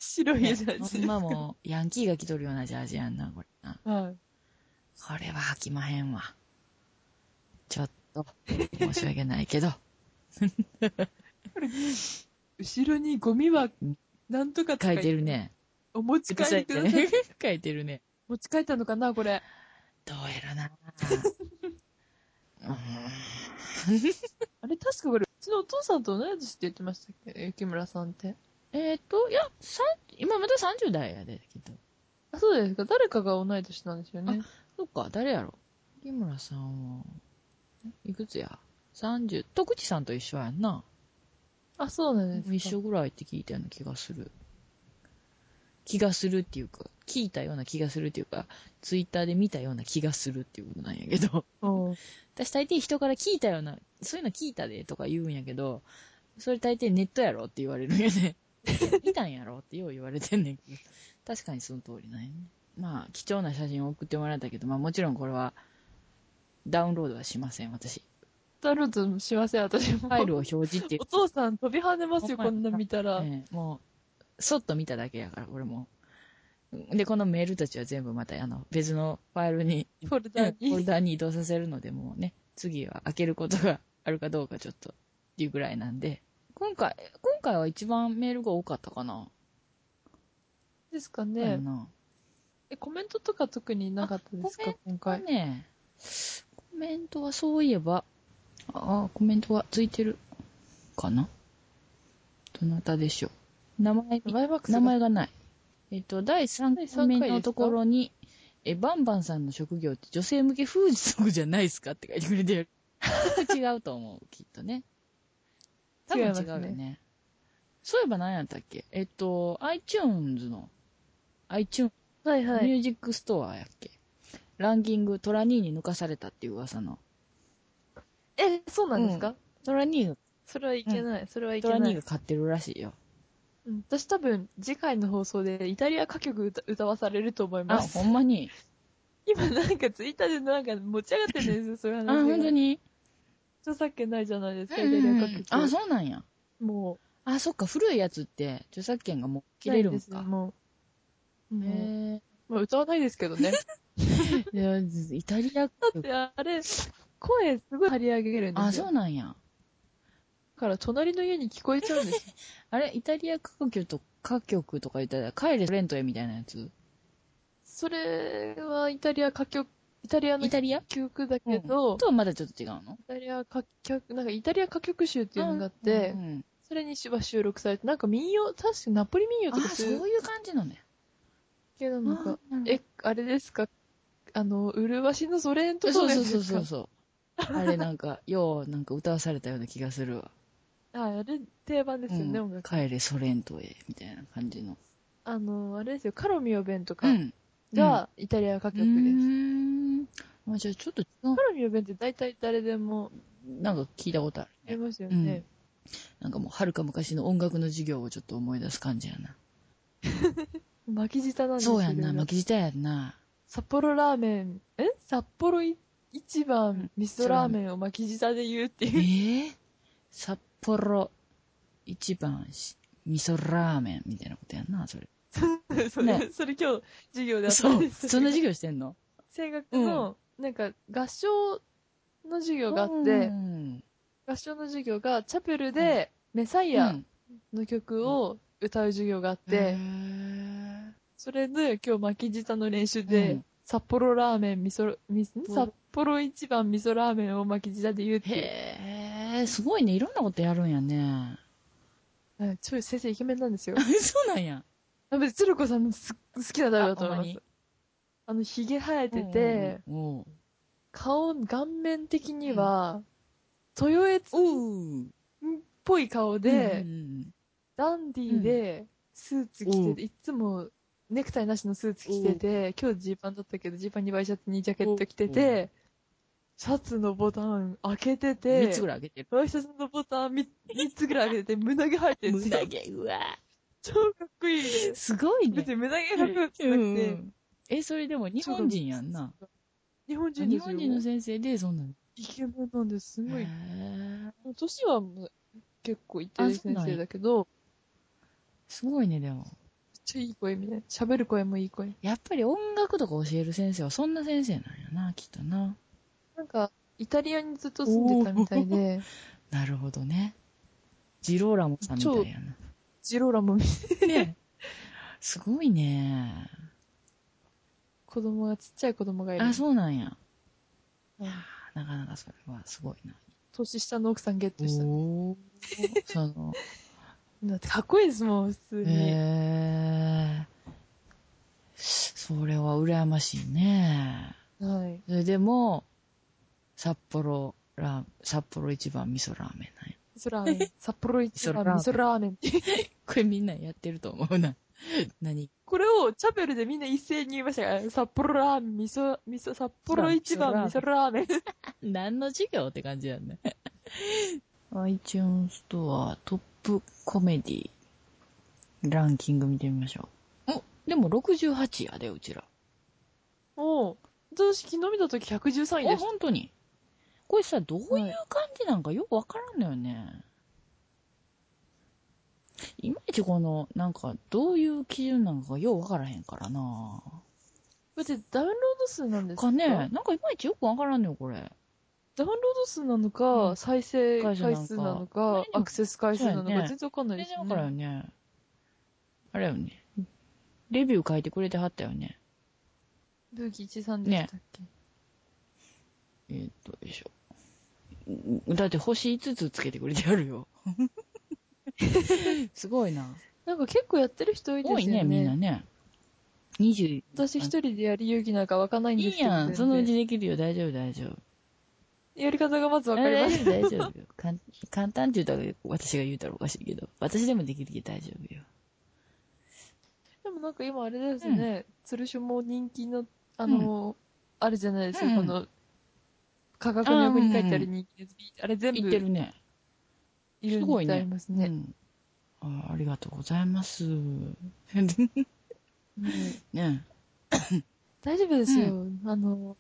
B: 白い
A: ね
B: やつ。
A: ほんまもう、ヤンキーが着とるようなジャージやんな、これな。
B: はい。
A: これは履きまへんわ。ちょっと、申し訳ないけ [laughs] ど。
B: 後ろにゴミは、なんとかと
A: 書
B: か
A: い
B: 言って
A: る。ね。
B: お持ち帰りください。
A: [laughs] 書いてるね。
B: [laughs] 持ち帰ったのかな、これ。
A: どうやらな。
B: あれ、確かこれ、うちのお父さんと同い年って言ってましたっけ雪村さんって。
A: えっと、いや、さん今まだ30代やで、きっと。
B: あ、そうですか。誰かが同い年なんですよね。
A: そっか、誰やろ。木村さんは、いくつや ?30。徳地さんと一緒やんな。
B: あ、そうなんですか。
A: 一緒ぐらいって聞いたような気がする。気がするっていうか、聞いたような気がするっていうか、ツイッターで見たような気がするっていうことなんやけど。
B: うん。
A: [laughs] 私大抵人から聞いたような、そういうの聞いたでとか言うんやけど、それ大抵ネットやろって言われるんや [laughs] ね。見たんやろってよう言われてんねんけど。確かにその通りなんやね。まあ、貴重な写真を送ってもらったけど、まあもちろんこれは、ダウンロードはしません、私。
B: ダルトしません、私も。
A: ファイルを表示っていう
B: お父さん飛び跳ねますよ、
A: ほんま
B: こ
A: や
B: んな見たら。
A: ええもう、そっと見ただけやから、俺も。で、このメールたちは全部また、あの、別のファイルに、
B: フォ
A: フ
B: ルダ
A: ォル
B: に。
A: ダに移動させるので、もうね、次は開けることがあるかどうかちょっと、っていうぐらいなんで、今回、今回は一番メールが多かったかな。
B: ですか
A: だよ
B: ね。
A: な
B: え、コメントとか特になかったです
A: あ
B: か、今
A: これ
B: 回。
A: ね、コメントはそういえば、ああ、コメントがついてる、かな。どなたでしょう。名前、
B: バイバックス
A: 名
B: が
A: 前がない。えっ、と、第
B: 第
A: 3
B: 三
A: 回
B: 回
A: 目のところに、え、バンバンさんの職業って女性向け風俗じゃないですかって書いてくれ [laughs] てる。違うと思う、きっとね。多分違うよ
B: 違います
A: ね。そういえば何やったっけえっと、iTunes の、iTunes
B: はいは
A: ミ
B: い。
A: ュージックストアやっけランキング、トラニーに抜かされたっていう噂の。
B: え、そうなんですか、
A: トラニーが、
B: それはいけない。それはい
A: ト
B: け
A: ラ
B: な
A: ニー
B: い
A: が。買ってるらしいよ。
B: うん私多分、次回の放送でイタリア歌曲歌歌わされると思い
A: あ、
B: ます
A: ほ。んまに。
B: 今なんかツイッターでなんか持ち上がってるんですよ、そういう話
A: あ、
B: が。
A: ほんとに。
B: 著作権ないじゃないですか、
A: うん
B: イタ
A: う
B: リア
A: んう
B: 歌
A: ん
B: 曲。
A: あ、そうなんや。
B: も
A: あ、そっか、古いやつって著作権がもう
B: う、
A: 切れる
B: ない
A: ん
B: ですね
A: か。
B: もう。
A: へ
B: も
A: え
B: う、まあ、歌わないですけ
A: [laughs]
B: どね。
A: いやイタリア
B: だってあれ、声すごい張り上げるんですよ。
A: あ、そうなんや。
B: だから隣の家に聞こえちゃうんですよ。
A: あれ、イタリア歌曲と歌曲とか言ったら、帰れソレントへみたいなやつ。
B: それはイタリア歌曲、イタリアの
A: イタリア
B: 記憶だけど、
A: うん
B: イ
A: とはまだちょっと違うの
B: タリア歌曲、なんかイタリア歌曲集っていうのがあって、
A: うんうん
B: それにしば収録されて、なんか民謡、確かナポリ民謡
A: あ、
B: とか
A: そ
B: そういう
A: ういう感じのね。
B: 系なのか。
A: あなるほど
B: え、あれですかあの、うるわしのソ連とか
A: そう
B: です
A: そう
B: か
A: そうそうそう。あれなんか、ようなんか歌わされたような気がするわ。
B: ああれ、定番ですよね、
A: うん
B: 音楽。
A: 帰れソレントへ、みたいな感じの。
B: あの、あれですよ、カロミオ弁とか
A: うん。
B: がイタリア歌
A: う
B: 曲
A: ー
B: です。
A: ん。まあじゃあちょっと違う
B: カロミオ弁って大体誰でも
A: なんか聞いたことあ
B: 言
A: る
B: い
A: ね。
B: ますよね。
A: うんなんかもう、はるか昔の音楽の授業をちょっと思い出す感じやな。
B: 巻き舌なんです
A: そうやんな、
B: いろいろ [laughs]
A: 巻き舌やんな。
B: 札幌ラーメン、え札幌行っ一番味噌ラーメンを巻き舌で言うって
A: え
B: いう。
A: ー、札幌一番し味噌ラーメンみたいなことやんな、それ。
B: [laughs] それ、
A: ね
B: それ今日授業であった
A: そ
B: ん
A: う。
B: です。
A: そんな授業してんの
B: 声楽の、なんか合唱の授業があって
A: う、ん
B: 合唱の授業がチャペルでメサイアの曲を歌う授業があっ
A: へ
B: て、
A: ー
B: それで今日巻き舌の練習で、
A: うん
B: 札幌ラーメン味噌、みん
A: 幌
B: 札幌一番味噌ラーメンを巻き舌で言うって。
A: へえ、すごいね。いろんなことやるんやね。
B: はいちょい先生イケメンなんですよ。
A: [laughs] そうなんや。
B: あ別に鶴子さんのす好きなタイプだと思
A: あほん
B: い
A: ま
B: ます
A: に。
B: あの、髭生えてて、
A: おう
B: 顔、顔面的には、豊悦っ
A: おう。おう。
B: ぽい顔で、
A: うん
B: ダンディーで、スーツ着てて、いつもネクタイなしのスーツ着てて、今日ジーパンだったけど、ジーパンにワイシャツにジャケット着てて、シャツのボタン開けてて、
A: 三つぐらいあげてる。
B: ワイシャツのボタン 3, つぐらい開けてて、胸毛入ってるんですよ。
A: 毛、うわ
B: 超かっこいいです。
A: すごいね
B: 別。に胸毛かっこよくなくて、
A: え、それでも日本人やんな。
B: 日本人
A: 日
B: ですよ。
A: 本人の先生で、そんなの。
B: イケメンなんです。すごい
A: へ。ー
B: 年はもう結構いって
A: あ
B: る
A: そう
B: 先
A: なんや
B: 生だけど、
A: すごいね、でも。
B: めっちゃいい声みたいな。喋る声もいい声。
A: やっぱり音楽とか教える先生はそんな先生なんやな、きっとな。
B: なんか、イタリアにずっと住んでたみたいで、
A: なるほどね。ジローラモさんみたいやな。
B: ジローラも見
A: ね。すごいね。
B: 子供が、ちっちゃい子供がいる。
A: あ、そうなんや。
B: うん
A: なかなかそれはすごいな。
B: 年下の奥さんゲットした。
A: おー。その、
B: だってかっこいいですもん、普通
A: へ
B: に。
A: えー。それは羨ましいね。
B: はい。
A: それでも、札幌ラー、札幌一番味噌ラーメンなんや。
B: 味噌ラ
A: [laughs]
B: ーメン。札幌一番
A: 味
B: 味
A: 噌
B: 噌ラーメン。
A: これみんなやってると思うな。何
B: これをチャペルでみんな一斉に言いましたから、札幌ラーメン、味噌、味噌、札幌一番味噌ラーメン。
A: 何の授業って感じだね。iTunes ストアトップコメディランキング見てみましょう。お、でも68やで、うちら。
B: もう、私昨日見た時113位
A: え、
B: でした。
A: 本当に。これさ、どういう
B: はい
A: 感じなんかよくわからんのよね。いまいちこの、なんか、どういう基準なのかようわからへんからな。
B: だってダウンロード数なんです
A: かね、なんかいまいちよくわからんのよ、これ。
B: ダウンロード数なの
A: うん
B: か、再生
A: 回
B: 回
A: 数なんか何
B: 数なのか
A: で、も
B: アクセス回数なの
A: そうやね
B: か、全然わかんないで
A: 全然
B: すよ
A: わからんよ
B: ね。
A: ね。あれよね。レビュー書いてくれてはったよね。
B: ルーキー13でしたっけ
A: えーっと、よいしょ。うだって星5つつけてくれてあるよ。 [laughs] すごいな。
B: なんか結構やってる人多いですよ
A: 多
B: ね。
A: いね、みんなね。20、
B: 私一人でやる勇気なんかわかんないん
A: い
B: です
A: い
B: けど。
A: やん。そのう
B: 全
A: ちできるよ。大丈夫、大丈夫。
B: 然やり方がまずわかりま
A: 大
B: す。
A: 丈夫、大丈夫よ。かん簡単って言ったら私が言うたらおかしいけど、私でもできるけど大丈夫よ。
B: でもなんか今あれですね、鶴書も人気の、あの、あるじゃないですか、
A: うん
B: この、価格の横に書いてある人気のやつあれ全部
A: 言ってるね。
B: いる
A: すごい
B: み
A: ね
B: たいます
A: う
B: ね。
A: んあ。ありがとうございます。
B: うん
A: ね
B: 大丈夫ですよ。あの、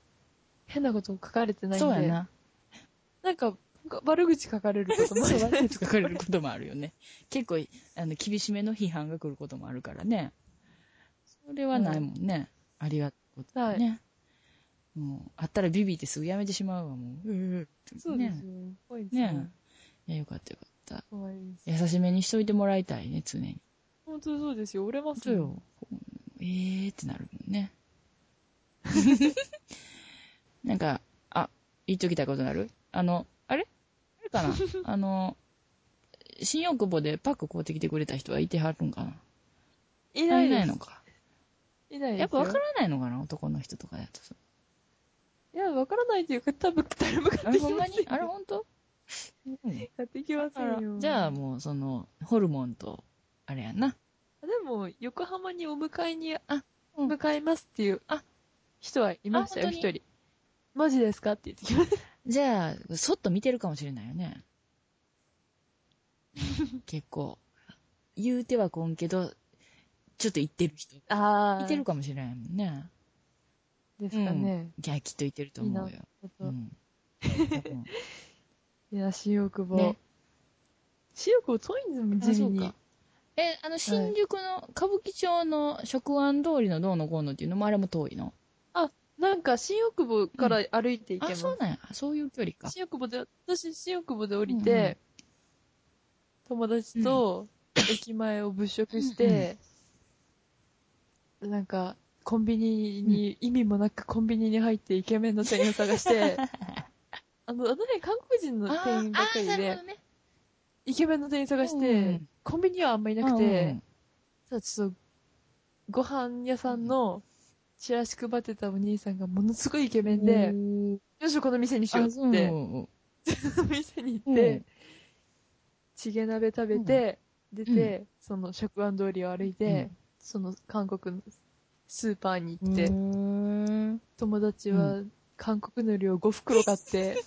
B: 変なこと書かれてないんで。
A: そうやな。
B: なんか、悪口書かれることもあ
A: そう
B: る。
A: 悪口書かれることもあるよね。結構、あの、厳しめの批判が来ることもあるからね。それはないもんね。ありがとうございます。ね。もう、あったらビビってすぐやめてしまうわ、もう。うんうん
B: そうですよ。怖いですね。
A: ねいやよかったよかった。
B: 怖いです。
A: 優しめにしといてもらいたいね、常に。
B: 本当にそうですよ。折れま
A: 本
B: す
A: 当
B: よ。
A: よ。えーってなるもんね。
B: [laughs]
A: なんか、あ、言っときたいことなるあの、あれあれか
B: [laughs]
A: なあの、新大久保でパック買うてきてくれた人はいてはるんかないい
B: ない
A: な
B: で
A: い
B: す
A: の。か。
B: いないですよ。
A: やっぱ分からないのかな男の人とかだとさ。
B: いや、わからないというか、多分誰も買
A: あれ
B: ってき
A: ほん
B: ま
A: ま
B: せん
A: に
B: よ。
A: あれほんとうん
B: 買ってきませんよ。
A: じゃあもうその、ホルモンと、あれやんな。
B: う。でも、横浜にお迎えに、あ
A: うん
B: 向かいますっていう、
A: あ
B: 人はいましたよ、
A: あ
B: 一
A: 本当に
B: 人。マジですかって言ってきました。
A: じゃあ、そっと見てるかもしれないよ
B: [laughs]
A: ね。結構。言うてはこんけど、ちょっと言ってる人。
B: あ
A: いてるかもしれないもんね。
B: ですかね。
A: いや、きっといてると思うよ。
B: ちょっと [laughs]
A: ん。
B: いや、新大久保。
A: ね
B: 新大久保遠いんですもん、
A: あ
B: 地味
A: そう
B: に
A: か。え、あの、新宿の、歌舞伎町の食安通りのどうのこうのっていうのもあれも遠いの
B: なんか、新大久保から歩いていけ
A: あ、
B: ます。
A: そうなんや。あそういう距離か。
B: 新大久保で、私、新大久保で降り
A: うんう
B: て
A: ん、
B: 友達と駅前を物色して、なんか、コンビニに、意味もなくコンビニに入ってイケメンの店員を
A: [laughs]
B: 探して、あの、あの辺韓国人の
A: あ
B: 店員
A: ー
B: ばっかり
A: あーなるほ
B: で
A: ど、ね。
B: イケメンの店員探し
A: う
B: て
A: ん、
B: コンビニはあんまいなくて、ただちょっと、ご飯屋さんのチラシ配ってたお兄さんがものすごいイケメンで、
A: うん、
B: よし、この店にしよう
A: あ、
B: っ
A: そう
B: て、その [laughs] 店に行って、
A: うん
B: チゲ鍋食べて、出て、その食安通りを歩いて、
A: うん
B: その韓国のスーパーに行って、
A: で、うーん
B: 友達は韓国のりを5袋
A: [laughs]
B: 買って、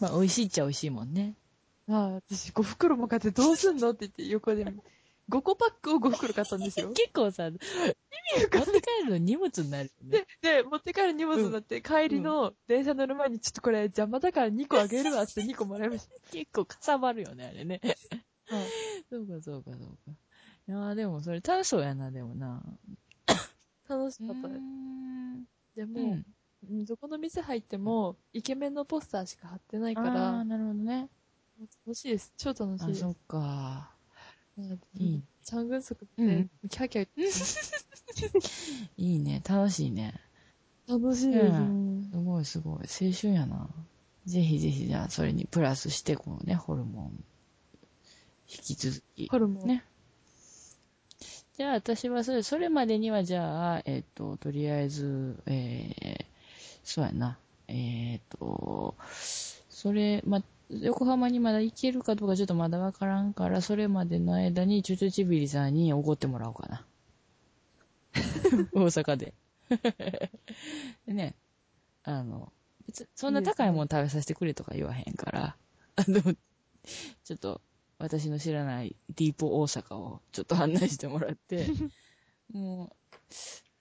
A: まあ、美味しいっちゃ美味しいもんね。
B: ああ、私5袋も買ってどうすんのって言って横で、5個パックを5袋買ったんで
A: [laughs]
B: すよ。
A: 結構さ、持って帰るの荷物になるよね。
B: で、で、持って帰る荷物になって、帰りの電車乗る前に、ちょっとこれ邪魔だから2個あげるわって2個もらいまし
A: 結構かさばるよね、あれね。
B: た。はい
A: そうか、そうか、そうか。いやーでもそれ楽しそうやな、でもな。
B: 楽しかったで
A: う
B: す。でも、
A: ん。
B: うんどこの店入っても、イケメンのポスターしか貼ってない
A: あ
B: か
A: ー
B: ら、
A: なるほどね。
B: 楽しいです。超楽しい
A: あ、
B: です
A: そ。っか。
B: うん
A: いい。
B: 三軍足って、
A: うん
B: キャーキャー言って
A: いいね、楽しいね。
B: 楽しいです、
A: う
B: ね
A: すごいすごい。青春やな。ぜひぜひ、じゃあ、それにプラスして、このね、ホルモン、引き続き。
B: ホルモン。
A: ねじゃあ、私はそれ、それまでには、じゃあ、えっ、と、とりあえず、えー、そうやな。えっ、と、それ、ま、横浜にまだ行けるかどうかちょっとまだわからんから、それまでの間に、チュチュチビリさんにおごってもらおうかな。大阪で。 [laughs] でね、あの、別にそんな高いもん食べさせてくれとか言わへんから、あの、ちょっと、私の知らないディープ大阪をちょっと案内してもらって、もう、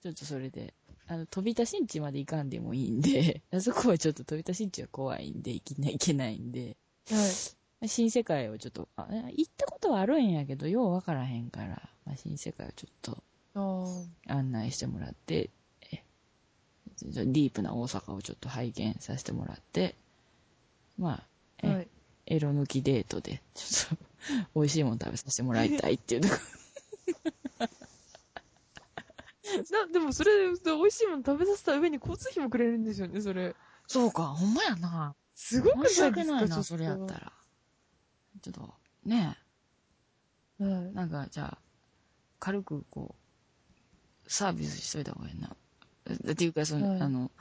A: ちょっとそれで、あの、飛び出しんちまで行かんでもいいんで、 [laughs] あそこはちょっと飛び出しんちは怖いんで、行けない、行けないんで、
B: はい。
A: 新世界をちょっと、あ行ったことはあるんやけど、ようわからへんから、まあ、新世界をちょっと
B: あー
A: 案内してもらって、えちょっとディープな大阪をちょっと拝見させてもらって、まあ、え
B: はい。
A: エロ抜きデートで、ちょっと、美味しいもの食べさせてもらいたいっていうとこ
B: な、でもそれ、美味しいもの食べさせた上に交通費もくれるんですよね、それ。
A: [laughs] そうか、ほんまやな。
B: すごくないで
A: 申し
B: すか
A: 訳ない
B: ちょっ
A: な、
B: と
A: それやったら。ちょっと、ね
B: はい
A: え、。なんか、じゃあ、軽くこう、サービスしといた方がいいな。だっていうか、その、
B: はい
A: あの、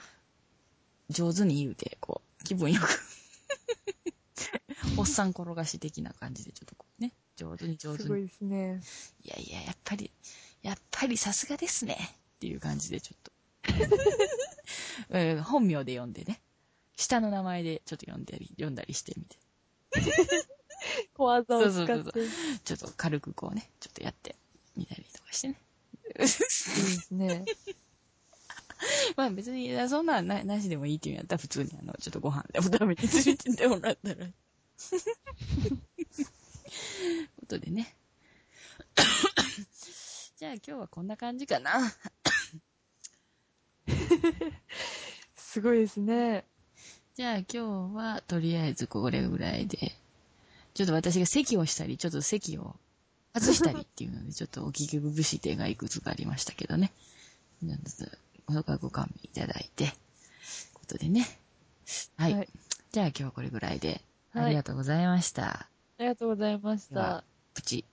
A: 上手に言うて、こう、気分よ
B: [laughs]
A: く。おっさん転がし的な感じで、ちょっとこうね、上手に上手
B: すご
A: に。
B: いですね。
A: いやいや、やっぱり、やっぱりさすがですね。っていう感じで、ちょっ
B: [laughs]
A: と。うん本名で呼んでね。下の名前でちょっと呼んだり、呼んだりしてみて。
B: 小技を使
A: そう
B: っ
A: そうそう
B: て。いい
A: ちょっと軽くこうね、ちょっとやってみたりとかしてね。
B: ですね。
A: [laughs] まあ別に、そんなんななしでもいいっていうんやったら普通にあの、ちょっとご飯でも食べて [laughs] 連れてってもらったら。ことでね。じゃあ今日はこんな感じかな。
B: すごいですね。
A: じゃあ今日はとりあえずこれぐらいで、ちょっと私が席をしたり、ちょっと席を外したりっていうので、ちょっとお聞き苦しい点がいくつかありましたけどね。なのでご了解ご勘弁いただいて、ことでね。はい。
B: はい
A: じゃあ今日はこれぐらいで、
B: はい
A: ありがとうございました。
B: ありがとうございまし
A: では
B: た。
A: プチ